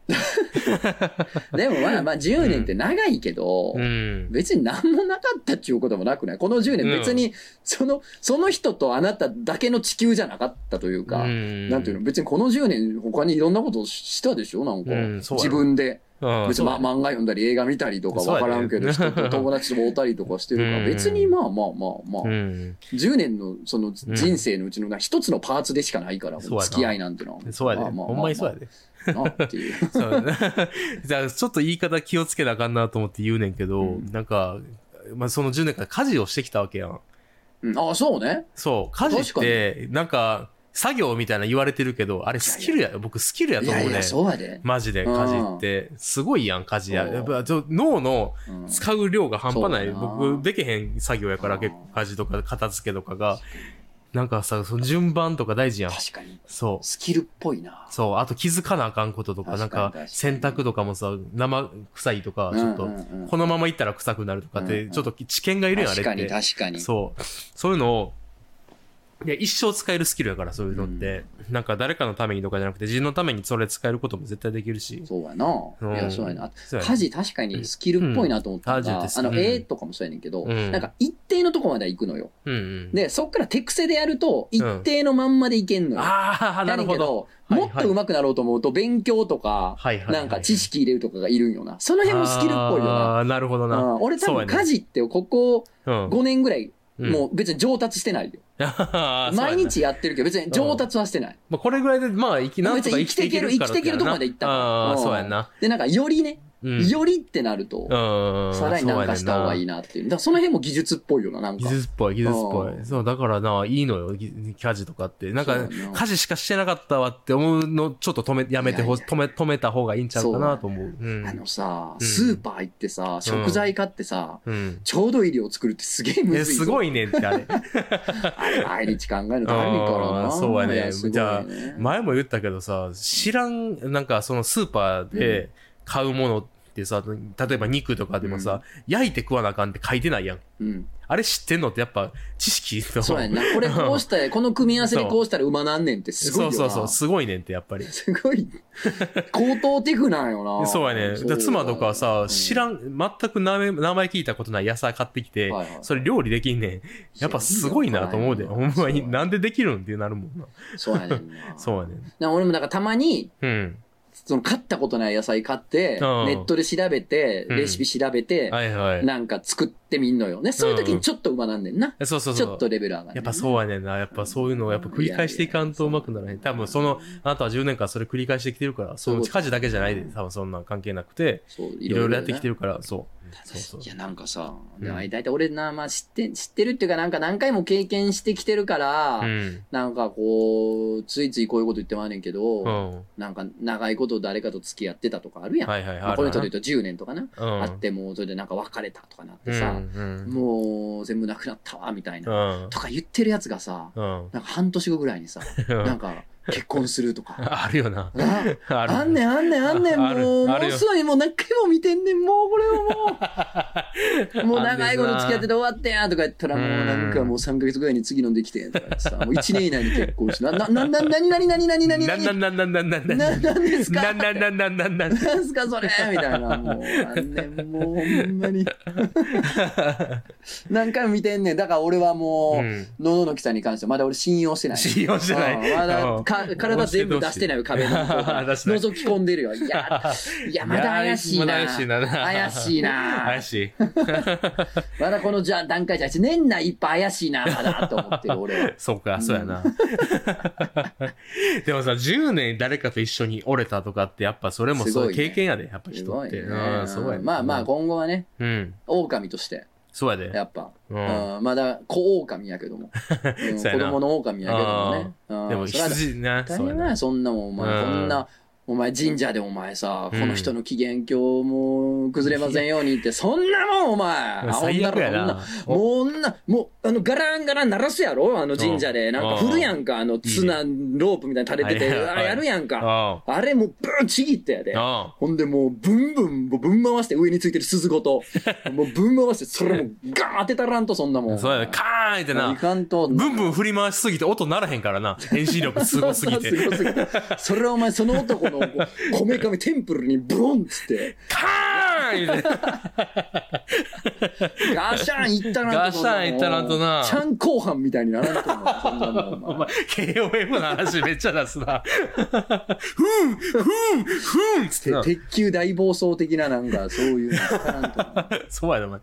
Speaker 2: でもまあまあ10年って長いけど、
Speaker 1: うん。
Speaker 2: 別に何もなかったっていうこともなくないこの10年
Speaker 1: うん
Speaker 2: 別にその、その人とあなただけの地球じゃなかったというか、
Speaker 1: ん
Speaker 2: なんていうの別にこの10年他にいろんなことしたでしょなんか、
Speaker 1: うんそうや
Speaker 2: 自分で。
Speaker 1: の
Speaker 2: 別に、ま、漫画読んだり映画見たりとかわからんけど、
Speaker 1: そう
Speaker 2: 人
Speaker 1: やね
Speaker 2: と友達と会うたりとかしてるか
Speaker 1: うん
Speaker 2: ら、別にまあまあまあ
Speaker 1: う
Speaker 2: まあ、
Speaker 1: ん。
Speaker 2: 10年のその人生のうちのな一つのパーツでしかないから、
Speaker 1: そうやな
Speaker 2: 付き合いなんてのは。
Speaker 1: そうや
Speaker 2: まあ
Speaker 1: で。
Speaker 2: まあ
Speaker 1: ほんまにそうやで。
Speaker 2: なっていう。
Speaker 1: そうやね [LAUGHS] じゃあ、ちょっと言い方気をつけなあかんなと思って言うねんけど、
Speaker 2: うん
Speaker 1: なんか、まあ、その10年間家事をしてきたわけやん。
Speaker 2: うんあ、そう
Speaker 1: [LAUGHS]
Speaker 2: ね。
Speaker 1: そう、家事って、なんか、作業みたいな言われてるけど、あれスキルや、僕スキルや
Speaker 2: い
Speaker 1: と思う
Speaker 2: や
Speaker 1: ねん。
Speaker 2: いや、そうやで。
Speaker 1: マジで
Speaker 2: うん
Speaker 1: 家事って、すごいやん、家事や。
Speaker 2: そう
Speaker 1: やっぱちょ脳の
Speaker 2: うん
Speaker 1: 使う量が半端ない。
Speaker 2: そうだな
Speaker 1: 僕、できへん作業やから、
Speaker 2: うん
Speaker 1: 結構家事とか片付けとかが。なんかさ、その順番とか大事やん。
Speaker 2: 確かに。
Speaker 1: そう。
Speaker 2: スキルっぽいな。
Speaker 1: そう。あと気づかなあかんこととか、なん
Speaker 2: 確か
Speaker 1: か
Speaker 2: に確か、に
Speaker 1: 洗濯とかもさ、生臭いとか、ちょっと
Speaker 2: うんうんうん、
Speaker 1: このままいったら臭くなるとかっ
Speaker 2: う
Speaker 1: て、
Speaker 2: んうん
Speaker 1: ちょっと知見がいるやん、あれ
Speaker 2: 確
Speaker 1: って。
Speaker 2: かに、確かに。
Speaker 1: そう。そういうのを、いや、一生使えるスキルやから、そういうのって。なんか誰かのためにとかじゃなくて、自分のためにそれ使えることも絶対できるし。
Speaker 2: そうやな。い
Speaker 1: うん
Speaker 2: や、そうやな。
Speaker 1: そうやね
Speaker 2: 家事確かにスキルっぽいなと思ったの
Speaker 1: うん家事
Speaker 2: が
Speaker 1: っ、て
Speaker 2: あの
Speaker 1: う、ん
Speaker 2: 絵とかもそうやねんけど、
Speaker 1: うん
Speaker 2: なんか一定のとこまでは行くのよ。
Speaker 1: うんうん。
Speaker 2: で、そっから手癖でやると、一定のまんまでいけんのよ。
Speaker 1: ああ、な
Speaker 2: や
Speaker 1: る
Speaker 2: ねん
Speaker 1: ほ
Speaker 2: け
Speaker 1: ど。
Speaker 2: ど、
Speaker 1: はい
Speaker 2: もっと上手くなろうと思うと、勉強とか、
Speaker 1: はいはいはい。
Speaker 2: なんか知識入れるとかがいるんよな。その辺もスキルっぽいよな。
Speaker 1: ああ、なるほど
Speaker 2: う
Speaker 1: な。
Speaker 2: ん俺多
Speaker 1: そう
Speaker 2: 分
Speaker 1: やね
Speaker 2: 家事ってここ
Speaker 1: うん。
Speaker 2: 5年ぐらい、
Speaker 1: うん [LAUGHS]
Speaker 2: もう別に上達してないよ。毎
Speaker 1: 毎。
Speaker 2: 日やってるけど、別に上達はしてない。
Speaker 1: まあ、これぐらいで、まあ、生き、なんとか生きていけるから
Speaker 2: 生きていけるとこまで行ったから
Speaker 1: ああ、
Speaker 2: うん
Speaker 1: そうやんな。
Speaker 2: で、なんかよりね、
Speaker 1: うん。
Speaker 2: よりってなると、
Speaker 1: うん。
Speaker 2: さらになんかした方がいい
Speaker 1: な。
Speaker 2: なっていう。だからその辺も技術っぽいよな、なん
Speaker 1: 技
Speaker 2: か。
Speaker 1: 術っぽい、技術っぽ
Speaker 2: う
Speaker 1: い。
Speaker 2: ん
Speaker 1: そう、だからな、いいのよ、ぎ家事とかって。なん
Speaker 2: そ
Speaker 1: か、
Speaker 2: うやな
Speaker 1: 家事しかしてなかったわって思うの、ちょっと止め、やめてほ、
Speaker 2: いやいや
Speaker 1: 止め、止めた方がいいんちゃうかなと思う。う
Speaker 2: あ
Speaker 1: ん。
Speaker 2: のさ、
Speaker 1: うん
Speaker 2: スーパー行ってさ、食材買ってさ、
Speaker 1: うん。
Speaker 2: ちょうどいい量作るってすげえむず
Speaker 1: え、
Speaker 2: いぞ。
Speaker 1: すごいねんって、あれ。
Speaker 2: あれ毎日考えるの大変から
Speaker 1: あー
Speaker 2: な。
Speaker 1: そうやね
Speaker 2: いすごい
Speaker 1: じゃあ
Speaker 2: ね
Speaker 1: 前も言ったけどさ、知らん、なんかそのスーパーで買うものってさ、例えば肉とかでもさ、焼いて食わなあかんって書いてないやん。
Speaker 2: うん。
Speaker 1: あれ知ってんのってやっぱ知識の。
Speaker 2: そうやんな。これこうし
Speaker 1: [LAUGHS]
Speaker 2: たら、この組み合わせでこうしたら馬なんねんってすごい
Speaker 1: そ
Speaker 2: よ
Speaker 1: う
Speaker 2: な。
Speaker 1: そうそう、すごいねんってやっぱり。
Speaker 2: すごい。高等テクなんよな。
Speaker 1: そうやね。だ妻とかはさ、知
Speaker 2: ん。
Speaker 1: らん、全く名前名前聞いたことない野菜買ってきて、
Speaker 2: はいはい
Speaker 1: それ料理できんねん。やっぱすごいなと思うで。ほんまに、なんでできるんってなるもんな。
Speaker 2: そうやねんな。
Speaker 1: そうやね
Speaker 2: な俺もなんかたまに、
Speaker 1: ん。
Speaker 2: その買ったことない野菜買って、
Speaker 1: うん
Speaker 2: ネットで調べて、
Speaker 1: うん
Speaker 2: レシピ調べ
Speaker 1: う
Speaker 2: て
Speaker 1: ん。、はいはい。
Speaker 2: なんか作ってみんのよ。ね、そういう時にちょっと馬なんねんな。
Speaker 1: そうそうそう。
Speaker 2: ちょっとレベル上がる。
Speaker 1: やっぱそうやねんな。やっぱそういうのをやっぱ繰り返していかんとうまくならへん。多分その、あなたは10年間それ繰り返してきてるから、そ
Speaker 2: そういう
Speaker 1: の
Speaker 2: こと
Speaker 1: 家事だけじゃないで、多分そんなん関係なくて、
Speaker 2: そう、い
Speaker 1: いろいろやってきて
Speaker 2: る。
Speaker 1: るから、そう。そうそう
Speaker 2: い。や、なんかさ、
Speaker 1: うん
Speaker 2: 大体俺な、まあ知って、知ってるっていうか、なんか何回も経験してきてるから、
Speaker 1: うん。
Speaker 2: なんかこう、ついついこういうこと言ってまうねんけど、
Speaker 1: うん。
Speaker 2: なんか長いこと誰かと付き合ってたとかあるやん。
Speaker 1: はいはい
Speaker 2: ま
Speaker 1: は
Speaker 2: あ、
Speaker 1: い。
Speaker 2: この人で言うと10年とかな。
Speaker 1: うん
Speaker 2: あってもうそれでなんか別れたとかなって
Speaker 1: うん
Speaker 2: さ、
Speaker 1: うん
Speaker 2: もう全部なくなったわみたいな、
Speaker 1: うん。
Speaker 2: とか言ってるやつがさ、
Speaker 1: うん。
Speaker 2: なんか半年後ぐらいにさ、なんか結婚するとか。
Speaker 1: あるよ
Speaker 2: [LAUGHS]
Speaker 1: な。
Speaker 2: な
Speaker 1: ある。
Speaker 2: あ
Speaker 1: [LAUGHS]
Speaker 2: んねんあんねんあんねん
Speaker 1: ある
Speaker 2: もう、も
Speaker 1: ある
Speaker 2: う
Speaker 1: よ
Speaker 2: すでにもう何回も見てんねん、もうこれはもう、もう長いこと付き合って
Speaker 1: た。
Speaker 2: て終わってやんとか言ったら、もうなんかもう3ヶ月ぐらいに次のできてんとか言ってさ、もう1年以内に結婚して、な、な、な、な、なになになになになに
Speaker 1: なんなんなんなんなんなんなん
Speaker 2: な、なんですか
Speaker 1: なんなんなんなんなんなん
Speaker 2: なんすかそれみたいな、もう、あんねんもうほんまに。何回も見てんねん。だから俺はも
Speaker 1: うん [LAUGHS]
Speaker 2: う、のののきさんに関してはまだ俺信用してない。
Speaker 1: 信用してない
Speaker 2: うんま
Speaker 1: う
Speaker 2: だ
Speaker 1: ん
Speaker 2: か体全部出してないよ、壁の向こうから
Speaker 1: 出してない
Speaker 2: 覗き込んでるよ。い
Speaker 1: [LAUGHS]
Speaker 2: や、いや、まだ怪しいな。
Speaker 1: まだ怪しいな
Speaker 2: 怪しいな
Speaker 1: 怪しい。
Speaker 2: まだこのじゃ段階じゃないし、年内いっぱい怪しいな、まだ、と思ってる俺は。
Speaker 1: そうか、そうやな。でもさ、10年誰かと一緒に折れたとかって、やっぱそれも
Speaker 2: す
Speaker 1: そ
Speaker 2: ごいうね
Speaker 1: いう経験やで、やっぱ [LAUGHS] 人って。うん、そうや。
Speaker 2: まあまあ、今後はね、
Speaker 1: うん。
Speaker 2: 狼として、
Speaker 1: そうやで。
Speaker 2: やっぱ、
Speaker 1: うん
Speaker 2: うんまだ子狼やけども、うん、
Speaker 1: [LAUGHS]
Speaker 2: 子
Speaker 1: そうやな
Speaker 2: 供の狼やけどもね。うん
Speaker 1: でも
Speaker 2: それは
Speaker 1: 羊な、
Speaker 2: 大
Speaker 1: そうや
Speaker 2: 変だ
Speaker 1: な
Speaker 2: よ。そんなもん、お前、
Speaker 1: うん
Speaker 2: こんな、お前神社でお前さ、
Speaker 1: うん
Speaker 2: この人の機嫌今日もう崩れませんように
Speaker 1: [LAUGHS]
Speaker 2: って、そんなもんお前
Speaker 1: うん最悪やな
Speaker 2: あ女の子こんなもう女、もう、あの、ガランガラン鳴らすやろあの神社で。
Speaker 1: うん
Speaker 2: なんか振るやんか、あの、綱、ロープみたいに垂れて
Speaker 1: いい
Speaker 2: て、
Speaker 1: ね
Speaker 2: あやるやんか。
Speaker 1: あ
Speaker 2: あれもうブーンちぎってやで。
Speaker 1: あ。
Speaker 2: ほんでもう、ブンブン、もうぶん回して上についてる鈴ごと。もうぶん回して、それもガー当てたらんと、そんなも
Speaker 1: [LAUGHS]
Speaker 2: ん。
Speaker 1: そうやで、カーンって
Speaker 2: い
Speaker 1: な。
Speaker 2: かんと。
Speaker 1: ブンブン振り回しすぎて音ならへんからな。遠心力すごすぎて。
Speaker 2: [LAUGHS] そうそうすごすぎてそれはお前、その男のこうこめかみテンプルにブロンっつって、
Speaker 1: カーン
Speaker 2: [LAUGHS]
Speaker 1: って。
Speaker 2: ガシャンいったな
Speaker 1: ガシャンいったなんとな
Speaker 2: ちゃん後半みたいにならんと思うそんなもんお
Speaker 1: お
Speaker 2: 前
Speaker 1: 前、KOM の話めっちゃ出すな。ふん、ふん、ふんっつって
Speaker 2: て
Speaker 1: な。
Speaker 2: 鉄球大暴走的ななんか、そういうのわからんと思う
Speaker 1: [LAUGHS] そうやで、お前。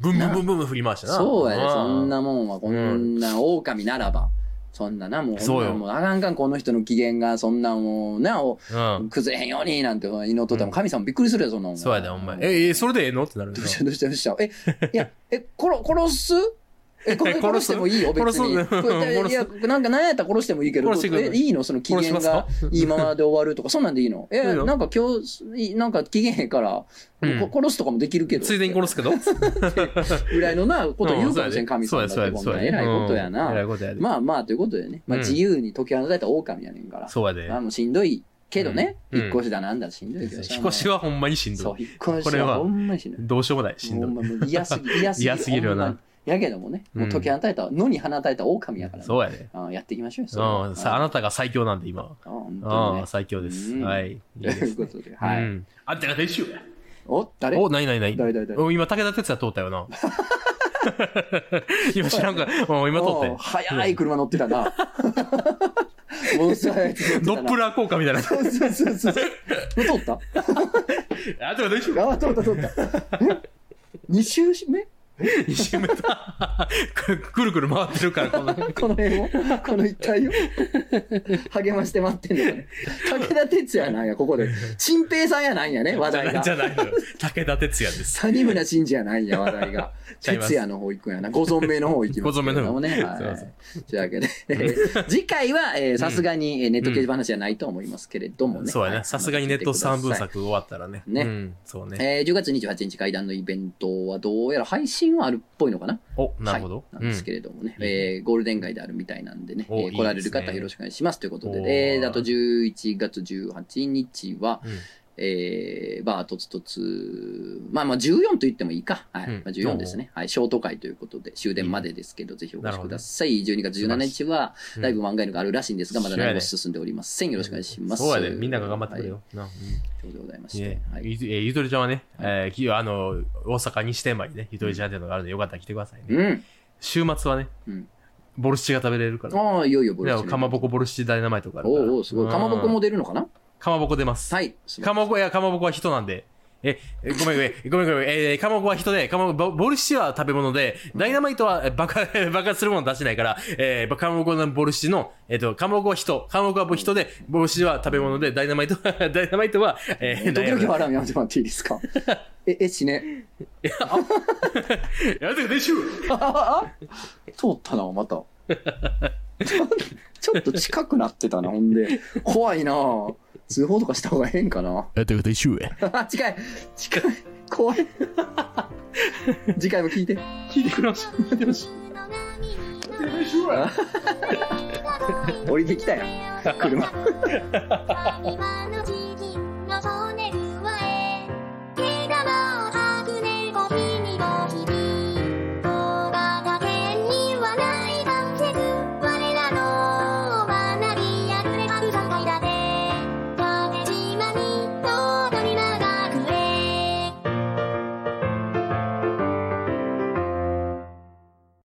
Speaker 1: ブンブンブンブンブン振り回したな。
Speaker 2: そうやで、
Speaker 1: ああ
Speaker 2: そん。なもんは、こんな狼ならば。そんなな、もう、
Speaker 1: そうよ
Speaker 2: ほんなもあかんかん、この人の機嫌が、そんなもう、な、お
Speaker 1: うん。
Speaker 2: 崩れへんように、なんて祈っとったら、神様びっくりするよ、そんなもん。
Speaker 1: そうやで、お前。え、え、それでええのってなるよ
Speaker 2: ど
Speaker 1: な
Speaker 2: うしたどうしたどうしたえ、
Speaker 1: [LAUGHS]
Speaker 2: いや、え、殺、殺すえ、これ
Speaker 1: 殺
Speaker 2: 殺
Speaker 1: す
Speaker 2: してもいいよ、別に。
Speaker 1: 殺す
Speaker 2: これ
Speaker 1: [LAUGHS] 殺す
Speaker 2: いや、なんか何やったら殺してもいいけど、
Speaker 1: 殺してください
Speaker 2: えいいのその機嫌
Speaker 1: 殺しま
Speaker 2: がいいままで終わるとか、そんなんでいいのえ
Speaker 1: いいの
Speaker 2: なんか今日、いなんか機嫌へんから、
Speaker 1: うん
Speaker 2: こ殺すとかもできるけど。
Speaker 1: ついでに殺すけど。
Speaker 2: ぐらいのなこと言うかもしれ、
Speaker 1: うん
Speaker 2: 神様だって。こん
Speaker 1: そうやでそうやでそう
Speaker 2: な
Speaker 1: やで
Speaker 2: 偉いことや
Speaker 1: うん偉
Speaker 2: な。
Speaker 1: いことやで。
Speaker 2: まあまあ、ということでね。まあ、
Speaker 1: うん
Speaker 2: 自由に解き放たれた狼やねんから。
Speaker 1: そうやで
Speaker 2: ま。あ、もうしんどいけどね。
Speaker 1: うん
Speaker 2: 引っ越しだなんだしんどいけど。
Speaker 1: 引っ越しはほんまにしん
Speaker 2: そ
Speaker 1: ど
Speaker 2: う、引っ越
Speaker 1: こ
Speaker 2: し
Speaker 1: れ
Speaker 2: は
Speaker 1: は
Speaker 2: ほんまにしんどい
Speaker 1: い。。どうしようもない、しんど
Speaker 2: も。
Speaker 1: いう
Speaker 2: ほんま嫌すぎ、
Speaker 1: [LAUGHS]
Speaker 2: 嫌すぎる。
Speaker 1: 嫌すぎるよな
Speaker 2: ほんまに。やけどもね、もう解き放たれた野に放たれた狼やからね、
Speaker 1: そうやで。
Speaker 2: あやっていきましょうよ。
Speaker 1: う。
Speaker 2: うん
Speaker 1: さあ、あなたが最強なんで、今は。
Speaker 2: あ、本当に
Speaker 1: あ
Speaker 2: ね
Speaker 1: あ、最強です。
Speaker 2: うん
Speaker 1: はい。いいで
Speaker 2: とい
Speaker 1: す
Speaker 2: うことで、 [LAUGHS] は
Speaker 1: う
Speaker 2: い。
Speaker 1: んあんたが練習や。
Speaker 2: お、誰
Speaker 1: お、ないないない。
Speaker 2: 誰誰誰
Speaker 1: お今、武田鉄矢通ったよ
Speaker 2: [LAUGHS]
Speaker 1: な。今知らんか。お今通った
Speaker 2: お
Speaker 1: よ。
Speaker 2: 早い車乗って
Speaker 1: [LAUGHS]
Speaker 2: たな。ものすごい速い車乗
Speaker 1: ド
Speaker 2: ってたな。
Speaker 1: ップラー効果みたいな。
Speaker 2: そうそうそうそう。もう通った
Speaker 1: あんたが練 [LAUGHS] 習や。
Speaker 2: あ、通った通った。2周目
Speaker 1: 2周目だ。くくるくる回ってるから、この。
Speaker 2: この辺をこの一帯を励まして待ってんのかね。武田鉄矢なんや、ここで。新平さんやなんやね、話題が
Speaker 1: [LAUGHS] じ。ゃないのよ。武田鉄矢です。
Speaker 2: 谷村新司やないんや、話題が。
Speaker 1: [LAUGHS] ちゃいます
Speaker 2: 哲也の方行くんやな。ご存命の方行きますけれどもね。
Speaker 1: ご存命の方
Speaker 2: は
Speaker 1: そう
Speaker 2: い。というわけで、えー [LAUGHS] 次回は、えーさすがにえーネット掲示板の話じゃないと思いますけれどもね。
Speaker 1: そうや
Speaker 2: は
Speaker 1: ね。
Speaker 2: い
Speaker 1: さすがにネット3分。作終わったらね。
Speaker 2: ね
Speaker 1: うん、そうね。
Speaker 2: えー10月28日会談のイベントはどうやら配信はあるっぽいのかな
Speaker 1: お、なるほど
Speaker 2: はい。なんですけれどもね、
Speaker 1: うん
Speaker 2: えーゴールデン街であるみたいなんでね、え
Speaker 1: お
Speaker 2: ー来ら
Speaker 1: い
Speaker 2: れ
Speaker 1: いで
Speaker 2: る
Speaker 1: すね
Speaker 2: 方よろしくお願いしますということで、
Speaker 1: おー
Speaker 2: えーあと11月18日は、
Speaker 1: うん
Speaker 2: えーバーとつとつ、まあまあ14と言ってもいいか。はい。
Speaker 1: うん
Speaker 2: まあ、14ですね。はい。ショート会ということで、終電までですけど、ぜひお越しください。12月17日は、
Speaker 1: うん
Speaker 2: ライブ漫画のがあるらしいんですが、まだ
Speaker 1: そう
Speaker 2: ラ
Speaker 1: や
Speaker 2: イブ
Speaker 1: ね
Speaker 2: 進んでおりません。よろしくお願いします。
Speaker 1: そうやね。みんなが頑張ってくれ
Speaker 2: は
Speaker 1: よ。なうん
Speaker 2: い。以上でございまし
Speaker 1: ね
Speaker 2: て。はい。
Speaker 1: ゆずえーゆとりちゃんはね、えーきあの、大阪西天満にね、ゆとりちゃんっていうのがあるので、よかったら来てくださいね。
Speaker 2: うん。
Speaker 1: 週末はね
Speaker 2: うん、
Speaker 1: ボルシチが食べれるから。
Speaker 2: ああ、いよいよボ
Speaker 1: でかまぼ
Speaker 2: こ。
Speaker 1: こボルシチダイナマイトがあるから。
Speaker 2: おうおう、すごい。かまぼこも
Speaker 1: うん。
Speaker 2: 出るのかな
Speaker 1: かまぼこ出ます。
Speaker 2: はい。すごい
Speaker 1: かまぼこ、いや、かまぼこは人なんで。え、えごめんごめん、 [LAUGHS] ごめんごめん、えー、かまぼこは人で、かまぼこ、ボルシチは食べ物で、ダイナマイトはえ爆 [LAUGHS] 発、爆発するもの出してないから、えー、かまぼこのボルシチの、えっ、と、かまぼこは人、かまぼこは人で、ボルシチは食べ物で、ダイナマイトは、 [LAUGHS] ダイナマイトは、えー、
Speaker 2: 時
Speaker 1: 何や
Speaker 2: 々
Speaker 1: ろ
Speaker 2: 笑うのやめてもらっていいで
Speaker 1: [LAUGHS]
Speaker 2: すかえ、え、死ね。
Speaker 1: やめてくれ、練習
Speaker 2: あああ [LAUGHS] 通ったな、また。ちょっと近くなってたな、ほんで。怖いな通報とかした方がええんかな。
Speaker 1: やってくれ、練習
Speaker 2: あ、近い近い怖い次回も聞い [LAUGHS] て。
Speaker 1: 聞いてくれましい、聞いてほしい。
Speaker 2: [LAUGHS] 降りてきたやん、車。
Speaker 3: 今の時